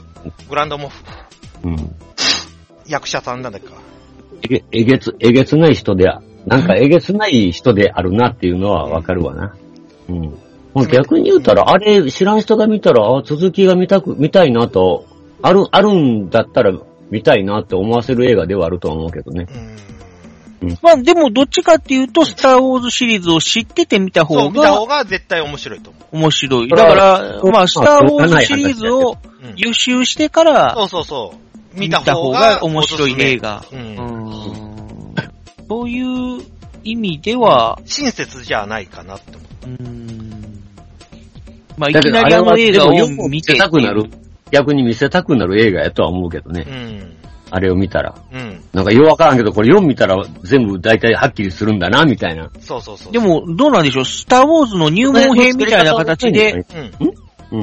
Speaker 6: グランドモフ。
Speaker 4: うん。
Speaker 6: 役者さんなんだっけか。
Speaker 4: えげ、えげつ、えげつない人で、なんかえげつない人であるなっていうのはわかるわな。うん。もう逆に言うたら、あれ知らん人が見たら、あ続きが見たく、見たいなと、ある、あるんだったら見たいなって思わせる映画ではあるとは思うけどね。
Speaker 3: まあ、でも、どっちかっていうと、スターウォーズシリーズを知ってて見た
Speaker 6: そう、
Speaker 3: 方
Speaker 6: 見た
Speaker 3: が
Speaker 6: 方が絶対面白いと思う。
Speaker 3: 面白い。
Speaker 6: そ
Speaker 3: だ
Speaker 6: れは
Speaker 3: から、
Speaker 6: そう
Speaker 3: まあ、スターウォー
Speaker 6: まあ
Speaker 3: ズシリーズを予習してか
Speaker 6: そ
Speaker 3: ら
Speaker 6: う、そうそう。見
Speaker 3: 見
Speaker 6: た
Speaker 3: た
Speaker 6: 方
Speaker 3: 方
Speaker 6: が
Speaker 3: が面白い映画。
Speaker 6: うん
Speaker 3: うんそういう意味では、
Speaker 6: 親切じゃないかなって思う。
Speaker 3: まあ、い
Speaker 4: だけ
Speaker 3: き
Speaker 4: ど
Speaker 3: なりあの映画
Speaker 4: あれはで
Speaker 3: を
Speaker 4: もよく
Speaker 3: 見
Speaker 4: 見
Speaker 3: て
Speaker 4: せたくなる、逆に見せたくなる映画やとは思うけどね。
Speaker 6: うん。
Speaker 4: あれを見たら。
Speaker 6: うん。
Speaker 4: なんかようわからんけど、これ4見たら全部大体はっきりするんだな、みたいな。
Speaker 6: そうそうそう。
Speaker 3: でも、どうなんでしょうスターウォーズの入門編みたいな形で、
Speaker 4: うん。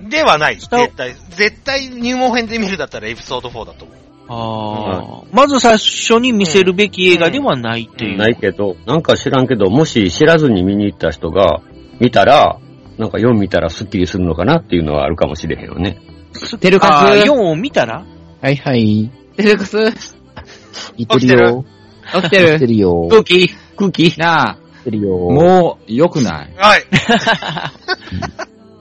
Speaker 4: うん。
Speaker 6: ではない。絶対、絶対入門編で見るだったらエピソード4だと思う。
Speaker 3: あーまず最初に見せるべき映画ではないという。
Speaker 4: ないけど、なんか知らんけど、もし知らずに見に行った人が見たら、なんか4見たらスッキリするのかなっていうのはあるかもしれへんよね。
Speaker 7: テルカ
Speaker 3: あー
Speaker 7: ツ
Speaker 3: 4を見たら
Speaker 7: はいはい。
Speaker 5: テレクス
Speaker 7: 言ってるよ。
Speaker 5: 起きて る
Speaker 7: 起きてるよ。
Speaker 5: 空
Speaker 4: 気空気
Speaker 5: なあ。
Speaker 7: 起きてるよ。
Speaker 5: もう、良く ない
Speaker 6: はい。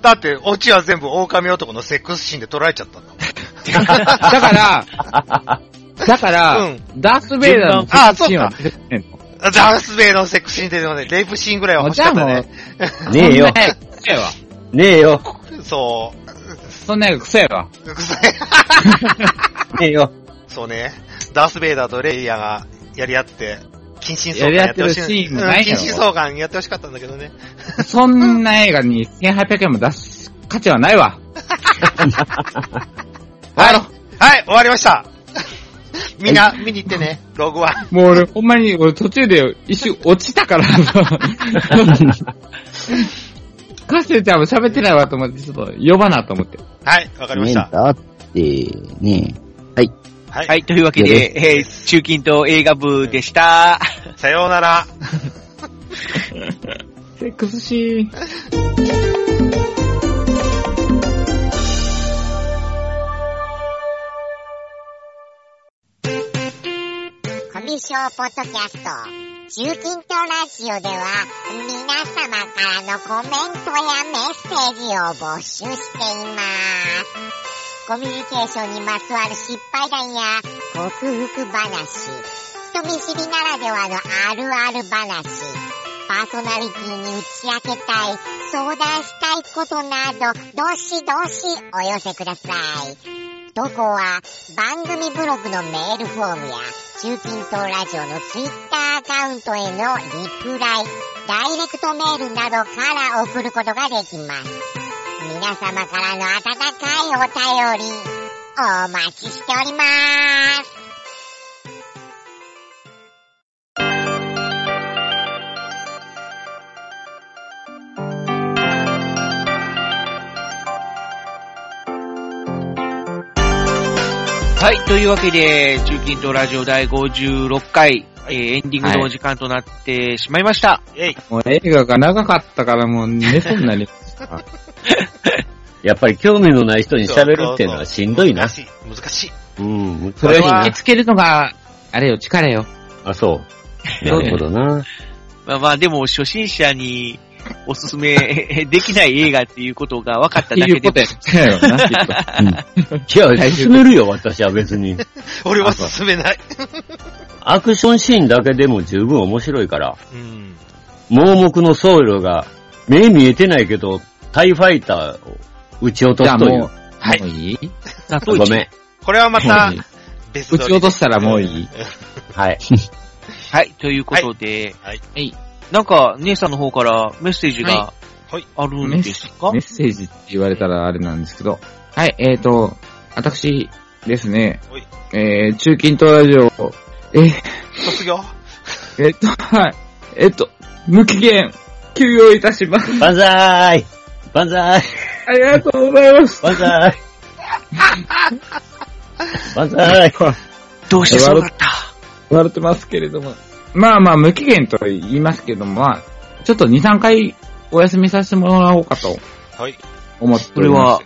Speaker 6: だって、オチは全部狼男のセックスシーンで捉えちゃったんだもん。
Speaker 5: だから、だから、ダース・ベイダーの
Speaker 6: あ、そう
Speaker 5: シーン
Speaker 6: か
Speaker 5: は。出てこへんの
Speaker 6: ダンスベイのセックスシーンでのね、レイプシーンぐらいは欲しかったね。
Speaker 4: ねえよ。
Speaker 5: えわ。
Speaker 4: ねえよ。
Speaker 6: そ
Speaker 5: そんなやつ癖やわ。
Speaker 6: う。臭い
Speaker 4: ねえよ。
Speaker 6: そうね。ダース・ベイダーとレイヤーがやり合って、近親相関
Speaker 5: やり
Speaker 6: や
Speaker 5: 合っ
Speaker 6: っ
Speaker 5: てて
Speaker 6: ほ
Speaker 5: る
Speaker 6: しい。
Speaker 5: シーンもないや
Speaker 6: うん近
Speaker 5: ろ
Speaker 6: 親相関やってほしかったんだけどね。
Speaker 5: そんな映画に1800円も出す価値はない わ。
Speaker 6: はい。はい、終わりました。みんな、見に行ってね、ログは。
Speaker 5: もう俺、ほんまに、俺途中で一瞬落ちた から。カセちゃんも喋ってないわと思って、ちょっと呼ばなと思って。
Speaker 6: はい、わかりました。
Speaker 7: だって、ねはい。
Speaker 6: はい。
Speaker 3: はい、というわけ
Speaker 7: いや
Speaker 3: で、えー中近東映画部でした。
Speaker 6: さようなら。
Speaker 5: セックスシーン。
Speaker 15: コミュ障ポッドキャスト、中近東ラジオでは、皆様からのコメントやメッセージを募集しています。コミュニケーションにまつわる失敗談や、克服話、人見知りならではのあるある話、パーソナリティに打ち明けたい、相談したいことなど、どしどしお寄せください。投稿は番組ブログのメールフォームや中近東ラジオのツイッターアカウントへのリプライ、ダイレクトメールなどから送ることができます。皆様からの温かいお便り、お待ちしております。
Speaker 3: はい、というわけで、中近東ラジオ第56回、えーエンディングのお時間となってしまいました。
Speaker 6: えい。
Speaker 5: もう映画が長かったからもう寝そうになりました。
Speaker 4: やっぱり興味のない人に喋るっていうのはしんどいな。
Speaker 6: 難しい。
Speaker 4: うん。
Speaker 5: それを引きつけるのが、あれよ、力よ。
Speaker 4: あ、そう。なるほどな。
Speaker 3: まあまあ、でも初心者におすすめ できない映画っていうことが分かっただけで。
Speaker 5: っていうことやよなきっと
Speaker 4: いや、進めるよ、私は別に。
Speaker 6: 俺は進めない。
Speaker 4: アクションシーンだけでも十分面白いから、
Speaker 6: うん。
Speaker 4: 盲目の僧侶が、目見えてないけど、タイファイターを撃ち落とすとい
Speaker 5: じゃあも
Speaker 4: う
Speaker 5: う。はい。もういい
Speaker 4: ごめん。
Speaker 6: これは また、別撮
Speaker 5: 撃
Speaker 6: り
Speaker 5: ち落としたらもういい。
Speaker 4: はい。
Speaker 3: はい、ということで、
Speaker 6: はい。
Speaker 3: なんか、姉さんの方からメッセージが
Speaker 6: はい。
Speaker 3: ある
Speaker 5: メ
Speaker 3: んで
Speaker 5: ッセ
Speaker 3: すか
Speaker 5: メッセージって言われたらあれなんですけど。はい、えーと、私ですね
Speaker 6: はい、
Speaker 5: えー、中近東ラジオ、えー
Speaker 6: 卒業
Speaker 5: えっと、はい。えっと、無期限、休養いたします。
Speaker 4: 万歳万歳
Speaker 5: ありがとうございます。
Speaker 4: 万 歳万歳
Speaker 3: どうしてそうだった
Speaker 5: 笑ってますけれども。まあまあ、無期限と言いますけども、まあ、ちょっと2、3回お休みさせてもらおうかと
Speaker 6: はい。
Speaker 5: 思って
Speaker 3: そ
Speaker 5: おり
Speaker 3: れ
Speaker 5: ま
Speaker 3: は
Speaker 5: す。、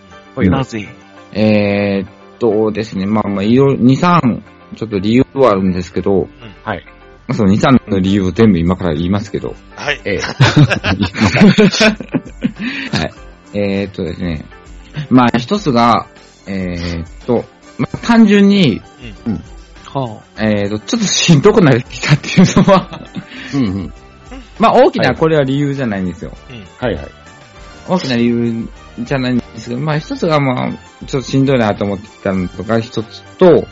Speaker 3: なぜ
Speaker 5: えー、っとですね、まあまあ、いろいろ、2、3、ちょっと理由はあるんですけど、
Speaker 4: はい。
Speaker 5: まあその2、3の理由を全部今から言いますけど、
Speaker 6: はい。
Speaker 4: ええ。
Speaker 5: はい。えー、っとですね。まあ、一つが、えー、っと、まあ、単純に、
Speaker 3: は
Speaker 5: えー、っと、ちょっとしんどくなってきたっていうのは、
Speaker 4: うんうん。
Speaker 5: まあ、大きなこれは理由じゃないんですよ。
Speaker 4: はいはい。
Speaker 5: 大きな理由じゃないんですけど、まあ、一つが、まあ、ちょっとしんどいなと思ってきたのとか、一つと、
Speaker 6: はい。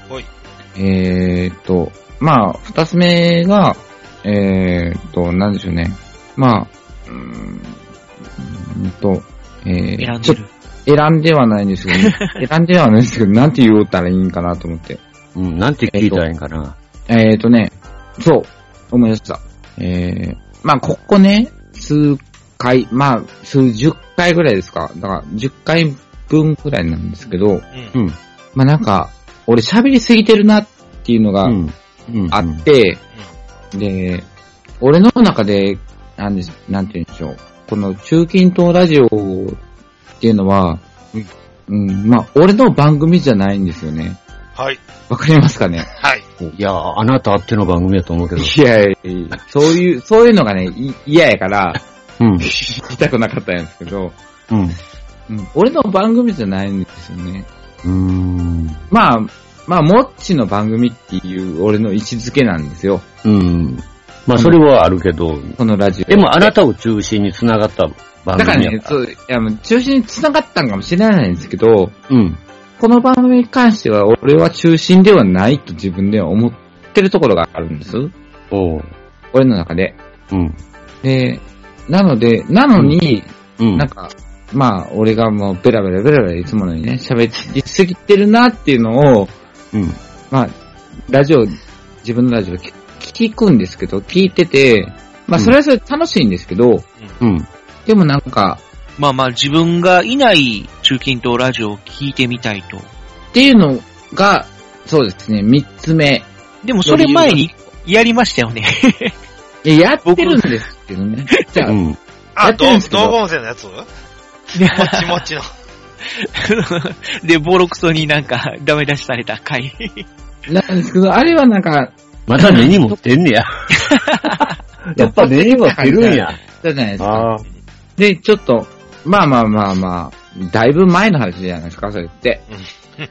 Speaker 5: えー、っと、まあ、二つ目が、えー、っと、なんでしょうね。まあ、うーん、うーんと、えー、
Speaker 3: 選ん
Speaker 5: ち
Speaker 3: で
Speaker 5: ょっと
Speaker 3: る。
Speaker 5: 選んではないんですけど、選んではないんですけど、なんて言おうたらいいんかなと思って。
Speaker 4: うん、なんて聞いたらいいんかな。
Speaker 5: えっ、とね、そう、思い出した。えー、まあ、ここね、数回、まあ、数十回ぐらいですか。だから、10回分ぐらいなんですけど、
Speaker 4: うん。
Speaker 5: まあ、なんか、俺喋りすぎてるなっていうのがあって、で、俺の中で、なんです、なんて言うんでしょう。この中近東ラジオっていうのは、うん、まあ、俺の番組じゃないんですよね。
Speaker 6: はい。
Speaker 5: わかりますかね
Speaker 6: はい。
Speaker 4: いや、あなたあっての番組だと思うけど。
Speaker 5: いやいやいやそういう、そういうのがね、い嫌や から、
Speaker 4: うん。
Speaker 5: 聞きたくなかったんですけど、
Speaker 4: うん。
Speaker 5: うん、俺の番組じゃないんですよね。
Speaker 4: うーん。
Speaker 5: まあ、まあ、もっちの番組っていう俺の位置づけなんですよ。
Speaker 4: うん。まあ、それはあるけど。
Speaker 5: このラジオ。
Speaker 4: でも、あなたを中心に繋がった番
Speaker 5: だから
Speaker 4: 組や
Speaker 5: ね、そう、いや、もう中心に繋がったのかもしれないんですけど、
Speaker 4: うん。
Speaker 5: この番組に関しては俺は中心ではないと自分では思ってるところがあるんです。
Speaker 4: お
Speaker 5: 俺の中で。
Speaker 4: うん。
Speaker 5: で、なので、なのに、なんか、まあ、俺がもうベラベラベラベラいつものようにね、喋りすぎてるなっていうのを、まあ、ラジオ、自分のラジオ聞聞くんですけど、聞いてて、まあ、それはそれで楽しいんですけど、
Speaker 4: うん。
Speaker 5: でもなんか、
Speaker 3: まあまあ、自分がいない中近東ラジオを聞いてみたいと。
Speaker 5: っていうのが、そうですね、三つ目。
Speaker 3: でもそれ前にやりましたよ ね。
Speaker 5: いや、やってるんですけどね。じゃあ、
Speaker 6: あ、
Speaker 3: やってるん
Speaker 6: ど
Speaker 3: ですけど
Speaker 6: 道後温泉のやつもちもちの。
Speaker 3: で、ボロクソになんかダメ出しされた回。
Speaker 5: なんですけど、あれはなんか、
Speaker 4: また根に持ってんね や。やっぱ根に持ってるんや。
Speaker 5: じゃないですか。で、ちょっと、まあまあまあまあ、だいぶ前の話じゃないですか、それって。だ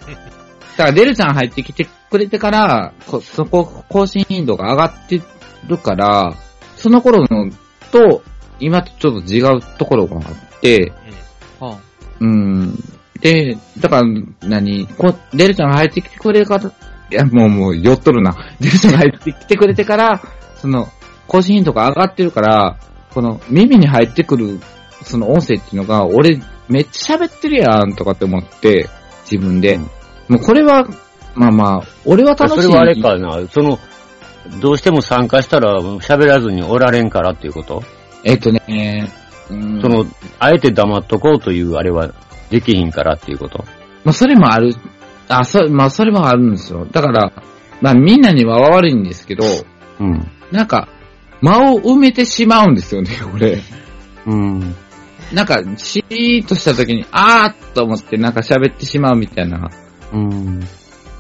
Speaker 5: から、デルちゃん入ってきてくれてから、こそこ、更新頻度が上がってるから、その頃のと、今とちょっと違うところがあって、
Speaker 3: は
Speaker 5: うん。で、だから、何こデルちゃんが入ってきてくれるから、いや、もうもう、酔っとるな。 デルちゃんが入ってきてくれてから、その、更新頻度が上がってるから、この、耳に入ってくる、その音声っていうのが、俺、めっちゃ喋ってるやん、とかって思って、自分で。もうこれは、まあまあ、俺は楽しい。
Speaker 4: それはあれかな、その、どうしても参加したら喋らずにおられんからっていうこと
Speaker 5: えっとね、そ
Speaker 4: の、あえて黙っとこうというあれはできひんからっていうこと
Speaker 5: まあ、それもある、あ、そ、まあ、それもあるんですよ。だから、まあ、みんなには悪いんですけど、
Speaker 4: うん。
Speaker 5: なんか、間を埋めてしまうんですよね、 俺。
Speaker 4: うん。
Speaker 5: なんか、シーッとした時に、あーっと思って、なんか喋ってしまうみたいな、
Speaker 4: うん。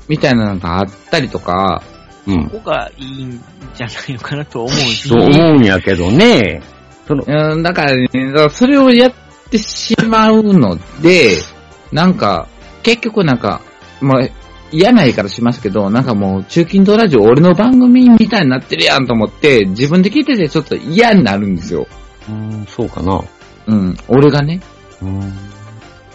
Speaker 5: みたいなのがあったりとか、
Speaker 4: うん
Speaker 3: ここがいいんじゃないのかなと思うんです
Speaker 4: と
Speaker 3: よ
Speaker 4: 思うんやけどね。その、
Speaker 5: うん、だからね、だからそれをやってしまうので、なんか、結局なんか、まあ、嫌な言い方しますけど、なんかもう、中近東ラジオ俺の番組みたいになってるやんと思って、自分で聞いててちょっと嫌になるんですよ。
Speaker 4: うん、そうかな。
Speaker 5: うん、俺がね。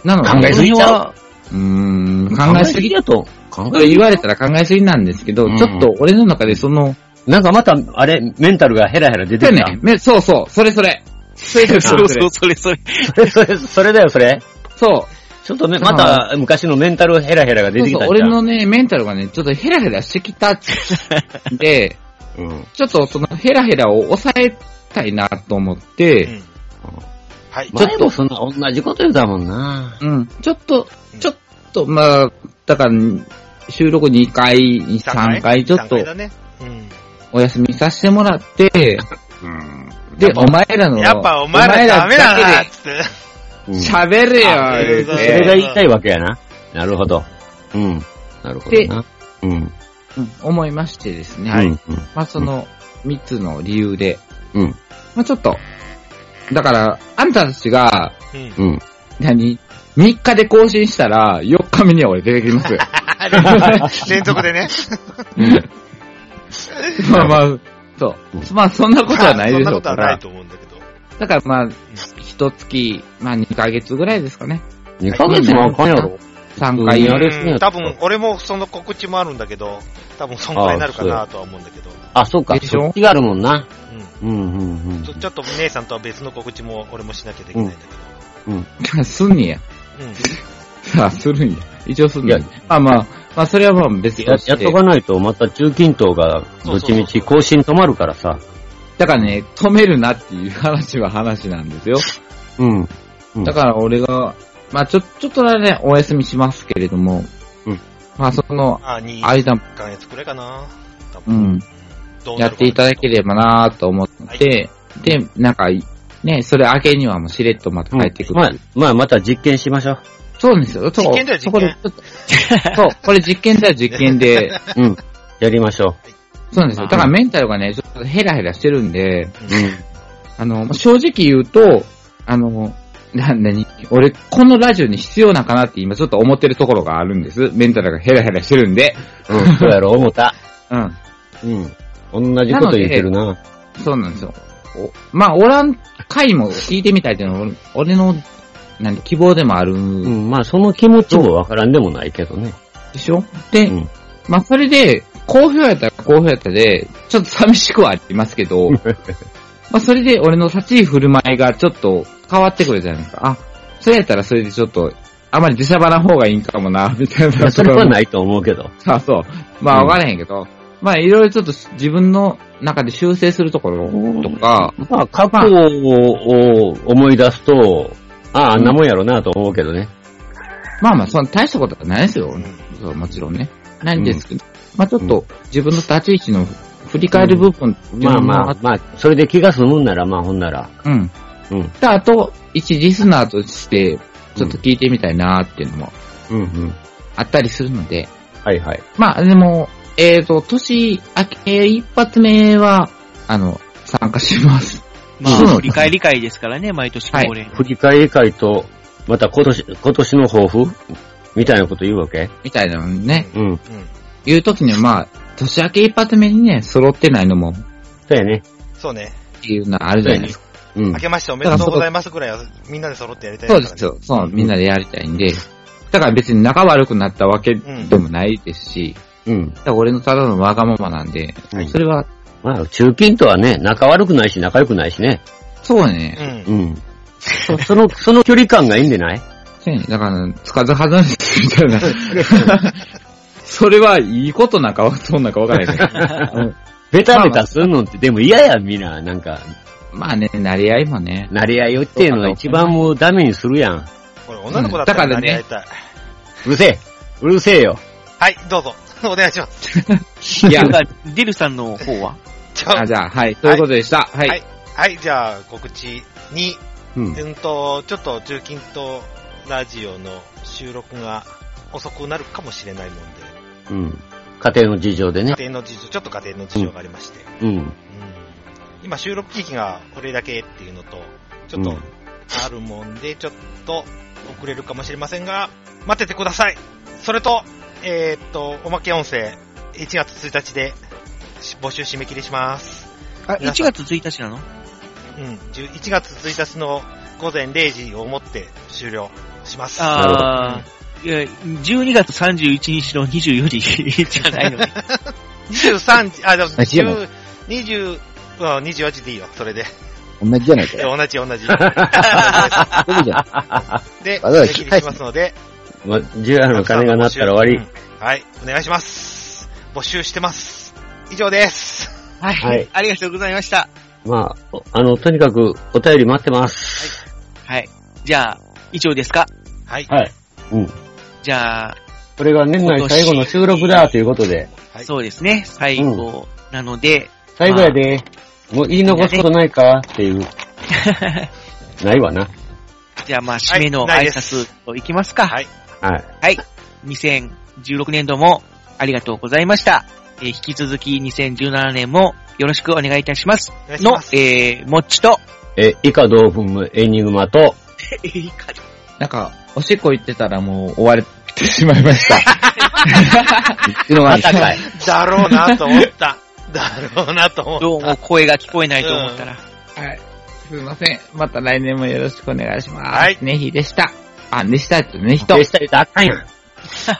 Speaker 5: なので
Speaker 4: 考えすぎちゃう。
Speaker 5: うーん、考えすぎ
Speaker 4: だと。考えすぎ
Speaker 5: 言われたら考えすぎなんですけど、
Speaker 4: うん
Speaker 5: ちょっと俺の中でその、
Speaker 4: なんかまた、あれ、メンタルがヘラヘラ出てきた。
Speaker 5: ね、めそうそう、それそれ。それそれそれ
Speaker 3: それそれ。
Speaker 4: それそれ、それだよ、それ。
Speaker 5: そう。
Speaker 4: ちょっとね、また昔のメンタルヘラヘラが出てき
Speaker 5: そう
Speaker 4: た
Speaker 5: そう、
Speaker 4: んち
Speaker 5: 俺
Speaker 4: ゃう
Speaker 5: のね、メンタルがね、ちょっとヘラヘラして きたで、ちょっとそのヘラヘラを抑えたいなと思って、
Speaker 6: はい。
Speaker 5: ちょっと
Speaker 4: そんな同じこと言うたもんな。
Speaker 5: うん。ちょっと、ちょっと、まあ、だから、収録2回、3回、ちょっと
Speaker 6: 段階、だねうん。
Speaker 5: お休みさせてもらって、で、お前らの、
Speaker 6: やっぱお前らダメだなっつって。
Speaker 5: 喋れよ
Speaker 4: あ
Speaker 5: 言うて
Speaker 4: それが言いたいわけやな。なるほど。うん。なるほどな。うん。
Speaker 5: うん思いましてですね。
Speaker 4: はいうん
Speaker 5: まあ、その、3つの理由で、
Speaker 4: うん。
Speaker 5: まあ、ちょっと、だから、あんたたちが、
Speaker 4: うん。
Speaker 5: 何 ?3 日で更新したら、4日目には俺出てきますよ。
Speaker 6: 連続でね。
Speaker 5: まあまあ、そう。まあそんなことはないでしょう
Speaker 6: まあそんなことは
Speaker 5: か
Speaker 6: ない
Speaker 5: ら
Speaker 6: と。思うんだけど。
Speaker 5: だからまあ、一月、まあ2ヶ月ぐらいですかね。
Speaker 4: 2ヶ月もあかんやろ。
Speaker 5: 3回やる
Speaker 6: うん多分、俺もその告知もあるんだけど、多分そんくらいになるかなとは思うんだけど。
Speaker 4: あ、そうか。
Speaker 6: でしょ
Speaker 4: そっちがあるもんな。うん、うん、うん
Speaker 6: ちょちょっと姉さんとは別の告知も俺もしなきゃでき
Speaker 4: う
Speaker 6: ない
Speaker 4: ん。
Speaker 6: んだ
Speaker 4: うん。
Speaker 5: すんねや。
Speaker 6: けど。うん。
Speaker 5: あ、するんや。一応するんや。まあまあ、まあそれはまあ別に
Speaker 4: ややっとかないと、また中近東がどっちみち更新止まるからさ。
Speaker 5: だからね、止めるなっていう話は話なんですよ。
Speaker 4: うん。
Speaker 5: だから俺が、まあちょ、ちょっとだけね、お休みしますけれども、まあその
Speaker 6: あ、2、
Speaker 5: 間
Speaker 6: 1ヶ月くらいかな。多
Speaker 5: う
Speaker 6: 分
Speaker 5: ん、
Speaker 6: どうな
Speaker 5: や
Speaker 6: る
Speaker 5: っていただければなぁと思って、で、なんか、ね、それ明けにはもうしれっとまた帰ってくる。まあ、
Speaker 4: まあまた実験しましょう。
Speaker 5: そうなんですよ。そう
Speaker 4: 実験だよ
Speaker 5: そこでちょっと そう、これ実験だよ、実験で。
Speaker 4: うん。やりましょう。
Speaker 5: そうなんですよ。だからメンタルがね、ちょっとヘラヘラしてるんで、あの、正直言うと、あの、なんだに、俺、このラジオに必要なんかなって今ちょっと思ってるところがあるんです。メンタルがヘラヘラしてるんで。
Speaker 4: うん、そうやろ、思った。
Speaker 5: うん。
Speaker 4: うん。同じこと言ってるな。
Speaker 5: そうなんですよ。おまあ、おらん回も聞いてみたいっていうのは、俺俺の、なん希望でもある。うん、
Speaker 4: まあ、その気持ちもわからんでもないけどね。
Speaker 5: でしょで、まあ、それで、好評やったら好評やったで、ちょっと寂しくはあります けど、まあ、それで俺の立ち居振る舞いがちょっと変わってくるじゃないですか。あ、それやったらそれでちょっと、あまり自社場な方がいいんかもな、 みたいな。
Speaker 4: それはないと思うけど。
Speaker 5: あ、そう。まあ、わからへんけど、まあ、いろいろちょっと自分の中で修正するところとか、
Speaker 4: まあ、過去を思い出すと、ああ、あんなもんやろなと思うけどね。
Speaker 5: まあまあ、そんな大したことはないですよ。そうもちろんね。ないんですけど、まあちょっと自分の立ち位置の振り返る部分っていう
Speaker 4: まあ
Speaker 5: のも
Speaker 4: まあ、まあ、それで気が済むんなら、まあ、ほんなら。
Speaker 5: うん。
Speaker 4: うん。
Speaker 5: で、あと、一リスナーとして、ちょっと聞いてみたいなーっていうのも、
Speaker 4: うんうん。
Speaker 5: あったりするので、
Speaker 4: はいはい。
Speaker 5: まあでも、えっ、と、年明け一発目は、あの、参加します。
Speaker 3: まあ、振り返り会ですからね、毎年恒例。
Speaker 4: 振り返り会と、また今年、今年の抱負みたいなこと言うわけ
Speaker 5: みたいなのね。
Speaker 4: うん。
Speaker 5: いう時にはまあ、年明け一発目にね、揃ってないのも、
Speaker 4: そうやね。
Speaker 6: そうね。
Speaker 5: っていうのはあるじゃないです
Speaker 4: う
Speaker 5: か。
Speaker 4: ん
Speaker 6: 明けましておめでとうございますぐらいはみんなで揃ってやりたい
Speaker 5: そ
Speaker 6: か
Speaker 5: う
Speaker 6: ら
Speaker 5: で
Speaker 6: ね
Speaker 5: すよ。そう、みんなでやりたいんで。だから別に仲悪くなったわけでもないですし、
Speaker 4: うん。だ
Speaker 5: から俺のただのわがままなんで、それは、
Speaker 4: まあ、中近とはね、仲悪くないし、仲良くないしね。
Speaker 5: そうね。
Speaker 4: うん。そその、その距離感がいいんでない
Speaker 5: そうやねだから、つかず離れずみたいな。 それはいいことなんか、そうなんかわからないけ どうん
Speaker 4: ベタベタするのって、でも嫌やん、みんな、なんか。
Speaker 5: まあね、なり合いもね。
Speaker 4: なり合いをっていうのが一番もうダメにするやん。
Speaker 6: 俺女の子だったら
Speaker 4: うんだからね
Speaker 6: 何やりたい。
Speaker 4: うるせえ。うるせえよ。
Speaker 6: はい、どうぞ。お願いします。
Speaker 3: いや、デルさんの方は
Speaker 5: あ、じゃあ、はい、ということでした。はい。
Speaker 6: はい。はい、じゃあ、告知に、
Speaker 5: う
Speaker 6: うんん、と、ちょっと中近東ラジオの収録が遅くなるかもしれないもんで、
Speaker 4: うん。家庭の事情でね。
Speaker 6: 家庭の事情、ちょっと家庭の事情がありまして、
Speaker 4: うん。
Speaker 6: 今収録時期がこれだけっていうのと、ちょっ
Speaker 4: う
Speaker 6: と
Speaker 4: ん
Speaker 6: あるもんで、ちょっと遅れるかもしれませんが、待っててください。それと、えーっと、おまけ音声、1月1日でし募集締め切りします。
Speaker 3: あ、1
Speaker 6: 皆さん
Speaker 3: 月1日なの
Speaker 6: うん、1月1日の午前0時をもって終了します。
Speaker 3: あー、いや、12月31日の24時 じゃないのね。
Speaker 6: 23時、あ、でも
Speaker 3: あ違う
Speaker 6: 10 20、うん24時でいいよ、それで。
Speaker 7: 同じじゃないか
Speaker 6: いや
Speaker 7: よ。
Speaker 6: 同じ同じ。
Speaker 7: そうじゃん。
Speaker 6: で、
Speaker 4: わざわざ
Speaker 6: 締め切りしますので、
Speaker 4: ま、ジュアルの鐘が鳴ったら終わり。
Speaker 6: はい、お願いします。募集してます。以上です。
Speaker 3: はい
Speaker 4: はい
Speaker 3: ありがとうございました。
Speaker 4: まあ、おあの、とにかくお便り待ってます。
Speaker 3: はい。じゃあ、以上ですか
Speaker 6: はい。
Speaker 4: はい。うん。
Speaker 3: じゃあ、
Speaker 4: これが年内最後の収録だということで。
Speaker 3: そうですね、最後なので、
Speaker 4: 最後やで。もう言い残すことないかっていう。ないわな。
Speaker 3: じゃあまあ、締めの
Speaker 4: はい
Speaker 3: 挨
Speaker 4: ないです
Speaker 3: 拶といきますか。はい。
Speaker 4: はい。
Speaker 3: はい。2016年度もありがとうございました。えー引き続き2017年もよろしくお願いいたします。の、えー、もっち と、
Speaker 4: え、以下同文エニグマと、
Speaker 5: なんか、おしっこ行ってたらもう終われてしまいました。っていうのがあるんですよ
Speaker 6: だろうなと思った。だろうなと思った。
Speaker 3: どうも声が聞こえないと思ったら。
Speaker 5: はい。すいません。また来年もよろしくお願いします。はい。ねひでした。あ、ねしたってねひと。ね、
Speaker 4: したりとあかんやん。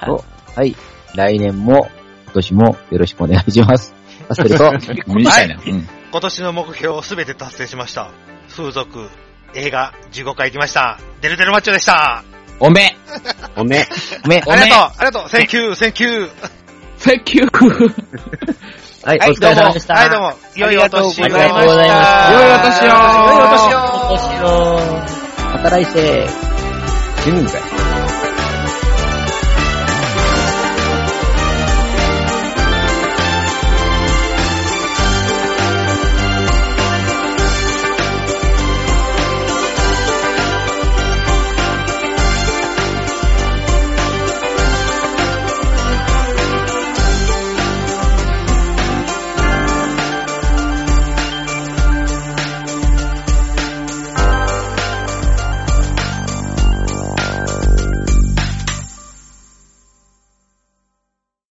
Speaker 7: おはい。来年も、今年もよろしくお願いします。あそれと
Speaker 5: 短いなうん
Speaker 6: 今年の目標をすべて達成しました。風俗、映画、15回行きました。デルデルマッチョでした。
Speaker 5: おめ
Speaker 7: おめ
Speaker 5: おめ
Speaker 6: ありがとう、ありがとう、センキュー、センキュー。
Speaker 5: センキュー。
Speaker 7: はい
Speaker 6: はい、
Speaker 7: お疲
Speaker 6: ど
Speaker 7: れ
Speaker 6: うも。
Speaker 7: 様でした。
Speaker 6: はい、どうも。良いお年を。
Speaker 7: ありがとうございました
Speaker 6: 良いお年を。良いお年を。
Speaker 16: また来世。
Speaker 7: 死ぬんかい。